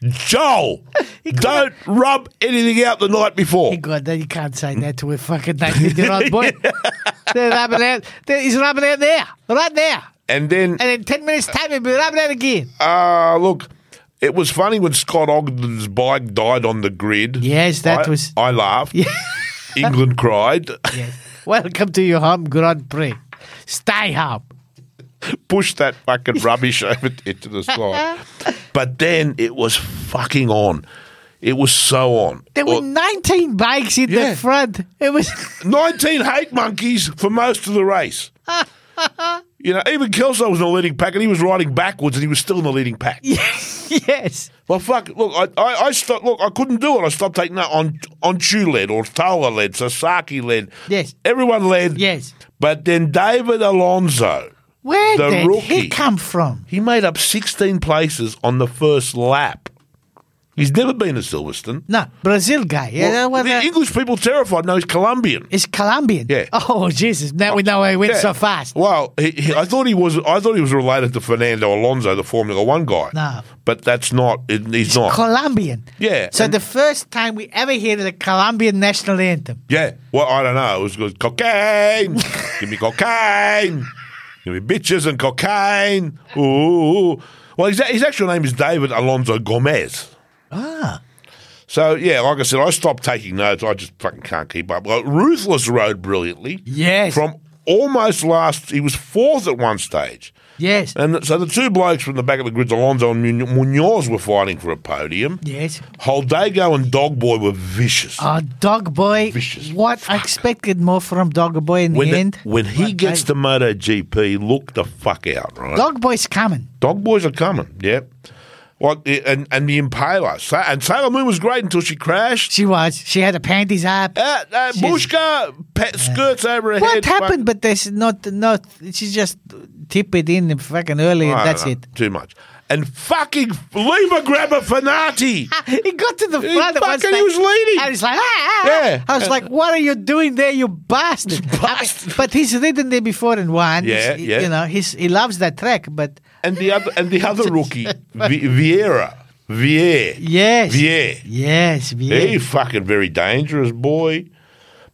[SPEAKER 1] Joel, don't rub anything out the night before.
[SPEAKER 2] Hey, God, then you can't say that to a fucking 19 year old boy. They're rubbing out. They're, he's rubbing out there, right there.
[SPEAKER 1] And then,
[SPEAKER 2] And in 10 minutes' time, he'll be rubbing out again.
[SPEAKER 1] uh, look, it was funny when Scott Ogden's bike died on the grid.
[SPEAKER 2] Yes, that
[SPEAKER 1] I-
[SPEAKER 2] was-
[SPEAKER 1] I laughed. England cried.
[SPEAKER 2] Welcome to your home, Grand Prix. Stay home.
[SPEAKER 1] Push that fucking rubbish over there to the side. But then it was fucking on. It was so on.
[SPEAKER 2] There were
[SPEAKER 1] Well,
[SPEAKER 2] 19 bikes in
[SPEAKER 1] Yeah.
[SPEAKER 2] the front. It was
[SPEAKER 1] 19 hate monkeys for most of the race. you know, even Kelso was in the leading pack and he was riding backwards and he was still in the leading pack.
[SPEAKER 2] yes.
[SPEAKER 1] Well, fuck, look, I, I, I stopped, look, I couldn't do it. I stopped taking that on, on Chu led or Tola led, Sasaki led.
[SPEAKER 2] Yes.
[SPEAKER 1] Everyone led.
[SPEAKER 2] Yes.
[SPEAKER 1] But then David Alonso,
[SPEAKER 2] Where
[SPEAKER 1] The
[SPEAKER 2] did
[SPEAKER 1] rookie.
[SPEAKER 2] he come from?
[SPEAKER 1] he made up 16 places on the first lap. He's never been at Silverstone.
[SPEAKER 2] No, Brazil guy. Yeah,
[SPEAKER 1] Well,
[SPEAKER 2] that was
[SPEAKER 1] the
[SPEAKER 2] a-
[SPEAKER 1] English people terrified. No, he's Colombian.
[SPEAKER 2] it's Colombian.
[SPEAKER 1] Yeah.
[SPEAKER 2] Oh Jesus! Now we know why he went
[SPEAKER 1] Yeah.
[SPEAKER 2] so fast.
[SPEAKER 1] Well, he, he, I thought he was. I thought he was related to Fernando Alonso, the Formula One guy.
[SPEAKER 2] No.
[SPEAKER 1] but that's not. it- He's not.
[SPEAKER 2] Colombian.
[SPEAKER 1] Yeah,
[SPEAKER 2] So
[SPEAKER 1] and-
[SPEAKER 2] the first time we ever hear the Colombian national anthem.
[SPEAKER 1] yeah. Well, I don't know. It was, it was cocaine. Give me cocaine. Give me bitches and cocaine. Ooh. Well, his, his actual name is David Alonso Gomez.
[SPEAKER 2] Ah.
[SPEAKER 1] So yeah, like I said, I stopped taking notes. I just fucking can't keep up. Well, Ruthless rode brilliantly.
[SPEAKER 2] Yes.
[SPEAKER 1] From almost last, he was fourth at one stage.
[SPEAKER 2] Yes.
[SPEAKER 1] And so the two blokes from the back of the grid, Alonso and Mu- Munoz, were fighting for a podium.
[SPEAKER 2] yes.
[SPEAKER 1] Holdego and Dogboy were vicious.
[SPEAKER 2] Oh, dog boy.
[SPEAKER 1] Vicious.
[SPEAKER 2] What I expected more from dog boy in
[SPEAKER 1] when,
[SPEAKER 2] the
[SPEAKER 1] the-
[SPEAKER 2] end.
[SPEAKER 1] when he
[SPEAKER 2] But
[SPEAKER 1] gets
[SPEAKER 2] I-
[SPEAKER 1] to MotoGP, look the fuck out, right?
[SPEAKER 2] dog boy's coming.
[SPEAKER 1] Dogboys are coming, yep. Like the, and, and the Impaler. Sa- and Sailor Moon was great until she crashed.
[SPEAKER 2] She was. She had her panties up.
[SPEAKER 1] Uh, uh,
[SPEAKER 2] She's-
[SPEAKER 1] Bushka, pet skirts over her
[SPEAKER 2] What
[SPEAKER 1] head.
[SPEAKER 2] happened? But there's not not. She just tip it in fucking early,
[SPEAKER 1] Fuck-
[SPEAKER 2] and
[SPEAKER 1] I
[SPEAKER 2] that's
[SPEAKER 1] don't
[SPEAKER 2] it.
[SPEAKER 1] know, Too much. And fucking lever grabber Fanati.
[SPEAKER 2] He got to the
[SPEAKER 1] He
[SPEAKER 2] front. at one
[SPEAKER 1] fucking- he
[SPEAKER 2] stage,
[SPEAKER 1] was leading.
[SPEAKER 2] and he's like, ah, ah,
[SPEAKER 1] Yeah.
[SPEAKER 2] I was like, what are you doing there, you bastard? I mean, but he's ridden there before and won.
[SPEAKER 1] Yeah,
[SPEAKER 2] He's-
[SPEAKER 1] yeah.
[SPEAKER 2] You know, he's he loves that track. But
[SPEAKER 1] and the other and the other rookie, v- Vieira, Vier,
[SPEAKER 2] yes,
[SPEAKER 1] Vier.
[SPEAKER 2] yes, yeah.
[SPEAKER 1] He fucking very dangerous boy.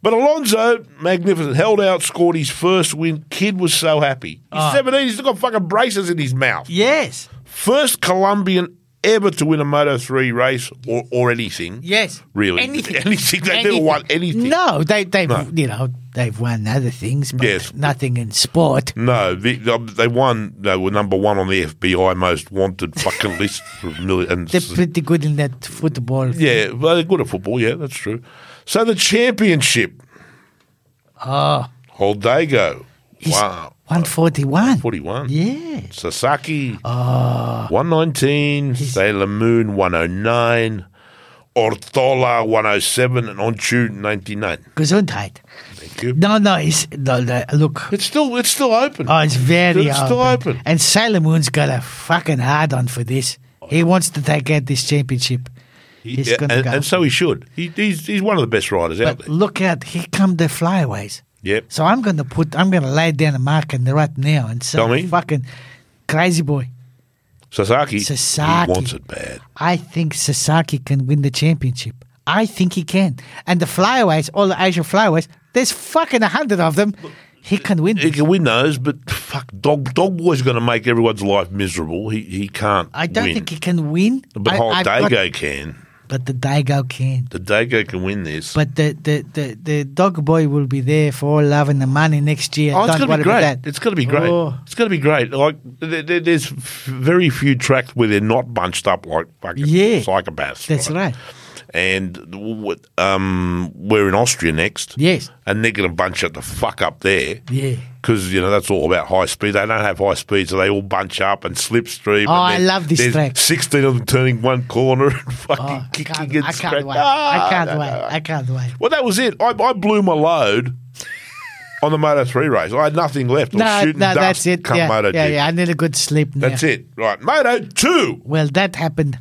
[SPEAKER 1] But Alonso, magnificent, held out, scored his first win. Kid was so happy. He's
[SPEAKER 2] Ah.
[SPEAKER 1] 17, he's still got fucking braces in his mouth.
[SPEAKER 2] yes,
[SPEAKER 1] First Colombian ever to win a Moto 3 race or, or anything.
[SPEAKER 2] yes.
[SPEAKER 1] Really.
[SPEAKER 2] anything,
[SPEAKER 1] Anything. They never won anything.
[SPEAKER 2] No, they they've
[SPEAKER 1] No.
[SPEAKER 2] you know they've won other things, but
[SPEAKER 1] Yes.
[SPEAKER 2] nothing in sport.
[SPEAKER 1] No, they, they won. They were number one on the FBI most wanted fucking list for a million. and
[SPEAKER 2] They're pretty good in that football.
[SPEAKER 1] Yeah, well, they're good at football. Yeah, that's true. So the championship.
[SPEAKER 2] Ah.
[SPEAKER 1] Oh. Holdago. Wow.
[SPEAKER 2] One forty one.
[SPEAKER 1] 41.
[SPEAKER 2] Yeah. Ah.
[SPEAKER 1] Sasaki. 119. Sailor Moon, 109. Ortola, 107. And Onchu, 99.
[SPEAKER 2] Gesundheit.
[SPEAKER 1] Thank you.
[SPEAKER 2] No, no, it's no, no, look.
[SPEAKER 1] It's still it's still open.
[SPEAKER 2] Oh, it's very
[SPEAKER 1] It's still open.
[SPEAKER 2] And Sailor Moon's got a fucking hard on for this. He wants to take out this championship. He's
[SPEAKER 1] Yeah,
[SPEAKER 2] gonna
[SPEAKER 1] and,
[SPEAKER 2] go.
[SPEAKER 1] and so he should. He, he's, he's one of the best riders out
[SPEAKER 2] but
[SPEAKER 1] there.
[SPEAKER 2] look out, here come the flyaways.
[SPEAKER 1] Yep.
[SPEAKER 2] So I'm gonna put I'm gonna lay down a mark in the right now and say
[SPEAKER 1] Tell me.
[SPEAKER 2] fucking crazy boy.
[SPEAKER 1] Sasaki.
[SPEAKER 2] Sasaki.
[SPEAKER 1] He wants it bad.
[SPEAKER 2] I think Sasaki can win the championship. I think he can. And the flyaways, all the Asian flyaways, there's fucking a hundred of them. He can win.
[SPEAKER 1] He
[SPEAKER 2] This.
[SPEAKER 1] can win those, but fuck, Dog Dog Boy's going to make everyone's life miserable. He he can't.
[SPEAKER 2] I don't
[SPEAKER 1] win.
[SPEAKER 2] think he can win.
[SPEAKER 1] But
[SPEAKER 2] I-
[SPEAKER 1] whole
[SPEAKER 2] I've got-
[SPEAKER 1] Dago can.
[SPEAKER 2] but the Daigo can.
[SPEAKER 1] The Dago can win this.
[SPEAKER 2] But the, the, the, the dog boy will be there for all love and the money next year.
[SPEAKER 1] oh, it's
[SPEAKER 2] Don't
[SPEAKER 1] going to
[SPEAKER 2] worry
[SPEAKER 1] be
[SPEAKER 2] about
[SPEAKER 1] great.
[SPEAKER 2] that.
[SPEAKER 1] It's going to be great.
[SPEAKER 2] Oh.
[SPEAKER 1] It's going to be great. Like there, there- there's f- very few tracks where they're not bunched up like fucking
[SPEAKER 2] Yeah.
[SPEAKER 1] psychopaths.
[SPEAKER 2] That's right.
[SPEAKER 1] And w- w- um, we're in Austria next.
[SPEAKER 2] Yes.
[SPEAKER 1] And they're going to bunch it the fuck up there.
[SPEAKER 2] Yeah.
[SPEAKER 1] Because, you know, that's all about high speed. They don't have high speed, so they all bunch up and slipstream. and
[SPEAKER 2] Oh, I
[SPEAKER 1] then
[SPEAKER 2] love this
[SPEAKER 1] there's
[SPEAKER 2] track.
[SPEAKER 1] 16 of them turning one corner and fucking
[SPEAKER 2] Oh, I
[SPEAKER 1] kicking
[SPEAKER 2] can't,
[SPEAKER 1] and
[SPEAKER 2] I
[SPEAKER 1] scratch-
[SPEAKER 2] can't wait.
[SPEAKER 1] Ah,
[SPEAKER 2] I can't
[SPEAKER 1] no,
[SPEAKER 2] wait.
[SPEAKER 1] no.
[SPEAKER 2] I can't wait.
[SPEAKER 1] Well, that was it. I, I blew my load on the Moto 3 race. I had nothing left. I was
[SPEAKER 2] No,
[SPEAKER 1] shooting
[SPEAKER 2] no,
[SPEAKER 1] dust
[SPEAKER 2] that's it.
[SPEAKER 1] come
[SPEAKER 2] Yeah,
[SPEAKER 1] Moto
[SPEAKER 2] yeah,
[SPEAKER 1] G.
[SPEAKER 2] yeah. I need a good sleep now.
[SPEAKER 1] That's it. Right. Moto 2.
[SPEAKER 2] Well, that happened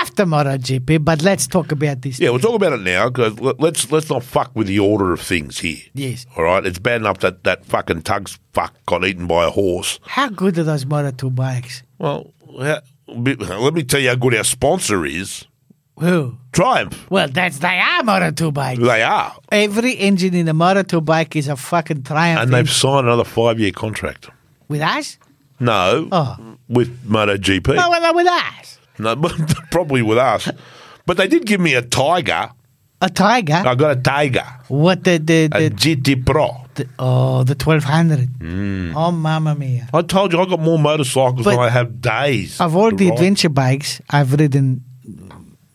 [SPEAKER 2] after tomorrow, GP, but let's talk about this.
[SPEAKER 1] Yeah, we'll talk about it now because let's let's not fuck with the order of things here.
[SPEAKER 2] Yes.
[SPEAKER 1] All right, it's bad enough that that fucking tug's fuck got eaten by a horse.
[SPEAKER 2] How good are those Moto 2 bikes?
[SPEAKER 1] Well, ha- be- let me tell you how good our sponsor is.
[SPEAKER 2] Who?
[SPEAKER 1] Triumph.
[SPEAKER 2] Well, that's they are Moto 2 bikes.
[SPEAKER 1] They are,
[SPEAKER 2] Every engine in a Moto 2 bike is a fucking triumph
[SPEAKER 1] and they've
[SPEAKER 2] engine.
[SPEAKER 1] signed another five-year contract.
[SPEAKER 2] with us.
[SPEAKER 1] No,
[SPEAKER 2] Oh.
[SPEAKER 1] with MotoGP.
[SPEAKER 2] No, well, with us.
[SPEAKER 1] No, but probably with us. But they did give me a tiger.
[SPEAKER 2] A Tiger.
[SPEAKER 1] I got a tiger,
[SPEAKER 2] what the the,
[SPEAKER 1] a
[SPEAKER 2] the,
[SPEAKER 1] GT Pro.
[SPEAKER 2] the- oh the twelve hundred.
[SPEAKER 1] Hmm.
[SPEAKER 2] Oh, mamma mia!
[SPEAKER 1] I told you I got more motorcycles
[SPEAKER 2] But
[SPEAKER 1] than I have days.
[SPEAKER 2] Of all
[SPEAKER 1] to
[SPEAKER 2] the
[SPEAKER 1] ride.
[SPEAKER 2] adventure bikes I've ridden,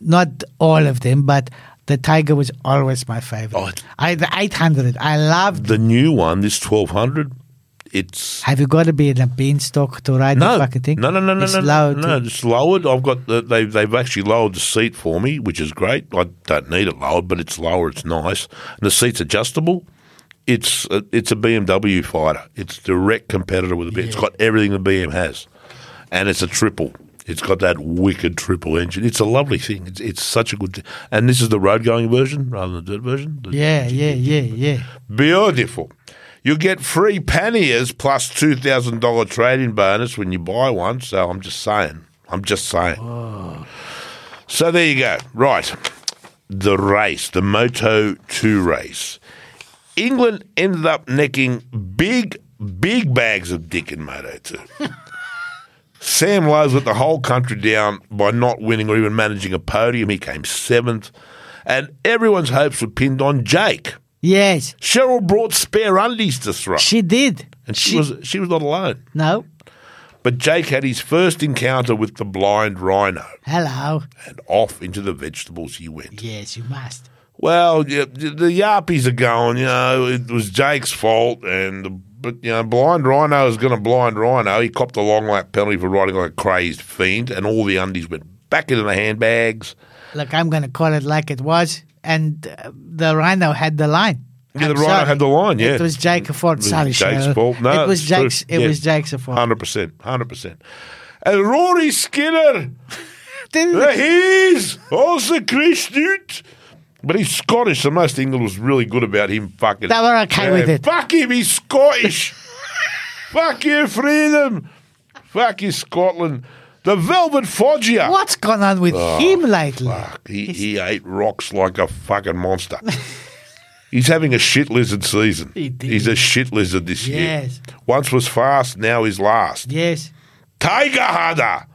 [SPEAKER 2] not all of them, but the Tiger was always my favorite.
[SPEAKER 1] Oh, it's-
[SPEAKER 2] I the eight hundred. I loved.
[SPEAKER 1] the new one, this twelve hundred, it's
[SPEAKER 2] Have you got to be in a beanstalk to ride
[SPEAKER 1] no,
[SPEAKER 2] the fucking thing?
[SPEAKER 1] no, no, no, no,
[SPEAKER 2] It's
[SPEAKER 1] no,
[SPEAKER 2] loud.
[SPEAKER 1] no. It's lowered. I've got the, they've they've actually lowered the seat for me, which is great. I don't need it lowered, but it's lower. It's nice. And the seat's adjustable. It's a, it's a BMW fighter. It's direct competitor with a BMW. It's got everything the BM has, and it's a triple. It's got that wicked triple engine. It's a lovely thing. It's, it's such a good. T- and this is the road going version rather than the dirt version. The-
[SPEAKER 2] Yeah, yeah, yeah, yeah.
[SPEAKER 1] Beautiful. You get free panniers plus two thousand dollar trading bonus when you buy one. So I'm just saying. I'm just saying. So there you go. Right. The race, the Moto 2 race. England ended up necking big, big bags of dick in Moto 2. Sam Lowe's let the whole country down by not winning or even managing a podium. He came seventh. And everyone's hopes were pinned on Jake.
[SPEAKER 2] Yes,
[SPEAKER 1] Cheryl brought spare undies to throw,
[SPEAKER 2] she did.
[SPEAKER 1] and she, was she was not alone.
[SPEAKER 2] no.
[SPEAKER 1] But Jake had his first encounter with the blind rhino,
[SPEAKER 2] Hello.
[SPEAKER 1] and off into the vegetables he went.
[SPEAKER 2] Yes, you must.
[SPEAKER 1] Well, y- the yarpies are going. You know, it was Jake's fault, and but you know, blind rhino is going to blind rhino. He copped a long lap penalty for riding like a crazed fiend, and all the undies went back into the handbags.
[SPEAKER 2] Look, I'm going to call it like it was, and uh, the rhino had the line.
[SPEAKER 1] Yeah,
[SPEAKER 2] I'm
[SPEAKER 1] the rhino
[SPEAKER 2] sorry.
[SPEAKER 1] had the line. Yeah,
[SPEAKER 2] It was Jake's fault.
[SPEAKER 1] was
[SPEAKER 2] Sorry,
[SPEAKER 1] Jake's
[SPEAKER 2] Cheryl.
[SPEAKER 1] fault. No,
[SPEAKER 2] it was
[SPEAKER 1] it's true.
[SPEAKER 2] Jake's. It
[SPEAKER 1] Yeah.
[SPEAKER 2] was Jake's fault.
[SPEAKER 1] hundred percent, hundred percent. And Rory Skinner. Uh,
[SPEAKER 2] Didn't-
[SPEAKER 1] He's also Christian. But he's Scottish, so most England was really good about him fucking.
[SPEAKER 2] They were okay with it.
[SPEAKER 1] Fuck him, he's Scottish. fuck your freedom. Fuck you, Scotland. The Velvet Foggia.
[SPEAKER 2] What's gone on with
[SPEAKER 1] Oh,
[SPEAKER 2] him lately?
[SPEAKER 1] Fuck, he, he ate rocks like a fucking monster. he's having a shit lizard season.
[SPEAKER 2] He did.
[SPEAKER 1] He's a shit lizard this
[SPEAKER 2] Yes.
[SPEAKER 1] year. Once was fast, now he's last.
[SPEAKER 2] Yes,
[SPEAKER 1] Tiger Hada.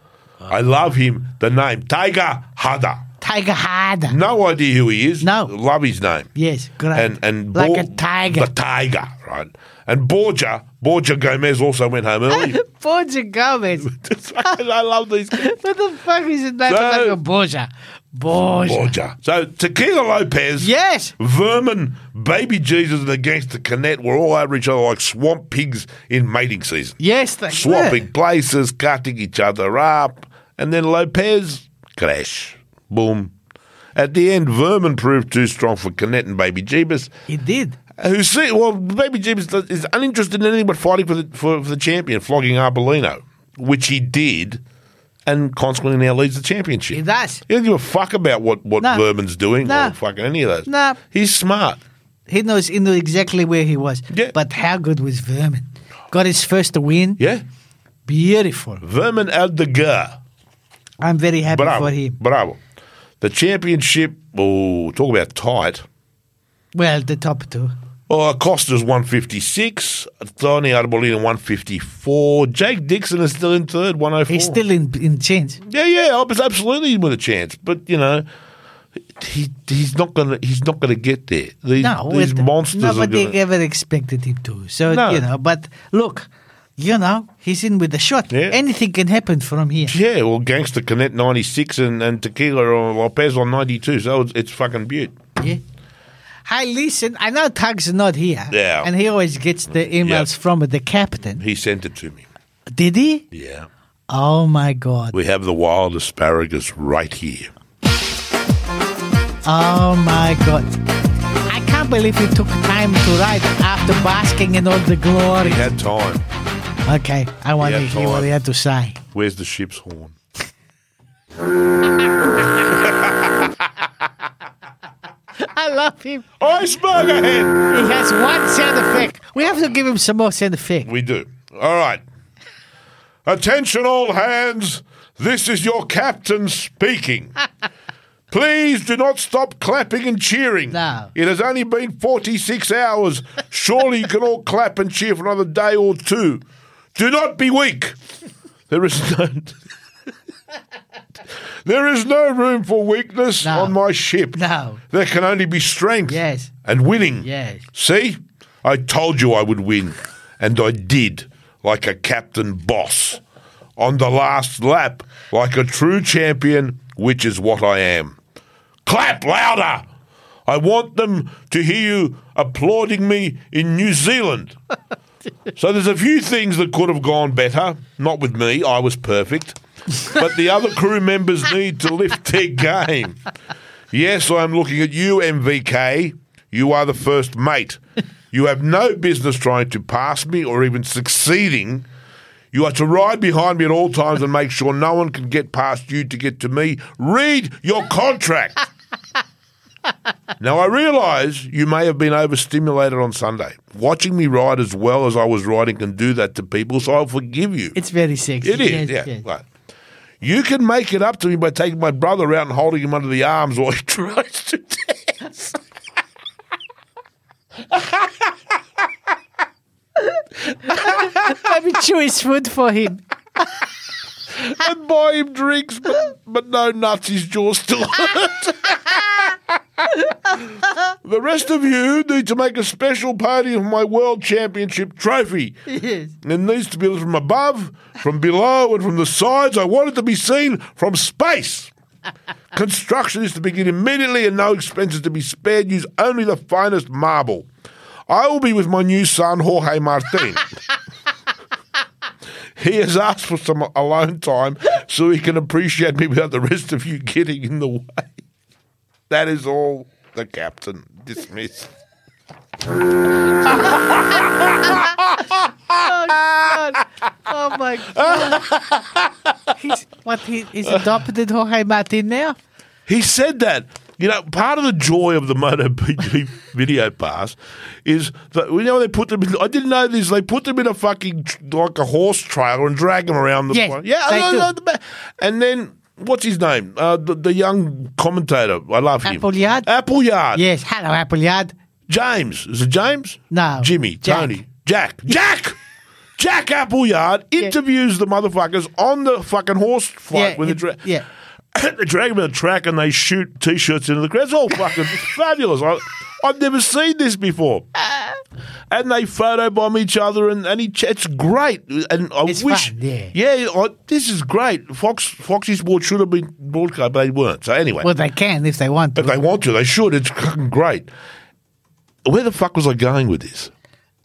[SPEAKER 1] I love him. The name Tiger Hada.
[SPEAKER 2] Tiger Hada.
[SPEAKER 1] No idea who he is.
[SPEAKER 2] No.
[SPEAKER 1] Love his name.
[SPEAKER 2] Yes, great.
[SPEAKER 1] And and
[SPEAKER 2] like
[SPEAKER 1] Bor-
[SPEAKER 2] a tiger.
[SPEAKER 1] The tiger, right? And Borgia, Borgia Gomez also went home early.
[SPEAKER 2] Borgia Gomez. what
[SPEAKER 1] I love these guys.
[SPEAKER 2] the fuck is his name?
[SPEAKER 1] So-
[SPEAKER 2] like a Borgia. Borgia.
[SPEAKER 1] Borgia. So Tequila Lopez,
[SPEAKER 2] Yes.
[SPEAKER 1] Vermin, Baby Jesus, and the Gangster Canet were all over each other like swamp pigs in mating season,
[SPEAKER 2] Yes, they
[SPEAKER 1] swapping places, cutting each other up, and then Lopez crash, boom. At the end, Vermin proved too strong for Canet and Baby Jeebus.
[SPEAKER 2] were. He did.
[SPEAKER 1] Who see? Well, Baby James is uninterested in anything but fighting for the for, for the champion, flogging Arbolino, which he did, and consequently now leads the championship.
[SPEAKER 2] He does.
[SPEAKER 1] He doesn't give a fuck about what what
[SPEAKER 2] No.
[SPEAKER 1] Vermin's doing
[SPEAKER 2] No.
[SPEAKER 1] or fucking any of those.
[SPEAKER 2] No.
[SPEAKER 1] he's smart.
[SPEAKER 2] He knows he knew exactly where he was.
[SPEAKER 1] Yeah.
[SPEAKER 2] But how good was Vermin? Got his first win.
[SPEAKER 1] Yeah,
[SPEAKER 2] Beautiful.
[SPEAKER 1] Vermin had the girl.
[SPEAKER 2] I'm very happy
[SPEAKER 1] Bravo,
[SPEAKER 2] for him.
[SPEAKER 1] bravo. The championship. Oh, talk about tight.
[SPEAKER 2] Well, the top two.
[SPEAKER 1] Well, Acosta's 156, Tony Arbolino 154, Jake Dixon is still in third, 104.
[SPEAKER 2] He's still in in change.
[SPEAKER 1] Yeah, yeah, I was absolutely with a chance, but you know, he he's not gonna he's not gonna get there. These,
[SPEAKER 2] No,
[SPEAKER 1] these
[SPEAKER 2] it-
[SPEAKER 1] monsters are
[SPEAKER 2] Nobody
[SPEAKER 1] gonna.
[SPEAKER 2] ever expected him to. So
[SPEAKER 1] No.
[SPEAKER 2] you know, but look, you know, he's in with the shot.
[SPEAKER 1] Yeah.
[SPEAKER 2] Anything can happen from here.
[SPEAKER 1] yeah, well, Gangster Connect ninety six and, and Tequila or Lopez on ninety two, so it's, it's fucking beaut.
[SPEAKER 2] Yeah. Hi, listen. I know Tug's not here,
[SPEAKER 1] Yeah.
[SPEAKER 2] and he always gets the emails
[SPEAKER 1] Yeah.
[SPEAKER 2] from the captain.
[SPEAKER 1] He sent it to me.
[SPEAKER 2] Did he?
[SPEAKER 1] Yeah,
[SPEAKER 2] Oh my god!
[SPEAKER 1] we have the wild asparagus right here.
[SPEAKER 2] Oh my god! I can't believe he took time to write after basking in all the glory.
[SPEAKER 1] He had time.
[SPEAKER 2] Okay, I want
[SPEAKER 1] He
[SPEAKER 2] to
[SPEAKER 1] had
[SPEAKER 2] hear what
[SPEAKER 1] time.
[SPEAKER 2] he had to say.
[SPEAKER 1] Where's the ship's horn?
[SPEAKER 2] I love him.
[SPEAKER 1] Iceberg ahead.
[SPEAKER 2] He has one sound effect. We have to give him some more sound effect.
[SPEAKER 1] We do. All right. Attention, all hands. This is your captain speaking. Please do not stop clapping and cheering.
[SPEAKER 2] No.
[SPEAKER 1] It has only been 46 hours. Surely you can all clap and cheer for another day or two. Do not be weak. There is no. There is no room for weakness
[SPEAKER 2] No.
[SPEAKER 1] on my ship.
[SPEAKER 2] No.
[SPEAKER 1] There can only be strength
[SPEAKER 2] Yes.
[SPEAKER 1] and winning.
[SPEAKER 2] Yes.
[SPEAKER 1] See? I told you I would win, and I did, like a captain boss. On the last lap, like a true champion, which is what I am. Clap louder! I want them to hear you applauding me in New Zealand. so there's a few things that could have gone better. Not with me, I was perfect. But the other crew members need to lift their game. Yes, I am looking at you, MVK. You are the first mate. You have no business trying to pass me or even succeeding. You are to ride behind me at all times and make sure no one can get past you to get to me. Read your contract. now, I realise you may have been overstimulated on Sunday. Watching me ride as well as I was riding can do that to people, so I'll forgive you.
[SPEAKER 2] It's very sexy.
[SPEAKER 1] It is,
[SPEAKER 2] Yes,
[SPEAKER 1] yeah.
[SPEAKER 2] yes.
[SPEAKER 1] Right. You can make it up to me by taking my brother out and holding him under the arms while he tries to dance.
[SPEAKER 2] Maybe chew his food for him.
[SPEAKER 1] and buy him drinks, but, but no nuts. His jaw still hurt. the rest of you need to make a special party of my world championship trophy.
[SPEAKER 2] Yes.
[SPEAKER 1] It needs to be lit from above, from below, and from the sides. I want it to be seen from space. Construction is to begin immediately and no expenses to be spared. Use only the finest marble. I will be with my new son, Jorge Martin. he has asked for some alone time so he can appreciate me without the rest of you getting in the way. That is all the captain dismissed.
[SPEAKER 2] Oh my god! he's, what he, he's adopted Jorge Martin now?
[SPEAKER 1] He said that. You know, part of the joy of the MotoGP video pass is that you know they put them. In, I didn't know this. They put them in a fucking tr- like a horse trailer and drag them around the
[SPEAKER 2] Yes,
[SPEAKER 1] place. Yeah,
[SPEAKER 2] they
[SPEAKER 1] I- I-
[SPEAKER 2] do.
[SPEAKER 1] I- the ba- and then what's his name? Uh, the, the young commentator. I love him.
[SPEAKER 2] Appleyard?
[SPEAKER 1] Appleyard.
[SPEAKER 2] Yes. Hello, Appleyard.
[SPEAKER 1] James. Is it James?
[SPEAKER 2] No.
[SPEAKER 1] Jimmy.
[SPEAKER 2] Jack.
[SPEAKER 1] Tony. Jack. Jack. Jack Appleyard interviews the motherfuckers on the fucking horse fight
[SPEAKER 2] yeah,
[SPEAKER 1] with
[SPEAKER 2] it-
[SPEAKER 1] the drag.
[SPEAKER 2] yeah.
[SPEAKER 1] they drag them on the track and they shoot t-shirts into the crowd. It's all fucking fabulous. I, I've never seen this before.
[SPEAKER 2] Uh.
[SPEAKER 1] And they photobomb each other, and, and each, it's great. And I
[SPEAKER 2] It's
[SPEAKER 1] wish,
[SPEAKER 2] fun, yeah.
[SPEAKER 1] I, this is great. Fox, Foxy Sports should have been broadcast, but they weren't. So anyway,
[SPEAKER 2] Well, they can if they want.
[SPEAKER 1] if
[SPEAKER 2] To.
[SPEAKER 1] they want to, they should. It's fucking great. Where the fuck was I going with this?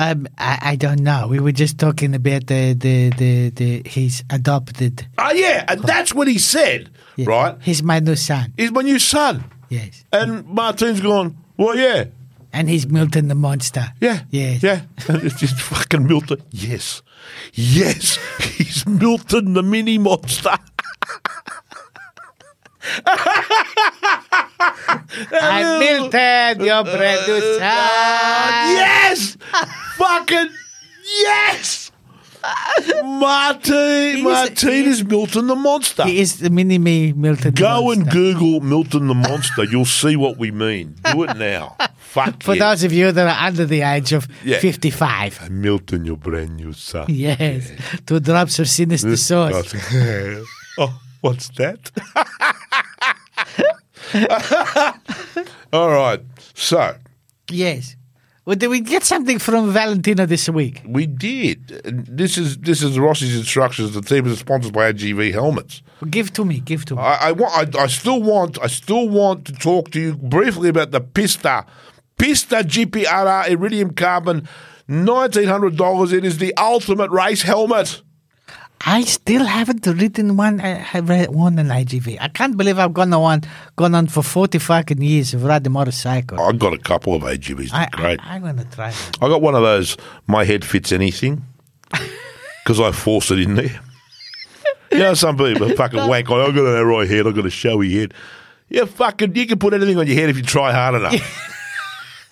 [SPEAKER 2] Um, I, I don't know. We were just talking about the the the, the he's adopted.
[SPEAKER 1] Oh yeah, and that's what he said,
[SPEAKER 2] Yeah.
[SPEAKER 1] right?
[SPEAKER 2] He's my new son.
[SPEAKER 1] He's my new son,
[SPEAKER 2] Yes.
[SPEAKER 1] and Martin's gone. Well, yeah,
[SPEAKER 2] And he's Milton the monster.
[SPEAKER 1] Yeah.
[SPEAKER 2] Yes.
[SPEAKER 1] Yeah. it's just fucking Milton. Yes. Yes. He's Milton the mini monster.
[SPEAKER 2] I'm Milton, your brand new son.
[SPEAKER 1] yes. fucking yes. Martin.
[SPEAKER 2] is-
[SPEAKER 1] Martin
[SPEAKER 2] he
[SPEAKER 1] is Milton the monster.
[SPEAKER 2] He is the mini me Milton. the
[SPEAKER 1] Go and
[SPEAKER 2] monster.
[SPEAKER 1] Google Milton the monster. You'll see what we mean. Do it now. Fuck
[SPEAKER 2] For
[SPEAKER 1] yeah.
[SPEAKER 2] those of you that are under the age of
[SPEAKER 1] Yeah.
[SPEAKER 2] 55.
[SPEAKER 1] Milton, your brand new son.
[SPEAKER 2] Yes. Two drops of sinister sauce.
[SPEAKER 1] oh, what's that? All right. So
[SPEAKER 2] Yes. Well, did we get something from Valentina this week?
[SPEAKER 1] we did. And This is this is Rossi's instructions. The team is sponsored by AGV helmets.
[SPEAKER 2] Give to me. Give to me.
[SPEAKER 1] I, I want. I, I still want. I still want to talk to you briefly about the Pista, Pista GPRR Iridium Carbon, nineteen hundred dollars. It is the ultimate race helmet.
[SPEAKER 2] I still haven't written one. I have read one on IGV. I can't believe I've gone on gone on for forty fucking years of riding motorcycle.
[SPEAKER 1] I've got a couple of AGVs. They're
[SPEAKER 2] I,
[SPEAKER 1] great.
[SPEAKER 2] I, am gonna try. That.
[SPEAKER 1] I got one of those. My head fits anything because I force it in there. You know, some people fucking wank on. I've got an arrow head. I've got a showy head. You fucking, you can put anything on your head if you try hard enough.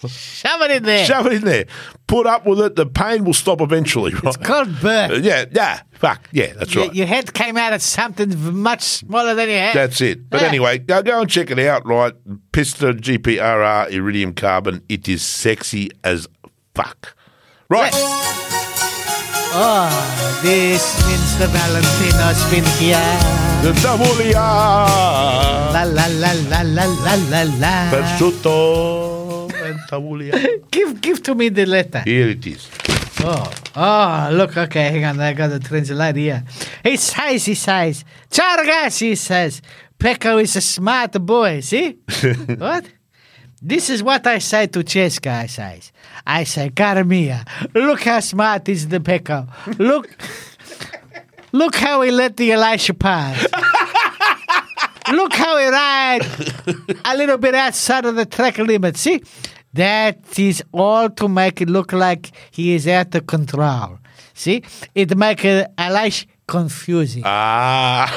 [SPEAKER 2] Shove it in there.
[SPEAKER 1] Shove it in there. Put up with it. The pain will stop eventually. Right? Uh,
[SPEAKER 2] it's called birth.
[SPEAKER 1] yeah, yeah. Fuck. Yeah, that's
[SPEAKER 2] Your-
[SPEAKER 1] right.
[SPEAKER 2] Your head came out at something v- much smaller than your head.
[SPEAKER 1] That's it. But
[SPEAKER 2] Yeah.
[SPEAKER 1] anyway, go go and check it out. Right, Pista GPRR Iridium Carbon. It is sexy as fuck. Right.
[SPEAKER 2] This means the Valentino's been here.
[SPEAKER 1] The double E R.
[SPEAKER 2] La la la la la la la la.
[SPEAKER 1] Prosciutto and double E R.
[SPEAKER 2] Give give to me the letter.
[SPEAKER 1] Here it is.
[SPEAKER 2] Oh, oh, look, okay, hang on, I got to translate here. He says, he says, Ciao ragazzi, he says, Pecco is a smart boy, see? what? This is what I say to Cesca, I says. I say, cara mia, look how smart is the Pecco. Look, look how he let the Elisha pass. look how he ride a little bit outside of the track limit. See, that is all to make it look like he is out of control. See, it make uh, Elish confusing.
[SPEAKER 1] Ah.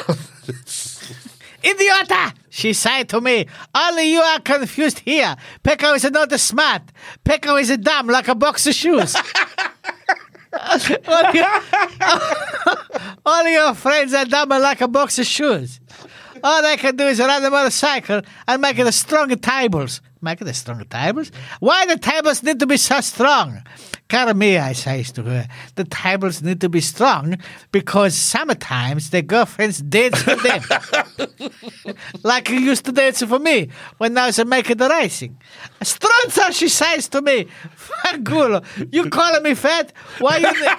[SPEAKER 2] Idiota! She said to me, only you are confused here. Pecco is not smart. Pecco is dumb like a box of shoes. all, your, all your friends are dumb like a box of shoes. All they can do is ride a motorcycle and make it a strong tables. Make it a strong tables? Why the tables need to be so strong? Cara mia, I says to her, the tables need to be strong because sometimes their girlfriends dance with them like you used to dance for me when I was a making the racing. Strunza, she says to me, Fangulo, you calling me fat? Why you need,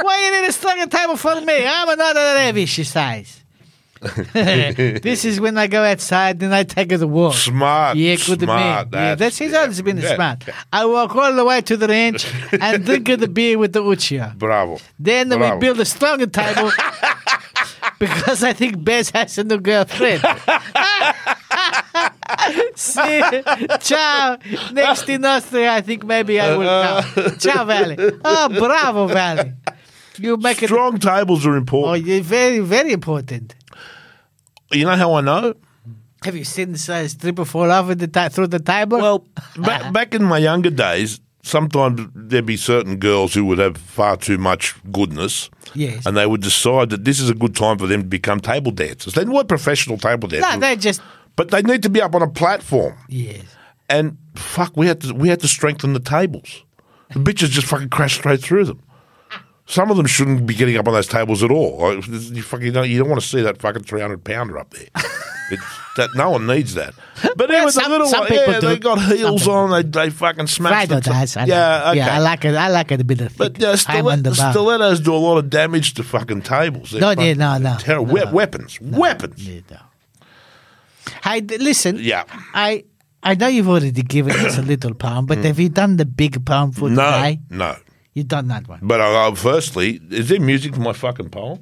[SPEAKER 2] why you need a stronger table for me? I'm another Levi, she says. this is when I go outside and I take a walk.
[SPEAKER 1] Smart.
[SPEAKER 2] Yeah, good to
[SPEAKER 1] smart,
[SPEAKER 2] man. Yeah, that's he's always been
[SPEAKER 1] yeah,
[SPEAKER 2] smart. I walk all the way to the ranch and drink the beer with the Uchiha.
[SPEAKER 1] Bravo.
[SPEAKER 2] Then
[SPEAKER 1] Bravo.
[SPEAKER 2] we build a stronger table because I think Bez has a new girlfriend. See, ciao. Next in Austria, I think maybe I will
[SPEAKER 1] Uh-huh.
[SPEAKER 2] come. Ciao, Valley. Oh, bravo, Valley. You make it.
[SPEAKER 1] Strong tables are
[SPEAKER 2] Oh,
[SPEAKER 1] important.
[SPEAKER 2] you're very, very important. Oh,
[SPEAKER 1] You know how I know?
[SPEAKER 2] Have you seen uh, stripper fall off with the ti- through the table?
[SPEAKER 1] Well, ba- back in my younger days, sometimes there'd be certain girls who would have far too much goodness.
[SPEAKER 2] Yes.
[SPEAKER 1] And they would decide that this is a good time for them to become table dancers. They weren't professional table dancers,
[SPEAKER 2] no, they just
[SPEAKER 1] but they need to be up on a platform.
[SPEAKER 2] yes.
[SPEAKER 1] And fuck, we had to we had to strengthen the tables. The bitches just fucking crashed straight through them. Some of them shouldn't be getting up on those tables at all. Like, You fucking don't, you don't want to see that fucking three hundred pounder up there. It's, that no one needs that. But
[SPEAKER 2] Well,
[SPEAKER 1] anyway, the
[SPEAKER 2] some-
[SPEAKER 1] little
[SPEAKER 2] some
[SPEAKER 1] one,
[SPEAKER 2] people
[SPEAKER 1] yeah, they
[SPEAKER 2] do.
[SPEAKER 1] got
[SPEAKER 2] Some
[SPEAKER 1] heels
[SPEAKER 2] people
[SPEAKER 1] on. They they fucking smashed.
[SPEAKER 2] Rider
[SPEAKER 1] the top-
[SPEAKER 2] does. I like
[SPEAKER 1] yeah,
[SPEAKER 2] it.
[SPEAKER 1] okay.
[SPEAKER 2] yeah. I like it. I like it a bit of.
[SPEAKER 1] but uh,
[SPEAKER 2] I'm on the
[SPEAKER 1] stilet-
[SPEAKER 2] bar.
[SPEAKER 1] stilettos do a lot of damage to fucking tables. They're
[SPEAKER 2] No, yeah,
[SPEAKER 1] fucking
[SPEAKER 2] no, no,
[SPEAKER 1] terror-
[SPEAKER 2] no.
[SPEAKER 1] we- weapons, weapons.
[SPEAKER 2] Yeah, no. Hey, d- listen.
[SPEAKER 1] Yeah.
[SPEAKER 2] I I know you've already given us a little poem, but have you done the big poem for
[SPEAKER 1] Mm. No,
[SPEAKER 2] today?
[SPEAKER 1] no.
[SPEAKER 2] You've done that one.
[SPEAKER 1] But I, I, firstly, is there music to my fucking poem?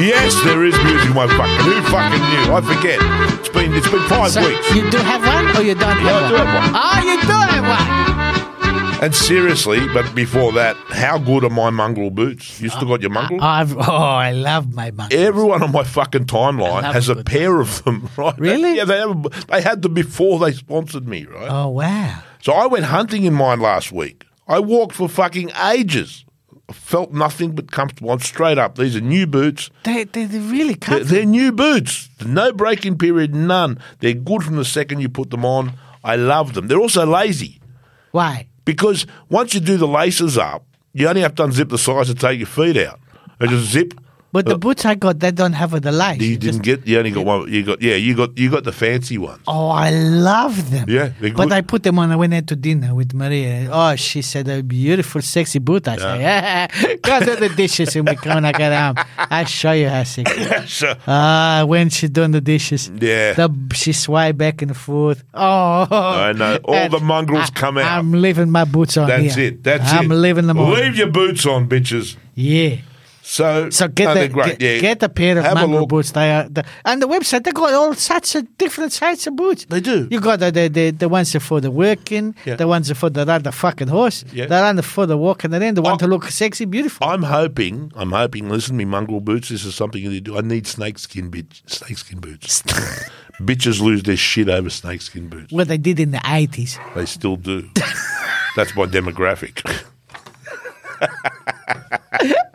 [SPEAKER 1] Yes, there is music to my fucking. Who fucking knew? I forget. It's been it's been five
[SPEAKER 2] So
[SPEAKER 1] weeks.
[SPEAKER 2] you do have one, or you don't have
[SPEAKER 1] Oh, Yeah, I do have one.
[SPEAKER 2] one? Oh, you do have one.
[SPEAKER 1] And seriously, but before that, how good are my mongrel boots? You still got your mongrel?
[SPEAKER 2] I've, oh, I love my mum.
[SPEAKER 1] Everyone on my fucking
[SPEAKER 2] I
[SPEAKER 1] timeline
[SPEAKER 2] love
[SPEAKER 1] has
[SPEAKER 2] a
[SPEAKER 1] a
[SPEAKER 2] good
[SPEAKER 1] pair of them, right?
[SPEAKER 2] Really?
[SPEAKER 1] Yeah, they, have, a- they had them before they sponsored me, right?
[SPEAKER 2] Oh wow.
[SPEAKER 1] So I went hunting in mine last week. I walked for fucking ages. Felt nothing but comfortable. I'm straight up. These are new boots.
[SPEAKER 2] They, they, they really
[SPEAKER 1] They're,
[SPEAKER 2] come.
[SPEAKER 1] they're new boots. No breaking period, none. They're good from the second you put them on. I love them. They're also lazy
[SPEAKER 2] Why?
[SPEAKER 1] because once you do the laces up, you only have to unzip the sides to take your feet out. And just zip.
[SPEAKER 2] But
[SPEAKER 1] Uh,
[SPEAKER 2] the boots I got, they don't have the lace.
[SPEAKER 1] You
[SPEAKER 2] It's just-
[SPEAKER 1] didn't get. You only got one. You got. Yeah, you got. You got the fancy ones.
[SPEAKER 2] Oh, I love them.
[SPEAKER 1] Yeah, they're
[SPEAKER 2] But
[SPEAKER 1] good.
[SPEAKER 2] I put them on. I went out to dinner with Maria. Oh, she said a beautiful, sexy boot. I say, yeah, go do the dishes when we come when I get home. I show you how sexy.
[SPEAKER 1] So,
[SPEAKER 2] Ah, when she doing the dishes,
[SPEAKER 1] Yeah.
[SPEAKER 2] the, she sway back and forth. Oh,
[SPEAKER 1] I know. All the mongrels come out.
[SPEAKER 2] I'm leaving my boots on.
[SPEAKER 1] that's
[SPEAKER 2] here.
[SPEAKER 1] it. That's
[SPEAKER 2] I'm
[SPEAKER 1] it.
[SPEAKER 2] leaving them on.
[SPEAKER 1] Leave your boots on, bitches.
[SPEAKER 2] Yeah.
[SPEAKER 1] So,
[SPEAKER 2] So get
[SPEAKER 1] no, Oh,
[SPEAKER 2] the
[SPEAKER 1] they're great.
[SPEAKER 2] get,
[SPEAKER 1] yeah.
[SPEAKER 2] get a pair of
[SPEAKER 1] Have a
[SPEAKER 2] Mango
[SPEAKER 1] look.
[SPEAKER 2] boots. They are the, and the website they got all sorts of different sizes of boots.
[SPEAKER 1] They do.
[SPEAKER 2] You got the the, the, the ones that for the working,
[SPEAKER 1] Yeah.
[SPEAKER 2] the ones that for the ride the fucking horse,
[SPEAKER 1] Yeah.
[SPEAKER 2] the one that for the walking, and then the one
[SPEAKER 1] Oh.
[SPEAKER 2] to look sexy, beautiful.
[SPEAKER 1] I'm hoping, I'm hoping, listen to me, mongrel boots, this is something you need to do. I need snakeskin bitch, snakeskin boots. Bitches lose their shit over snakeskin boots.
[SPEAKER 2] What they did in the eighties.
[SPEAKER 1] They still do. That's my demographic.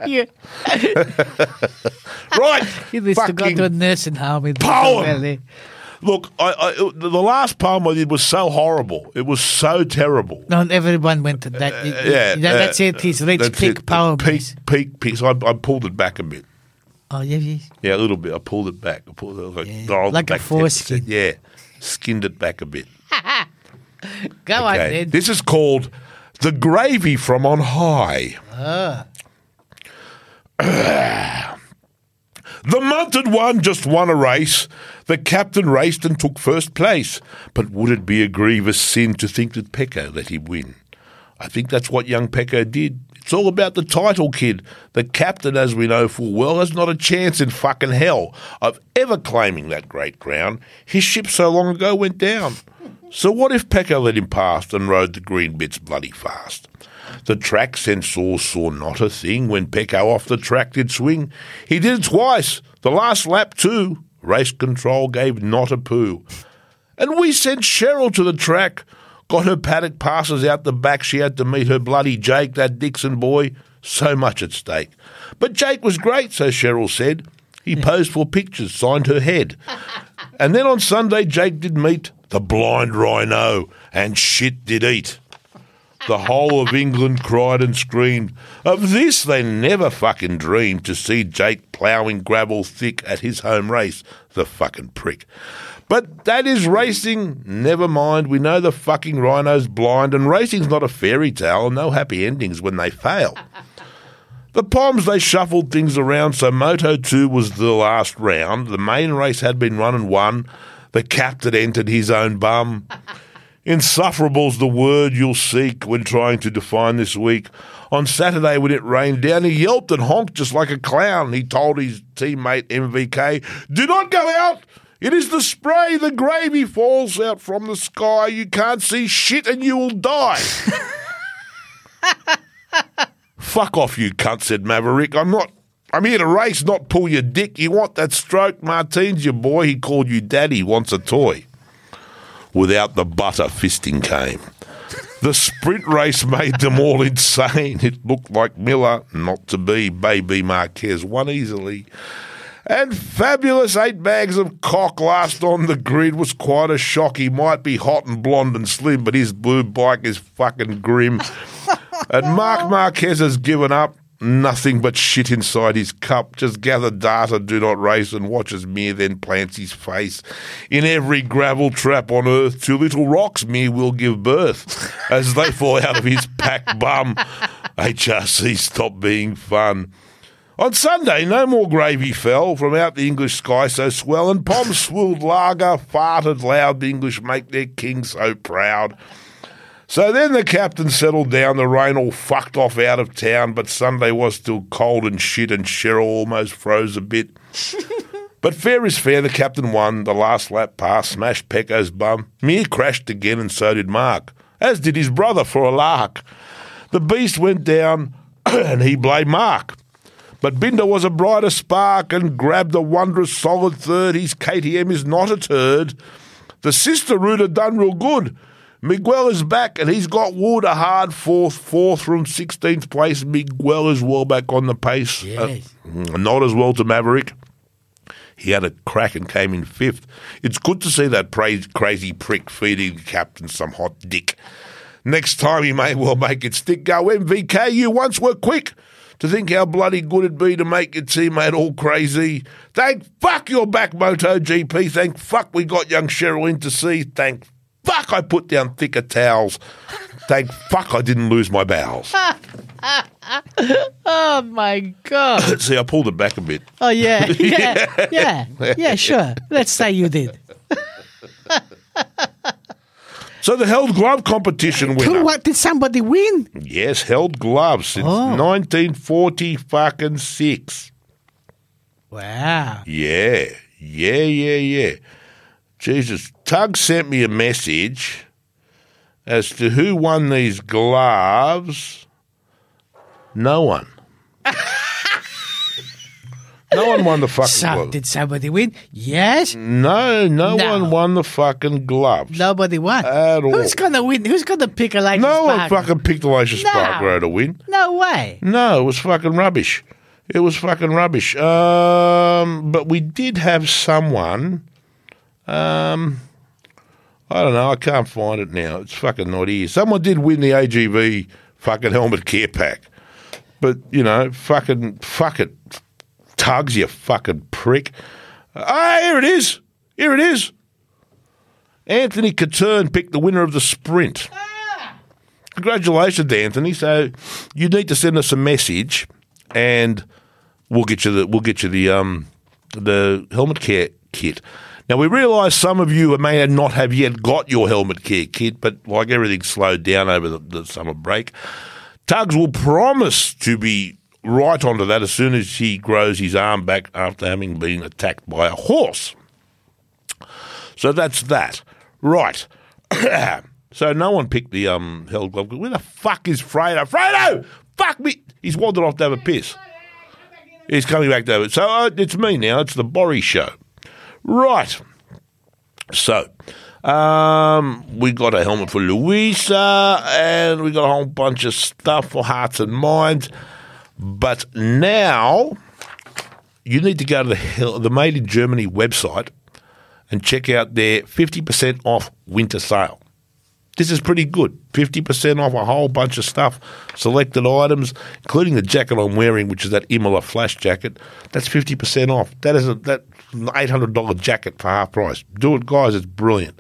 [SPEAKER 2] Yeah,
[SPEAKER 1] right.
[SPEAKER 2] he needs to go
[SPEAKER 1] fucking-
[SPEAKER 2] to a nursing home in the
[SPEAKER 1] Poem.
[SPEAKER 2] valley.
[SPEAKER 1] Look, I, I, the last poem I did was so horrible. It was so terrible.
[SPEAKER 2] No, everyone went to that.
[SPEAKER 1] Yeah,
[SPEAKER 2] yeah, that's
[SPEAKER 1] uh,
[SPEAKER 2] it. His rich
[SPEAKER 1] that's
[SPEAKER 2] peak
[SPEAKER 1] it.
[SPEAKER 2] power.
[SPEAKER 1] Peak,
[SPEAKER 2] base.
[SPEAKER 1] peak, peak. So I, I pulled it back a bit.
[SPEAKER 2] Oh yeah, yeah.
[SPEAKER 1] Yeah, a little bit. I pulled it back. I pulled it I was like,
[SPEAKER 2] Yeah,
[SPEAKER 1] dialed it
[SPEAKER 2] like a
[SPEAKER 1] back 10%.
[SPEAKER 2] foreskin.
[SPEAKER 1] Yeah, skinned it back a bit.
[SPEAKER 2] Go on,
[SPEAKER 1] Okay.
[SPEAKER 2] then.
[SPEAKER 1] This is called The Gravy from On High. the mounted one just won a race. The captain raced and took first place. But would it be a grievous sin to think that Pecco let him win? I think that's what young Pecco did. It's all about the title, kid. The captain, as we know full well, has not a chance in fucking hell of ever claiming that great ground. His ship so long ago went down. So what if Pecco let him past and rode the green bits bloody fast? The track censor saw not a thing when Pecco off the track did swing. He did it twice, the last lap too. Race control gave not a poo. And we sent Cheryl to the track. Got her paddock passes out the back. She had to meet her bloody Jake, that Dixon boy. So much at stake. But Jake was great, so Cheryl said. He posed for pictures, signed her head. And then on Sunday, Jake did meet the blind rhino, and shit did eat. The whole of England cried and screamed. Of this they never fucking dreamed to see Jake ploughing gravel thick at his home race. The fucking prick. But that is racing. Never mind. We know the fucking rhino's blind, and racing's not a fairy tale. No happy endings when they fail. The Poms, they shuffled things around, so Moto 2 was the last round. The main race had been run and won. The captain entered his own bum. Insufferable's the word you'll seek when trying to define this week. On Saturday, when it rained down, he yelped and honked just like a clown. He told his teammate MVK, Do not go out! It is the spray, the gravy falls out from the sky. You can't see shit and you will die. Fuck off, you cunt, said Maverick. I'm not. I'm here to race, not pull your dick. You want that stroke? Martine's your boy. He called you daddy, wants a toy. Without the butter, fisting came. The sprint race made them all insane. It looked like Miller, not to be, baby Marquez won easily. And fabulous eight bags of cock last on the grid was quite a shock. He might be hot and blonde and slim, but his blue bike is fucking grim. and Mark Marquez has given up nothing but shit inside his cup. Just gather data, do not race, and watch as Mir then plants his face in every gravel trap on earth. Two little rocks Mir will give birth as they fall out of his pack bum. HRC, stop being fun. On Sunday, no more gravy fell from out the English sky so swell, and Pom swilled lager, farted loud. The English make their king so proud. So then the captain settled down, the rain all fucked off out of town, but Sunday was still cold and shit, and Cheryl almost froze a bit. But fair is fair, the captain won. The last lap pass smashed Pecco's bum. Mir crashed again, and so did Mark, as did his brother for a lark. The beast went down, and he blamed Mark. But Binder was a brighter spark and grabbed a wondrous solid third. His KTM is not a turd. The sister route had done real good. Miguel is back and he's got Wood a hard fourth, fourth from 16th place. Miguel is well back on the pace.
[SPEAKER 2] Yes.
[SPEAKER 1] Uh, not as well to Maverick. He had a crack and came in fifth. It's good to see that praise, crazy prick feeding the captain some hot dick. Next time he may well make it stick. Go MVK, you once were quick to think how bloody good it'd be to make your teammate all crazy. Thank fuck you're back, Moto GP. Thank fuck we got young Cheryl in to see. Thank fuck I put down thicker towels. Thank fuck I didn't lose my bowels.
[SPEAKER 2] Oh my god.
[SPEAKER 1] see, I pulled it back a bit.
[SPEAKER 2] Oh yeah, yeah, yeah, yeah. Sure. Let's say you did.
[SPEAKER 1] So the Held Glove competition winner.
[SPEAKER 2] Who, what did somebody win?
[SPEAKER 1] Yes, held gloves since
[SPEAKER 2] Oh.
[SPEAKER 1] 1940 fucking six.
[SPEAKER 2] Wow.
[SPEAKER 1] Yeah, yeah, yeah, yeah. Jesus, Tug sent me a message as to who won these gloves. No one. no one won the fucking
[SPEAKER 2] So,
[SPEAKER 1] glove.
[SPEAKER 2] did somebody win? Yes.
[SPEAKER 1] Mm. no, no,
[SPEAKER 2] No.
[SPEAKER 1] one won the fucking gloves.
[SPEAKER 2] Nobody won.
[SPEAKER 1] At all.
[SPEAKER 2] Who's gonna win? Who's gonna pick a like?
[SPEAKER 1] No one fucking picked Alicia
[SPEAKER 2] No.
[SPEAKER 1] Sparkrow to win.
[SPEAKER 2] No way.
[SPEAKER 1] No, it was fucking rubbish. It was fucking rubbish. Um, but we did have someone. Um, I don't know. I can't find it now. It's fucking not here. Someone did win the AGV fucking helmet care pack. But, you know, fucking, fuck it. Tugs, you fucking prick. Ah, here it is. Here it is. Anthony Catern picked the winner of the sprint. Congratulations, Anthony. So you need to send us a message, and we'll get you the we'll get you the um the helmet care kit. Now we realise some of you may not have yet got your helmet care kit, but like everything's slowed down over the, the summer break, Tugs will promise to be right onto that as soon as he grows his arm back after having been attacked by a horse. So that's that. Right. so no one picked the um held glove. Where the fuck is Fredo? Fredo! Fuck me! He's wandered off to have a piss. He's coming back to have it. So uh, it's me now. It's the Borry show. Right. So um, we got a helmet for Louisa and we got a whole bunch of stuff for hearts and minds. But now you need to go to the, hel- the Made in Germany website and check out their 50% off winter sale. This is pretty good. 50% off a whole bunch of stuff, selected items, including the jacket I'm wearing, which is that Imola flash jacket. That's 50% off. That is a, that an $800 jacket for half price. Do it, guys. It's brilliant.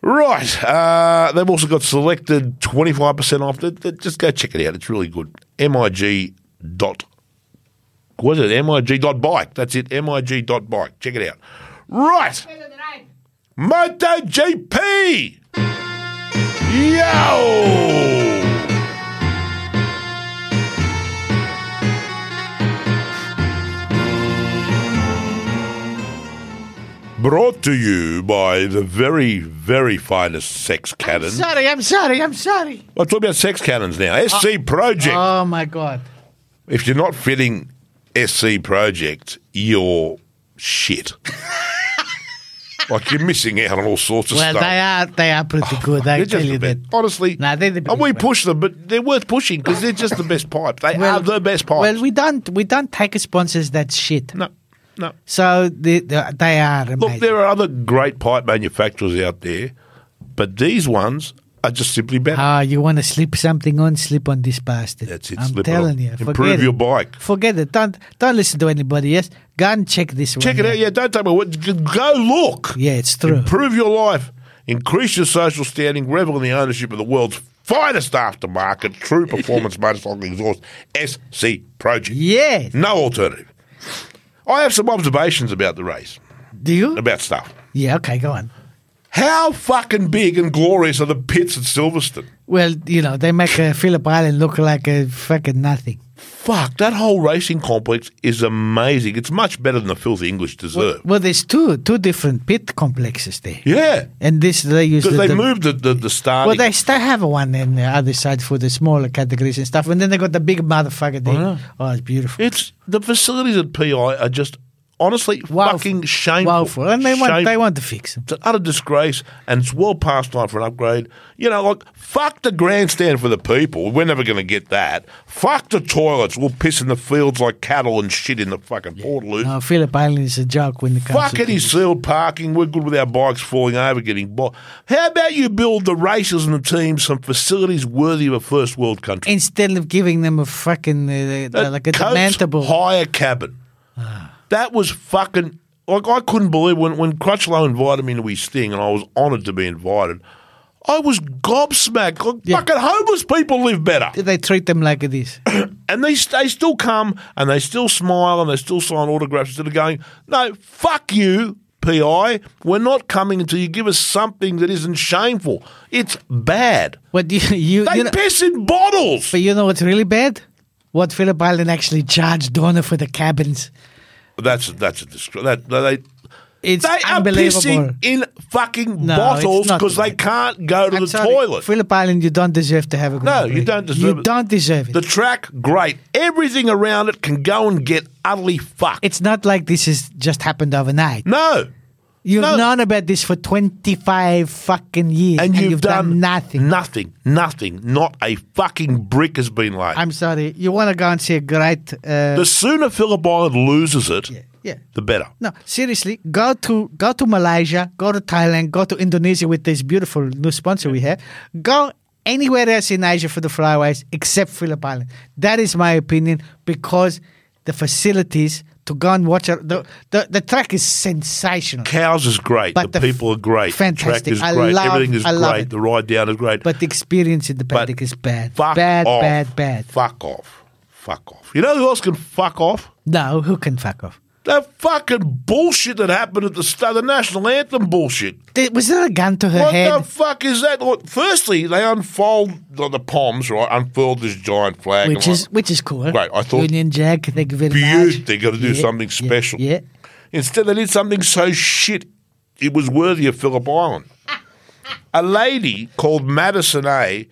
[SPEAKER 1] Right. Uh, they've also got selected 25% off. Th- th- Just go check it out. It's really good. MIG dot was it MIG dot bike? That's it, MIG dot bike. Check it out. Right. MotoGP. Yo. Brought to you by the very, very finest sex cannon.
[SPEAKER 2] Sorry, I'm sorry, I'm sorry.
[SPEAKER 1] I'm talking about sex cannons now. SC Project.
[SPEAKER 2] Oh my god.
[SPEAKER 1] If you're not fitting SC Project, you're shit. like you're missing out on all sorts of
[SPEAKER 2] Well,
[SPEAKER 1] stuff.
[SPEAKER 2] they are they are pretty good. I
[SPEAKER 1] They're
[SPEAKER 2] tell
[SPEAKER 1] Oh, just
[SPEAKER 2] you
[SPEAKER 1] the
[SPEAKER 2] that.
[SPEAKER 1] best. Honestly,
[SPEAKER 2] Nah, they're the
[SPEAKER 1] and we
[SPEAKER 2] best.
[SPEAKER 1] push them, but they're worth pushing because they're just the best pipe. They
[SPEAKER 2] Well-
[SPEAKER 1] are the best pipe.
[SPEAKER 2] Well, we don't we don't take sponsors that shit.
[SPEAKER 1] no, no.
[SPEAKER 2] So the, the, they are
[SPEAKER 1] Look,
[SPEAKER 2] amazing.
[SPEAKER 1] there are other great pipe manufacturers out there, but these ones are just simply better.
[SPEAKER 2] Ah, you want to slip something on? Slip on this bastard.
[SPEAKER 1] That's it.
[SPEAKER 2] I'm
[SPEAKER 1] slip it
[SPEAKER 2] telling
[SPEAKER 1] on.
[SPEAKER 2] you.
[SPEAKER 1] Improve
[SPEAKER 2] forget
[SPEAKER 1] your
[SPEAKER 2] it.
[SPEAKER 1] bike.
[SPEAKER 2] Forget it. Don't don't listen to anybody else. Go and check this one.
[SPEAKER 1] Check it out. Yeah, don't take my word. Go look.
[SPEAKER 2] Yeah, it's true.
[SPEAKER 1] Improve your life, increase your social standing, revel in the ownership of the world's finest aftermarket, true performance motorcycle exhaust, SC Project.
[SPEAKER 2] yeah.
[SPEAKER 1] No alternative. I have some observations about the race,
[SPEAKER 2] Do you?
[SPEAKER 1] about stuff.
[SPEAKER 2] Yeah. Okay. Go on.
[SPEAKER 1] How fucking big and glorious are the pits at Silverstone?
[SPEAKER 2] Well, you know they make uh, Phillip Island look like a fucking nothing.
[SPEAKER 1] Fuck, that whole racing complex is amazing. It's much better than the filthy English deserve.
[SPEAKER 2] Well, there's two two different pit complexes there,
[SPEAKER 1] Yeah,
[SPEAKER 2] and this they use
[SPEAKER 1] because
[SPEAKER 2] the-
[SPEAKER 1] they
[SPEAKER 2] the-
[SPEAKER 1] moved the, the, the starting.
[SPEAKER 2] Well, they still have one in the other side for the smaller categories and stuff, and then they got the big motherfucker there. Oh, it's beautiful.
[SPEAKER 1] It's the facilities at PI are just honestly
[SPEAKER 2] Wowful.
[SPEAKER 1] fucking shameful.
[SPEAKER 2] Wowful. and they want they
[SPEAKER 1] Shameful.
[SPEAKER 2] want to fix them.
[SPEAKER 1] It's an utter disgrace, and it's well past time for an upgrade. You know, like fuck the grandstand for the people. We're never going to get that. Fuck the toilets. We'll piss in the fields like cattle and shit in the fucking Portaloos.
[SPEAKER 2] No, Uh, Phillip Island is a joke when it comes.
[SPEAKER 1] Fuck
[SPEAKER 2] to
[SPEAKER 1] any sealed parking. We're good with our bikes falling over, getting bought. How about you build the races and the teams some facilities worthy of a first world country?
[SPEAKER 2] Instead of giving them a fucking uh, uh, like a
[SPEAKER 1] Coates
[SPEAKER 2] demantable.
[SPEAKER 1] hire cabin. That was fucking like I couldn't believe when when Crutchlow invited me to his thing, and I was honoured to be invited. I was gobsmacked. Like,
[SPEAKER 2] Yeah.
[SPEAKER 1] Fucking homeless people live better,
[SPEAKER 2] They treat them like it is.
[SPEAKER 1] and they they still come and they still smile and they still sign autographs instead of going, no, fuck you. PI. We're not coming until you give us something that isn't shameful. It's bad.
[SPEAKER 2] But you, you,
[SPEAKER 1] They
[SPEAKER 2] you know,
[SPEAKER 1] piss in bottles.
[SPEAKER 2] but you know what's really bad? What Philip Island actually charged Donna for the cabins.
[SPEAKER 1] That's that's a disgrace. That, that they
[SPEAKER 2] It's
[SPEAKER 1] they are
[SPEAKER 2] unbelievable.
[SPEAKER 1] pissing in fucking
[SPEAKER 2] No,
[SPEAKER 1] bottles
[SPEAKER 2] it's not
[SPEAKER 1] because they
[SPEAKER 2] right.
[SPEAKER 1] can't go to
[SPEAKER 2] I'm
[SPEAKER 1] the
[SPEAKER 2] sorry,
[SPEAKER 1] toilet.
[SPEAKER 2] Phillip Island, you don't deserve to have a Grand
[SPEAKER 1] No, you
[SPEAKER 2] Prix.
[SPEAKER 1] don't deserve
[SPEAKER 2] You
[SPEAKER 1] it.
[SPEAKER 2] don't deserve it.
[SPEAKER 1] The track, great. Everything around it can go and get utterly fucked.
[SPEAKER 2] it's not like this has just happened overnight.
[SPEAKER 1] no.
[SPEAKER 2] You've
[SPEAKER 1] No.
[SPEAKER 2] known about this for 25 fucking years,
[SPEAKER 1] And, you've,
[SPEAKER 2] done, nothing.
[SPEAKER 1] Nothing. Nothing. Not a fucking brick has been laid.
[SPEAKER 2] I'm sorry. You want to go and see a great. Uh,
[SPEAKER 1] the sooner Phillip Island loses it,
[SPEAKER 2] yeah, yeah.
[SPEAKER 1] the better.
[SPEAKER 2] No, seriously, go to go to Malaysia, go to Thailand, go to Indonesia with this beautiful new sponsor we have. Go anywhere else in Asia for the flyaways except Phillip Island. That is my opinion because the facilities to go and watch are, the, the the track is sensational.
[SPEAKER 1] Cows is great.
[SPEAKER 2] But
[SPEAKER 1] the,
[SPEAKER 2] the
[SPEAKER 1] people are great.
[SPEAKER 2] fantastic.
[SPEAKER 1] The track is
[SPEAKER 2] I
[SPEAKER 1] great.
[SPEAKER 2] love-
[SPEAKER 1] Everything is
[SPEAKER 2] I love
[SPEAKER 1] great.
[SPEAKER 2] it.
[SPEAKER 1] The ride down is great.
[SPEAKER 2] But the experience in the
[SPEAKER 1] But
[SPEAKER 2] paddock is bad.
[SPEAKER 1] fuck
[SPEAKER 2] bad,
[SPEAKER 1] off.
[SPEAKER 2] bad, bad.
[SPEAKER 1] Fuck off. Fuck off. You know who else can fuck off?
[SPEAKER 2] No, who can fuck off?
[SPEAKER 1] That fucking bullshit that happened at the st- the national anthem bullshit.
[SPEAKER 2] Did- was there a gun to her
[SPEAKER 1] What
[SPEAKER 2] head?
[SPEAKER 1] the fuck is that? Look, firstly, they unfold the, the palms, right? Unfurled this giant flag.
[SPEAKER 2] which
[SPEAKER 1] and
[SPEAKER 2] is
[SPEAKER 1] like-
[SPEAKER 2] which is cool.
[SPEAKER 1] Great, I thought-
[SPEAKER 2] Union Jack. Thank you very
[SPEAKER 1] Beaut,
[SPEAKER 2] much.
[SPEAKER 1] they gotta do something special.
[SPEAKER 2] Yeah,
[SPEAKER 1] instead they did something so shit it was worthy of Phillip Island. A lady called Madison A,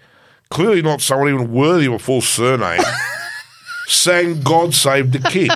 [SPEAKER 1] clearly not someone even worthy of a full surname, sang "God Save the King."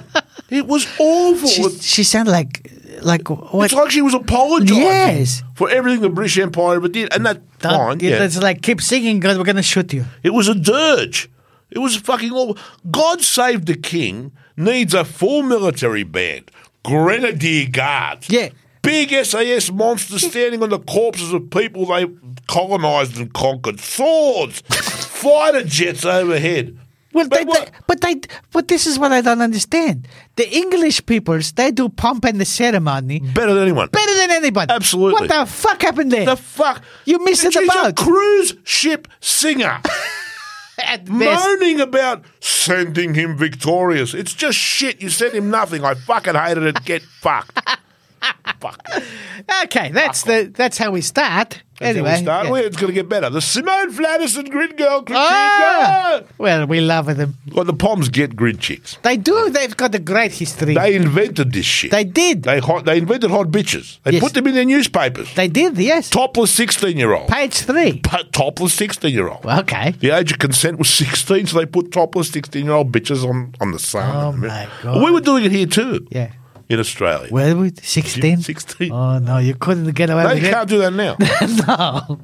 [SPEAKER 1] It was awful.
[SPEAKER 2] she, she sounded like like what?
[SPEAKER 1] it's like she was apologising
[SPEAKER 2] Yes.
[SPEAKER 1] for everything the British Empire ever did, and that
[SPEAKER 2] Don't-
[SPEAKER 1] fine.
[SPEAKER 2] yeah,
[SPEAKER 1] Yeah,
[SPEAKER 2] It's like keep singing, God, we're gonna shoot you.
[SPEAKER 1] It was a dirge. It was fucking awful. God Save the King needs a full military band, Grenadier Guards.
[SPEAKER 2] Yeah.
[SPEAKER 1] Big SAS monsters standing on the corpses of people they colonised and conquered. Swords, fighter jets overhead.
[SPEAKER 2] Well,
[SPEAKER 1] But
[SPEAKER 2] they,
[SPEAKER 1] what-
[SPEAKER 2] they- but they, but this is what I don't understand. The English peoples, they do pomp and the ceremony
[SPEAKER 1] better than anyone.
[SPEAKER 2] better than anybody.
[SPEAKER 1] Absolutely.
[SPEAKER 2] What the fuck happened there?
[SPEAKER 1] the fuck?
[SPEAKER 2] You missed it
[SPEAKER 1] She's a
[SPEAKER 2] about.
[SPEAKER 1] cruise ship singer
[SPEAKER 2] At best.
[SPEAKER 1] moaning about sending him victorious. It's just shit. You sent him nothing. I fucking hated it. Get fucked. fuck.
[SPEAKER 2] Okay, that's the that's how we start.
[SPEAKER 1] Until
[SPEAKER 2] anyway,
[SPEAKER 1] we start
[SPEAKER 2] yeah.
[SPEAKER 1] with, it's going to get better. The Simone Flanderson Grid Girl Grid
[SPEAKER 2] Ah!
[SPEAKER 1] Chick.
[SPEAKER 2] well, we love them.
[SPEAKER 1] ah! Well, the Poms get Grid Chicks.
[SPEAKER 2] They do. They've got a great history. They,
[SPEAKER 1] They invented this shit.
[SPEAKER 2] did. They,
[SPEAKER 1] They hot, they invented hot bitches. They
[SPEAKER 2] Yes.
[SPEAKER 1] put them in their newspapers.
[SPEAKER 2] did. Yes.
[SPEAKER 1] Topless sixteen year old.
[SPEAKER 2] Page three.
[SPEAKER 1] Topless sixteen year old.
[SPEAKER 2] Well, okay.
[SPEAKER 1] The age of consent was sixteen, so they put topless sixteen year old bitches on on the sun.
[SPEAKER 2] Oh, my God.
[SPEAKER 1] We were doing it here too.
[SPEAKER 2] Yeah.
[SPEAKER 1] In Australia.
[SPEAKER 2] Well, we sixteen.
[SPEAKER 1] 16.
[SPEAKER 2] Oh no, you couldn't get away
[SPEAKER 1] they
[SPEAKER 2] with
[SPEAKER 1] can't do that now.
[SPEAKER 2] it. no.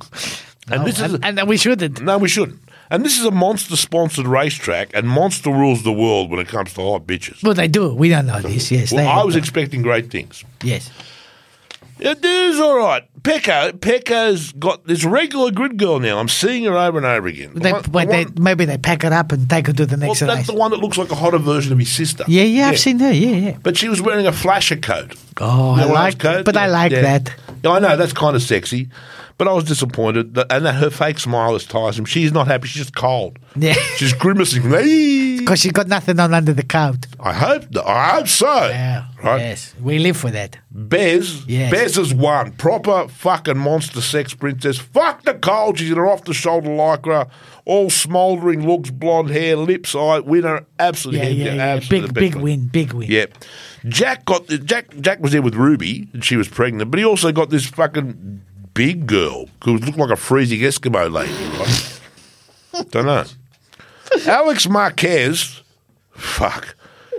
[SPEAKER 1] And this is
[SPEAKER 2] and, and we shouldn't.
[SPEAKER 1] no, we shouldn't. And this is a monster sponsored racetrack, and monster rules the world when it comes to hot bitches.
[SPEAKER 2] Well, they do. We don't know this. Yes,
[SPEAKER 1] Well,
[SPEAKER 2] they.
[SPEAKER 1] I
[SPEAKER 2] have
[SPEAKER 1] was
[SPEAKER 2] them.
[SPEAKER 1] expecting great things.
[SPEAKER 2] yes.
[SPEAKER 1] It is all right. Pecco, Pecco's got this regular grid girl now. I'm seeing her over and over again. The
[SPEAKER 2] They,
[SPEAKER 1] one- the
[SPEAKER 2] but they,
[SPEAKER 1] one-
[SPEAKER 2] maybe they pack it up and take it to the
[SPEAKER 1] well,
[SPEAKER 2] next
[SPEAKER 1] that's
[SPEAKER 2] race.
[SPEAKER 1] the one that looks like a hotter version of his sister.
[SPEAKER 2] yeah, yeah, I've seen her. Yeah, yeah.
[SPEAKER 1] But she was wearing a flasher coat.
[SPEAKER 2] Oh, I
[SPEAKER 1] The orange
[SPEAKER 2] like.
[SPEAKER 1] coat,
[SPEAKER 2] But I
[SPEAKER 1] yeah,
[SPEAKER 2] like
[SPEAKER 1] yeah.
[SPEAKER 2] that.
[SPEAKER 1] Yeah, I know that's kind of sexy, but I was disappointed. that- And that her fake smile is tiresome. She's not happy. She's just cold.
[SPEAKER 2] Yeah.
[SPEAKER 1] She's grimacing. "Eee."
[SPEAKER 2] Because she got nothing on under the coat.
[SPEAKER 1] I hope. I hope so.
[SPEAKER 2] Yeah.
[SPEAKER 1] Right.
[SPEAKER 2] Yes. We live for that.
[SPEAKER 1] Bez,
[SPEAKER 2] Yes.
[SPEAKER 1] Bez is one proper fucking monster sex princess. Fuck the cold. She's in her off the shoulder lycra, all smouldering looks, blonde hair, lips, eye winner, absolutely,
[SPEAKER 2] Yeah, yeah, yeah. Big, big win. Big win.
[SPEAKER 1] Yeah, Jack got the, Jack. Jack was there with Ruby, and she was pregnant, but he also got this fucking big girl who looked like a freezing Eskimo lady. Right? Don't know. Alex Marquez, fuck.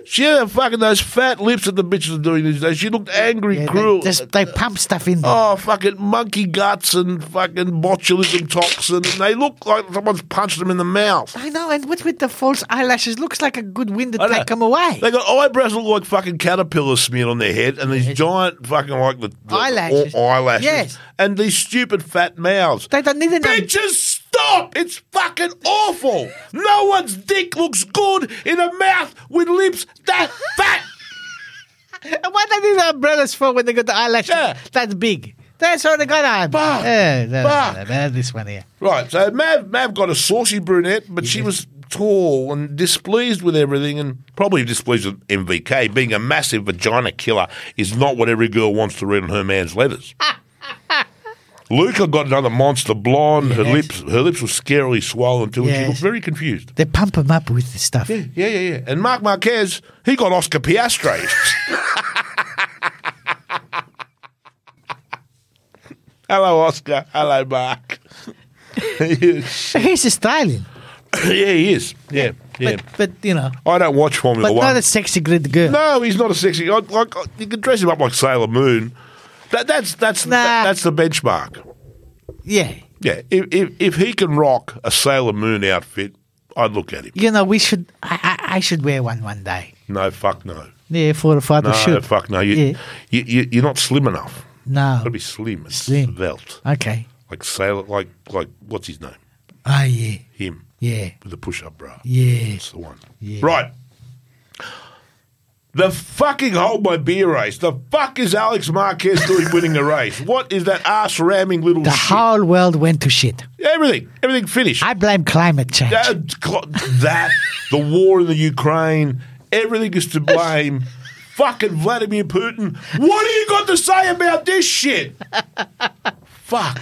[SPEAKER 1] She had her fucking those fat lips that the bitches are doing these days. She looked angry,
[SPEAKER 2] Yeah, they
[SPEAKER 1] cruel.
[SPEAKER 2] just- they pump stuff in there.
[SPEAKER 1] Oh, fucking monkey guts and fucking botulism toxin. And they look like someone's punched them in the mouth.
[SPEAKER 2] I know, and what's with the false eyelashes? Looks like a good wind to
[SPEAKER 1] I know.
[SPEAKER 2] take them away.
[SPEAKER 1] They got eyebrows that look like fucking caterpillars smeared on their head, and these giant fucking like the, the
[SPEAKER 2] Eyelashes.
[SPEAKER 1] or eyelashes,
[SPEAKER 2] Yes.
[SPEAKER 1] and these stupid fat mouths.
[SPEAKER 2] They don't need an
[SPEAKER 1] Bitches, stop! It's fucking awful. No one's dick looks good in a mouth with lips that fat.
[SPEAKER 2] What they need umbrellas for when they got the eyelashes
[SPEAKER 1] Yeah.
[SPEAKER 2] that's big? That's all they got on.
[SPEAKER 1] Fuck.
[SPEAKER 2] Yeah, no, no, no,
[SPEAKER 1] Fuck.
[SPEAKER 2] no, no, this one here.
[SPEAKER 1] Right, so Mav Mav got a saucy brunette, but she was all and displeased with everything and probably displeased with MVK. Being a massive vagina killer is not what every girl wants to read in her man's letters. Luca got another monster blonde. Her lips
[SPEAKER 2] Yes.
[SPEAKER 1] her lips were scarily swollen too, and she
[SPEAKER 2] Yes.
[SPEAKER 1] looked very confused.
[SPEAKER 2] They pump him up with the stuff.
[SPEAKER 1] Yeah, yeah, yeah, yeah. And Mark Marquez, he got Oscar Piastri. Hello, Oscar. Hello, Mark. yeah,
[SPEAKER 2] He's Australian,
[SPEAKER 1] he is. Yeah, yeah.
[SPEAKER 2] but, but you know,
[SPEAKER 1] I don't watch Formula
[SPEAKER 2] but
[SPEAKER 1] One.
[SPEAKER 2] not a sexy grid girl.
[SPEAKER 1] No, he's not a sexy. I, like I- you can dress him up like Sailor Moon. That, that's that's
[SPEAKER 2] Nah.
[SPEAKER 1] that- that's the benchmark.
[SPEAKER 2] Yeah,
[SPEAKER 1] Yeah, if, if if he can rock a Sailor Moon outfit, I'd look at him.
[SPEAKER 2] you know, we should. I, I, I should wear one one day.
[SPEAKER 1] No, fuck no.
[SPEAKER 2] Yeah, for the father
[SPEAKER 1] No,
[SPEAKER 2] should.
[SPEAKER 1] fuck no. You,
[SPEAKER 2] Yeah.
[SPEAKER 1] you, you you're not slim enough.
[SPEAKER 2] No.
[SPEAKER 1] Got to be slim and
[SPEAKER 2] Slim.
[SPEAKER 1] svelte,
[SPEAKER 2] Okay.
[SPEAKER 1] like Sailor, like like what's his name?
[SPEAKER 2] Ah, yeah,
[SPEAKER 1] Him
[SPEAKER 2] yeah,
[SPEAKER 1] with the push-up bra.
[SPEAKER 2] yeah.
[SPEAKER 1] That's the one.
[SPEAKER 2] Yeah.
[SPEAKER 1] Right. The fucking hold my beer race. The fuck is Alex Marquez doing winning a race? What is that ass ramming little
[SPEAKER 2] The
[SPEAKER 1] shit?
[SPEAKER 2] whole world went to shit.
[SPEAKER 1] Everything, everything finished.
[SPEAKER 2] I blame climate change.
[SPEAKER 1] that, that, the war in the Ukraine, everything is to blame. Fucking Vladimir Putin. What have you got to say about this shit? Fuck.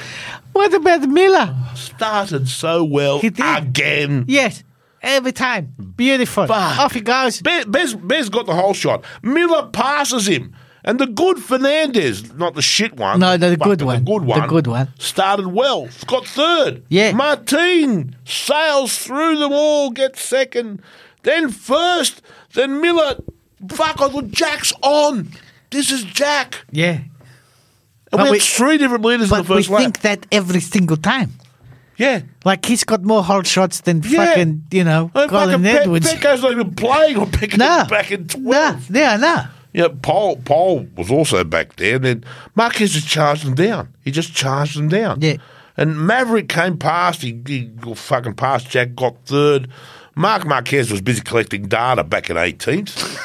[SPEAKER 2] What about Miller?
[SPEAKER 1] Started so well
[SPEAKER 2] He did.
[SPEAKER 1] again.
[SPEAKER 2] Yes, every time. Beautiful.
[SPEAKER 1] Fuck.
[SPEAKER 2] Off he goes.
[SPEAKER 1] Be- Bez, Bez got the whole shot. Miller passes him. And the good Fernandez, not the shit one.
[SPEAKER 2] No, no, the
[SPEAKER 1] but
[SPEAKER 2] good
[SPEAKER 1] The
[SPEAKER 2] one.
[SPEAKER 1] good
[SPEAKER 2] The
[SPEAKER 1] one.
[SPEAKER 2] good one.
[SPEAKER 1] Started well. Got third.
[SPEAKER 2] Yeah.
[SPEAKER 1] Martin sails through them all, gets second, then first, then Miller. Fuck, I thought Jack's on. This is Jack.
[SPEAKER 2] Yeah.
[SPEAKER 1] And
[SPEAKER 2] But
[SPEAKER 1] we had
[SPEAKER 2] we-
[SPEAKER 1] three different leaders in the
[SPEAKER 2] But we
[SPEAKER 1] first lap.
[SPEAKER 2] think that every single time.
[SPEAKER 1] yeah.
[SPEAKER 2] Like he's got more hard shots than
[SPEAKER 1] Yeah.
[SPEAKER 2] fucking, you know,
[SPEAKER 1] I mean,
[SPEAKER 2] Colin
[SPEAKER 1] fucking Pe-
[SPEAKER 2] Edwards.
[SPEAKER 1] Pecco's not even playing on Pecco
[SPEAKER 2] no.
[SPEAKER 1] back in 12.
[SPEAKER 2] No, yeah, no.
[SPEAKER 1] Yeah, Paul Paul was also back there. And then Marquez just charged them down. He just charged them down.
[SPEAKER 2] Yeah.
[SPEAKER 1] And Maverick came past. He, he fucking passed Jack, got third. Mark Marquez was busy collecting data back in 18th.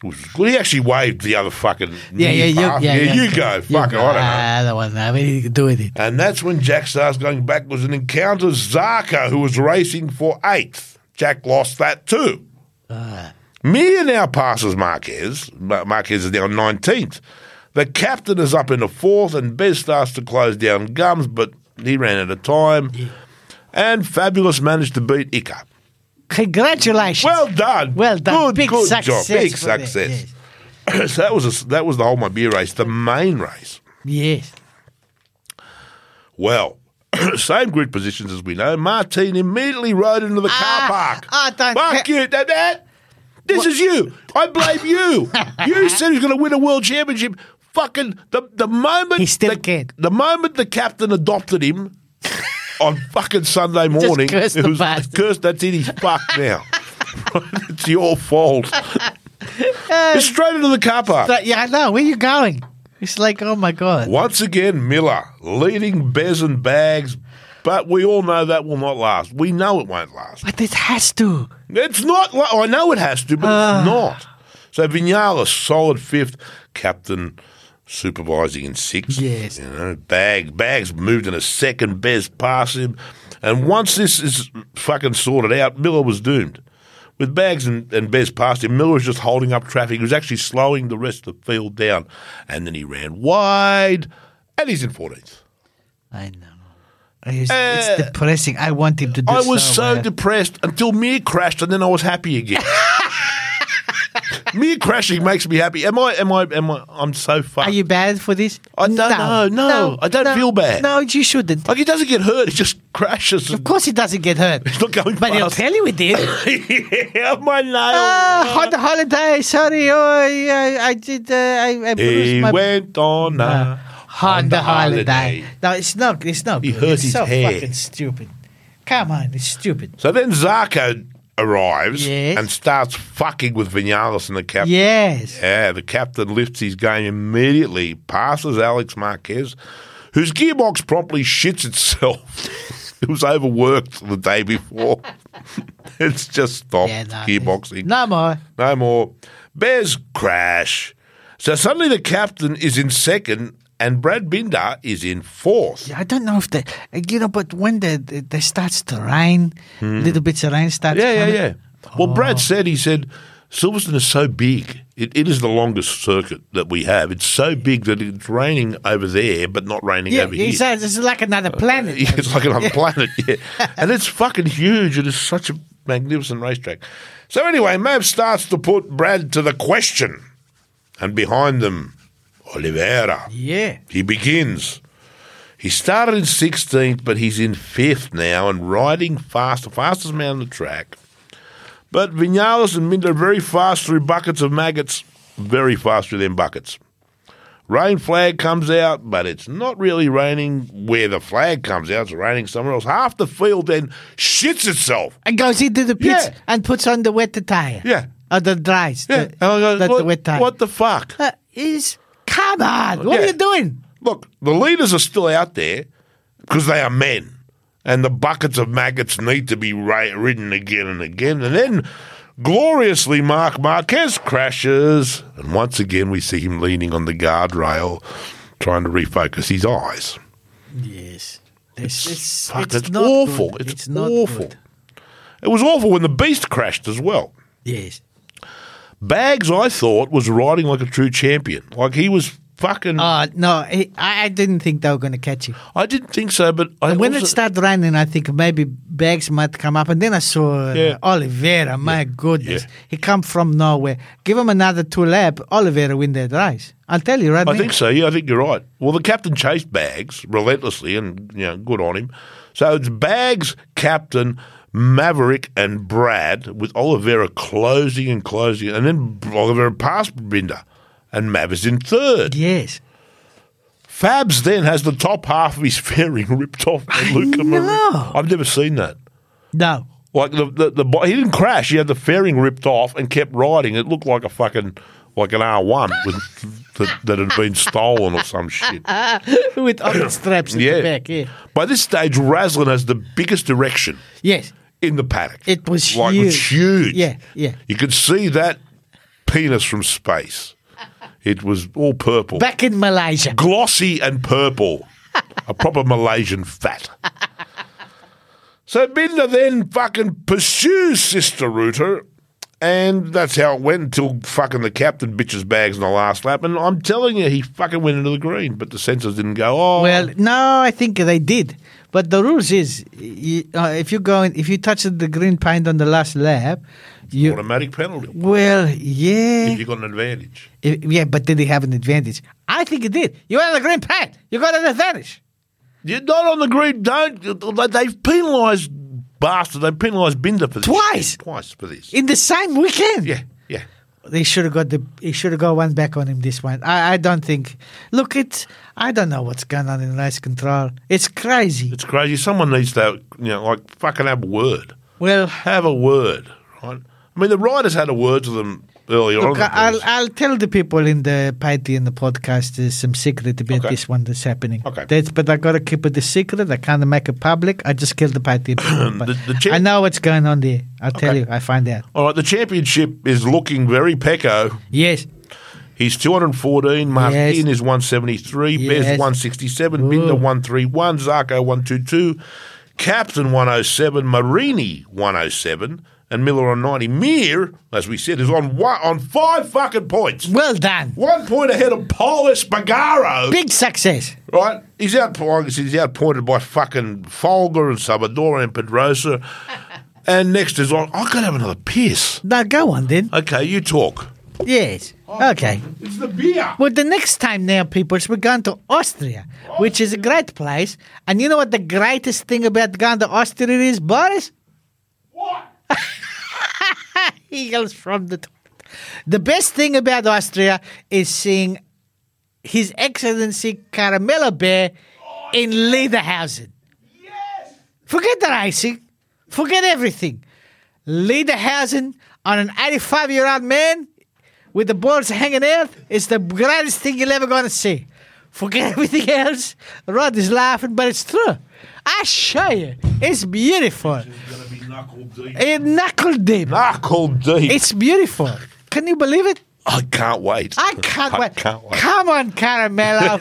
[SPEAKER 1] Which was good. He actually waved the other fucking.
[SPEAKER 2] Yeah, yeah, you, yeah,
[SPEAKER 1] past.
[SPEAKER 2] yeah,
[SPEAKER 1] you go. Fuck, I don't know.
[SPEAKER 2] I don't want to. We can do with it.
[SPEAKER 1] And that's when Jack starts going backwards and encounters Zarka, who was racing for eighth. Jack lost that too. Mir now passes Marquez. Ma- Marquez is now 19th. The captain is up into fourth, and Bez starts to close down Gums, but he ran out of time. And Fabulous managed to beat Ica.
[SPEAKER 2] Congratulations.
[SPEAKER 1] Well done.
[SPEAKER 2] Well done.
[SPEAKER 1] Good,
[SPEAKER 2] Big
[SPEAKER 1] good
[SPEAKER 2] success
[SPEAKER 1] job. Big
[SPEAKER 2] for that,
[SPEAKER 1] success. so that was, a, that was the whole my beer race, the main race.
[SPEAKER 2] yes.
[SPEAKER 1] Well, same grid positions as we know. Martin immediately rode into the
[SPEAKER 2] Ah,
[SPEAKER 1] car park.
[SPEAKER 2] I don't
[SPEAKER 1] Fuck
[SPEAKER 2] ca-
[SPEAKER 1] you, that, that. This is you. I blame you. you said he's going to win a world championship. Fucking the the moment
[SPEAKER 2] He still
[SPEAKER 1] the,
[SPEAKER 2] can.
[SPEAKER 1] The moment the captain adopted him on fucking Sunday morning,
[SPEAKER 2] curse
[SPEAKER 1] it
[SPEAKER 2] the
[SPEAKER 1] was-
[SPEAKER 2] bastard.
[SPEAKER 1] cursed, That's it. He's fucked now. it's your fault. Just straight into the car park.
[SPEAKER 2] But yeah, I know. Where you going? It's like, oh my God.
[SPEAKER 1] Once again, Miller leading Bez and Bags, but we all know that will not last. We know it won't last.
[SPEAKER 2] But it has to.
[SPEAKER 1] It's not. la- I know it has to, but it's not. So Vinales, solid fifth, captain supervising in sixth.
[SPEAKER 2] Yes.
[SPEAKER 1] you know, Bag Bags moved in a second. Bez passed him, and once this is fucking sorted out, Miller was doomed. With Bags and, and Bez past him, Miller was just holding up traffic. He was actually slowing the rest of the field down, and then he ran wide, and he's in fourteenth.
[SPEAKER 2] I know. It's,
[SPEAKER 1] Uh,
[SPEAKER 2] it's depressing. I want him to do
[SPEAKER 1] I was so
[SPEAKER 2] well.
[SPEAKER 1] depressed until Mir crashed, and then I was happy again. Mir crashing makes me happy. Am I? Am I? Am I? I'm so fucked.
[SPEAKER 2] Are you bad for this?
[SPEAKER 1] I don't know. No, I don't feel bad.
[SPEAKER 2] No, you shouldn't.
[SPEAKER 1] like he doesn't get hurt. He just crashes.
[SPEAKER 2] Of course, he doesn't get hurt.
[SPEAKER 1] He's not going
[SPEAKER 2] But he'll
[SPEAKER 1] fast.
[SPEAKER 2] tell you he did.
[SPEAKER 1] yeah, my nail.
[SPEAKER 2] Ah, on the holiday. Sorry, oh, I, I did. Uh, I, I bruised
[SPEAKER 1] he
[SPEAKER 2] my
[SPEAKER 1] went on.
[SPEAKER 2] Uh,
[SPEAKER 1] a-
[SPEAKER 2] on the holiday.
[SPEAKER 1] holiday.
[SPEAKER 2] No, it's not. It's not.
[SPEAKER 1] He
[SPEAKER 2] good.
[SPEAKER 1] hurt
[SPEAKER 2] it's
[SPEAKER 1] his
[SPEAKER 2] so
[SPEAKER 1] hair.
[SPEAKER 2] fucking stupid. Come on, it's stupid.
[SPEAKER 1] So then Zarko arrives
[SPEAKER 2] Yes.
[SPEAKER 1] and starts fucking with Vinales and the captain.
[SPEAKER 2] Yes.
[SPEAKER 1] Yeah, the captain lifts his game immediately, passes Alex Marquez, whose gearbox promptly shits itself. it was overworked the day before. it's just stopped
[SPEAKER 2] Yeah, no,
[SPEAKER 1] gearboxing. No.
[SPEAKER 2] No more.
[SPEAKER 1] more. Bears crash. So suddenly the captain is in second and Brad Binder is in fourth.
[SPEAKER 2] I don't know if they, you know, but when they they they starts to rain, little bits of rain starts.
[SPEAKER 1] Hmm. Yeah, yeah,
[SPEAKER 2] coming.
[SPEAKER 1] yeah. Well, Brad
[SPEAKER 2] Oh.
[SPEAKER 1] said he said Silverstone is so big. It, it is the longest circuit that we have. It's so big that it's raining over there, but not raining
[SPEAKER 2] Yeah,
[SPEAKER 1] over
[SPEAKER 2] he
[SPEAKER 1] here.
[SPEAKER 2] says it's like another planet.
[SPEAKER 1] Yeah, it's like another planet, yeah. And it's fucking huge. It is such a magnificent racetrack. So anyway, Mav starts to put Brad to the question, and behind them, Oliveira.
[SPEAKER 2] yeah.
[SPEAKER 1] He begins. He started in 16th, but he's in fifth now and riding fast, the fastest man on the track. But Vinales and Minda are very fast through buckets of maggots, very fast through them buckets. Rain flag comes out, but it's not really raining where the flag comes out. It's raining somewhere else. Half the field then shits itself.
[SPEAKER 2] And goes into the pits
[SPEAKER 1] Yeah.
[SPEAKER 2] and puts on the wet attire.
[SPEAKER 1] Yeah.
[SPEAKER 2] Or the dries.
[SPEAKER 1] Yeah.
[SPEAKER 2] The,
[SPEAKER 1] and I go,
[SPEAKER 2] the, the
[SPEAKER 1] Oh, what,
[SPEAKER 2] wet attire.
[SPEAKER 1] what the fuck?
[SPEAKER 2] Uh, is come on. What
[SPEAKER 1] Yeah.
[SPEAKER 2] are you doing?
[SPEAKER 1] Look, the leaders are still out there because they are men, and the buckets of maggots need to be ra- ridden again and again. And then, gloriously, Mark Marquez crashes, and once again we see him leaning on the guardrail, trying to refocus his eyes.
[SPEAKER 2] Yes. This, it's,
[SPEAKER 1] Fuck,
[SPEAKER 2] it's
[SPEAKER 1] that's
[SPEAKER 2] not
[SPEAKER 1] awful.
[SPEAKER 2] good.
[SPEAKER 1] It's,
[SPEAKER 2] not
[SPEAKER 1] awful.
[SPEAKER 2] good.
[SPEAKER 1] It was awful when the beast crashed as well.
[SPEAKER 2] Yes.
[SPEAKER 1] Bags, I thought, was riding like a true champion. Like he was fucking.
[SPEAKER 2] Uh, no, he- I, I didn't think they were going to catch him.
[SPEAKER 1] I didn't think so, but I
[SPEAKER 2] When
[SPEAKER 1] also-
[SPEAKER 2] it started raining, I think maybe bags might come up. And then I saw uh,
[SPEAKER 1] Yeah.
[SPEAKER 2] Oliveira. My goodness.
[SPEAKER 1] Yeah.
[SPEAKER 2] He come from nowhere. Give him another two lap. Oliveira win that race. I'll tell you right
[SPEAKER 1] I
[SPEAKER 2] now.
[SPEAKER 1] think so. Yeah, I think you're right. Well, the captain chased Bags relentlessly, and you know, good on him. So it's Bags, captain, Maverick, and Brad with Oliveira closing and closing, and then Oliveira passed Binder, and Mav is in third.
[SPEAKER 2] Yes.
[SPEAKER 1] Fabs then has the top half of his fairing ripped off by Luca Marini.
[SPEAKER 2] know.
[SPEAKER 1] I've never seen that.
[SPEAKER 2] No.
[SPEAKER 1] Like the, the the bo- he didn't crash. He had the fairing ripped off and kept riding. It looked like a fucking like an R one with that, that had been stolen or some shit.
[SPEAKER 2] With all the straps in the back. Yeah.
[SPEAKER 1] By this stage, Raslin has the biggest erection
[SPEAKER 2] Yes.
[SPEAKER 1] in the paddock.
[SPEAKER 2] It was
[SPEAKER 1] like,
[SPEAKER 2] huge.
[SPEAKER 1] It's huge.
[SPEAKER 2] Yeah, yeah.
[SPEAKER 1] You could see that penis from space. It was all purple,
[SPEAKER 2] Back in Malaysia.
[SPEAKER 1] glossy and purple, a proper Malaysian fat. So Binder then fucking pursues Sister Rooter, and that's how it went until fucking the captain bitches bags in the last lap. And I'm telling you, he fucking went into the green, but the sensors didn't go. Oh,
[SPEAKER 2] Well, no, I think they did. But the rules is, you, uh, if you go in, if you touch the green paint on the last lap, you
[SPEAKER 1] automatic penalty.
[SPEAKER 2] well,
[SPEAKER 1] if
[SPEAKER 2] yeah,
[SPEAKER 1] you got an advantage.
[SPEAKER 2] If- yeah, but did he have an advantage? I think he did. You had the green paint, you got an advantage.
[SPEAKER 1] You're not on the green. Don't they- they've penalised bastard. They've penalised Binder for this
[SPEAKER 2] Twice.
[SPEAKER 1] shit. Twice for this.
[SPEAKER 2] In the same weekend,
[SPEAKER 1] yeah, yeah.
[SPEAKER 2] they should have got the. He should have got one back on him. This one, I, I don't think. Look, it's. I don't know what's going on in race control. It's crazy.
[SPEAKER 1] It's crazy. Someone needs to, you know, like fucking have a word.
[SPEAKER 2] Well,
[SPEAKER 1] Have a word, right? I mean, the writers had a word to them earlier
[SPEAKER 2] Look,
[SPEAKER 1] on. in the
[SPEAKER 2] I'll,
[SPEAKER 1] piece.
[SPEAKER 2] I'll tell the people in the party in the podcast uh, some secret about
[SPEAKER 1] Okay.
[SPEAKER 2] this one that's happening.
[SPEAKER 1] Okay.
[SPEAKER 2] That's, but I got to keep it a secret. I can't make it public. I just killed the party. people, but
[SPEAKER 1] The- the chair-
[SPEAKER 2] I know what's going on there. I'll tell
[SPEAKER 1] Okay.
[SPEAKER 2] you. I find out.
[SPEAKER 1] All right, the championship is looking very pecko.
[SPEAKER 2] Yes.
[SPEAKER 1] He's 214. Martin
[SPEAKER 2] Yes.
[SPEAKER 1] is 173. Bez
[SPEAKER 2] Yes.
[SPEAKER 1] 167.
[SPEAKER 2] Ooh.
[SPEAKER 1] Binder 131. Zarko 122. Captain 107. Marini 107. And Miller on 90. Mir, as we said, is on one, on five fucking points.
[SPEAKER 2] Well done.
[SPEAKER 1] One point ahead of Paul Espargaro.
[SPEAKER 2] Big success.
[SPEAKER 1] Right? He's out he's outpointed by fucking Folger and Sabadora and Pedrosa. and next is on. I could have another piss.
[SPEAKER 2] Now go on then.
[SPEAKER 1] Okay, you talk.
[SPEAKER 2] Yes. Okay.
[SPEAKER 1] It's the beer.
[SPEAKER 2] Well, the next time now, peoples, we're going to Austria, which is a great place. And you know what the greatest thing about going to Austria is, Boris? What? he goes from the toilet. The best thing about Austria is seeing His Excellency Caramelo Bear in Lederhausen. Yes! Forget the racing. Forget everything. Lederhausen on an 85-year-old man with the balls hanging out it's the greatest thing you're ever going to see. Forget everything else. Rod is laughing, but it's true. I show you. It's beautiful.
[SPEAKER 1] Knuckle deep.
[SPEAKER 2] It's knuckle deep.
[SPEAKER 1] Knuckle deep.
[SPEAKER 2] It's beautiful. Can you believe it?
[SPEAKER 1] I can't wait.
[SPEAKER 2] I can't, wait.
[SPEAKER 1] can't wait.
[SPEAKER 2] Come on, Caramello.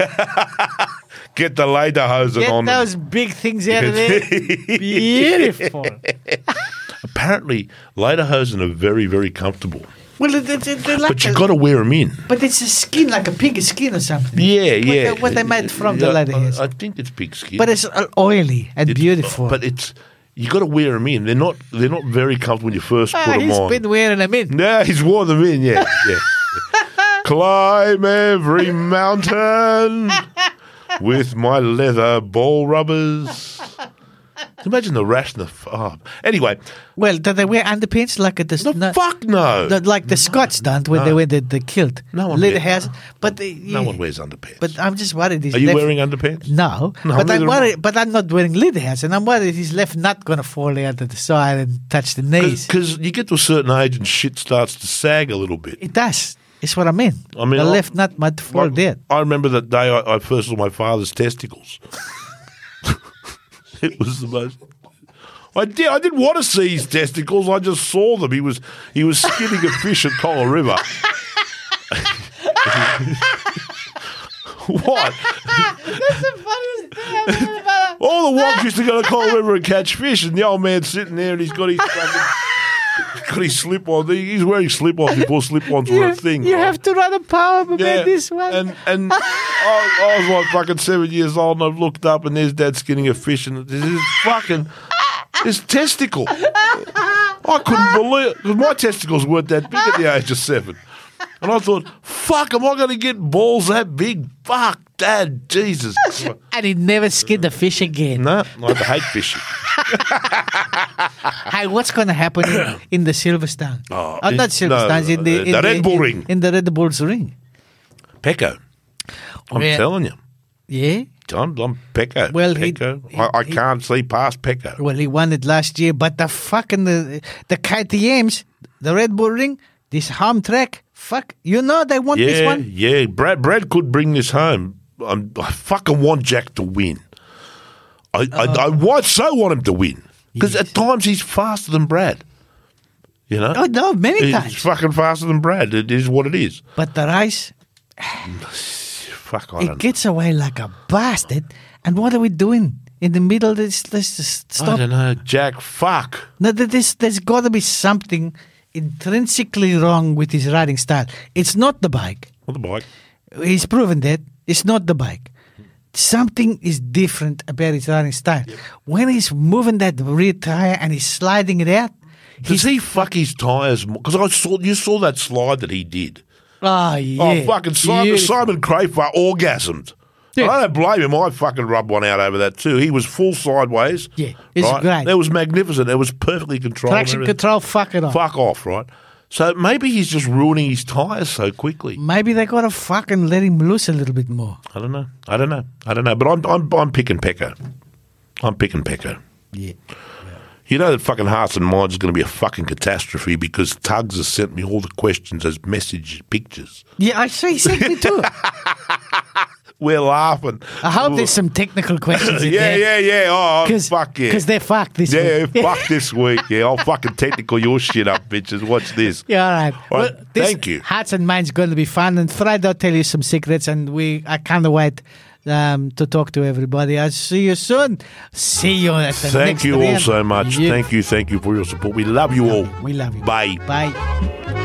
[SPEAKER 1] Get the lederhosen
[SPEAKER 2] Get
[SPEAKER 1] on.
[SPEAKER 2] those big things out of there. Beautiful.
[SPEAKER 1] Apparently, lederhosen are very, very comfortable.
[SPEAKER 2] Well, it, it, it, they're like
[SPEAKER 1] But you
[SPEAKER 2] a-
[SPEAKER 1] got to wear them in.
[SPEAKER 2] but it's a skin, like a pig skin or something.
[SPEAKER 1] Yeah, yeah.
[SPEAKER 2] they- what they made from the
[SPEAKER 1] Yeah,
[SPEAKER 2] lederhosen.
[SPEAKER 1] I, I think it's pig skin.
[SPEAKER 2] But it's uh, oily and
[SPEAKER 1] It's-
[SPEAKER 2] beautiful.
[SPEAKER 1] But it's you got to wear them in. They're not they're not very comfortable when you first put
[SPEAKER 2] ah,
[SPEAKER 1] them
[SPEAKER 2] he's
[SPEAKER 1] on.
[SPEAKER 2] been wearing them in.
[SPEAKER 1] Yeah, he's worn them in. Yeah, yeah. Climb every mountain with my leather ball rubbers. Imagine the rash in the f- oh. Anyway,
[SPEAKER 2] Well, do they wear underpants like at the
[SPEAKER 1] the
[SPEAKER 2] no-
[SPEAKER 1] fuck no.
[SPEAKER 2] the- like the Scots don't when they wear the, the kilt?
[SPEAKER 1] No one
[SPEAKER 2] Little
[SPEAKER 1] wears-
[SPEAKER 2] house, but they,
[SPEAKER 1] no one wears underpants.
[SPEAKER 2] But I'm just worried. He's
[SPEAKER 1] Are you
[SPEAKER 2] left,
[SPEAKER 1] wearing underpants?
[SPEAKER 2] No,
[SPEAKER 1] No,
[SPEAKER 2] but
[SPEAKER 1] neither
[SPEAKER 2] I'm
[SPEAKER 1] am I.
[SPEAKER 2] worried. But I'm not wearing leather house, and I'm worried his left nut gonna fall out to the side and touch the knees.
[SPEAKER 1] Because you get to a certain age and shit starts to sag a little bit.
[SPEAKER 2] It does. It's what I mean.
[SPEAKER 1] I mean,
[SPEAKER 2] the
[SPEAKER 1] I-
[SPEAKER 2] left nut might fall
[SPEAKER 1] Like,
[SPEAKER 2] dead.
[SPEAKER 1] I remember that day I, I first saw my father's testicles. it was the most. I did. I didn't want to see his testicles. I just saw them. He was he was skinning a fish at Cola River. what?
[SPEAKER 2] That's the funniest thing I've heard about.
[SPEAKER 1] All the wogs used to go to Coal River and catch fish, and the old man's sitting there and he's got his fucking, got his slip on. He's wearing slip ons before slip ons were a thing.
[SPEAKER 2] You
[SPEAKER 1] right?
[SPEAKER 2] have to run a power about this one.
[SPEAKER 1] And and I, I was like fucking seven years old, and I've looked up, and there's Dad skinning a fish, and this is fucking his testicle. I couldn't believe because my testicles weren't that big at the age of seven, and I thought, fuck, am I going to get balls that big? Fuck, Dad, Jesus. Christ.
[SPEAKER 2] and he never skinned a fish again.
[SPEAKER 1] No, I hate fishing.
[SPEAKER 2] Hey, what's going to happen in, in the Silverstone?
[SPEAKER 1] Oh,
[SPEAKER 2] Oh,
[SPEAKER 1] in-
[SPEAKER 2] not Silverstone,
[SPEAKER 1] no,
[SPEAKER 2] in the,
[SPEAKER 1] uh,
[SPEAKER 2] in
[SPEAKER 1] the Red Bull
[SPEAKER 2] in-
[SPEAKER 1] Ring.
[SPEAKER 2] In the Red Bull's ring.
[SPEAKER 1] Pecco, I'm
[SPEAKER 2] Yeah.
[SPEAKER 1] telling you.
[SPEAKER 2] Yeah.
[SPEAKER 1] I'm, I'm Pecco.
[SPEAKER 2] Well, he-
[SPEAKER 1] Pecco.
[SPEAKER 2] he-
[SPEAKER 1] I, I
[SPEAKER 2] he-
[SPEAKER 1] can't see past Pecco.
[SPEAKER 2] Well, he won it last year, but the fucking the, the KTM's, the Red Bull Ring, this home track, fuck, you know they want this
[SPEAKER 1] Yeah,
[SPEAKER 2] one.
[SPEAKER 1] yeah. Brad, Brad could bring this home. I'm, I fucking want Jack to win. I,
[SPEAKER 2] Uh-huh.
[SPEAKER 1] I, I want, so want him to win because
[SPEAKER 2] Yes.
[SPEAKER 1] at times he's faster than Brad. You know,
[SPEAKER 2] Oh no, many
[SPEAKER 1] he's
[SPEAKER 2] times.
[SPEAKER 1] fucking faster than Brad. It is what it is.
[SPEAKER 2] But the race,
[SPEAKER 1] Fuck, I
[SPEAKER 2] it
[SPEAKER 1] don't. know.
[SPEAKER 2] gets away like a bastard. And what are we doing in the middle? Let's let's just
[SPEAKER 1] I
[SPEAKER 2] stop.
[SPEAKER 1] don't know, Jack. Fuck.
[SPEAKER 2] No, th- this, there's got to be something intrinsically wrong with his riding style. It's not the bike.
[SPEAKER 1] On the bike.
[SPEAKER 2] He's proven that. It's not the bike. Something is different about his riding style. When he's moving that rear tire and he's sliding it out,
[SPEAKER 1] Does he fuck his tires? Because I saw you saw that slide that he did.
[SPEAKER 2] oh yeah.
[SPEAKER 1] Oh, fucking Simon,
[SPEAKER 2] beautiful.
[SPEAKER 1] Simon Crafer orgasmed.
[SPEAKER 2] Yeah.
[SPEAKER 1] I don't blame him. I fucking rubbed one out over that too. He was full sideways.
[SPEAKER 2] Yeah, it's great.
[SPEAKER 1] That was magnificent. That was perfectly controlled. and
[SPEAKER 2] Traction
[SPEAKER 1] everything.
[SPEAKER 2] control, fuck it off.
[SPEAKER 1] Fuck off, right? So maybe he's just ruining his tyres so quickly.
[SPEAKER 2] Maybe they gotta fucking let him loose a little bit more.
[SPEAKER 1] I don't know. I don't know. I don't know. But I'm I'm, I'm picking Pecker. I'm picking Pecker.
[SPEAKER 2] Yeah.
[SPEAKER 1] You know that fucking Hearts and Minds is going to be a fucking catastrophe because Tugs has sent me all the questions as message pictures.
[SPEAKER 2] Yeah, I see. Sent me too. I
[SPEAKER 1] We're laughing.
[SPEAKER 2] hope there's some technical questions. in
[SPEAKER 1] Yeah,
[SPEAKER 2] there.
[SPEAKER 1] yeah, yeah. Oh,
[SPEAKER 2] Cause,
[SPEAKER 1] fuck yeah.
[SPEAKER 2] Because they're fucked this
[SPEAKER 1] Yeah,
[SPEAKER 2] week.
[SPEAKER 1] fuck this week. Yeah, I'll fucking technical your shit up, bitches. Watch this.
[SPEAKER 2] Yeah, all right.
[SPEAKER 1] All
[SPEAKER 2] well,
[SPEAKER 1] right,
[SPEAKER 2] this
[SPEAKER 1] thank you.
[SPEAKER 2] Hearts and minds going to be fun, and Friday I'll tell you some secrets, and we I can't wait um, to talk to everybody. I'll see you soon. See you at the next
[SPEAKER 1] Thank you all
[SPEAKER 2] event.
[SPEAKER 1] so much.
[SPEAKER 2] You-
[SPEAKER 1] Thank you, thank you for your support. We love you all.
[SPEAKER 2] We love you.
[SPEAKER 1] Bye.
[SPEAKER 2] Bye.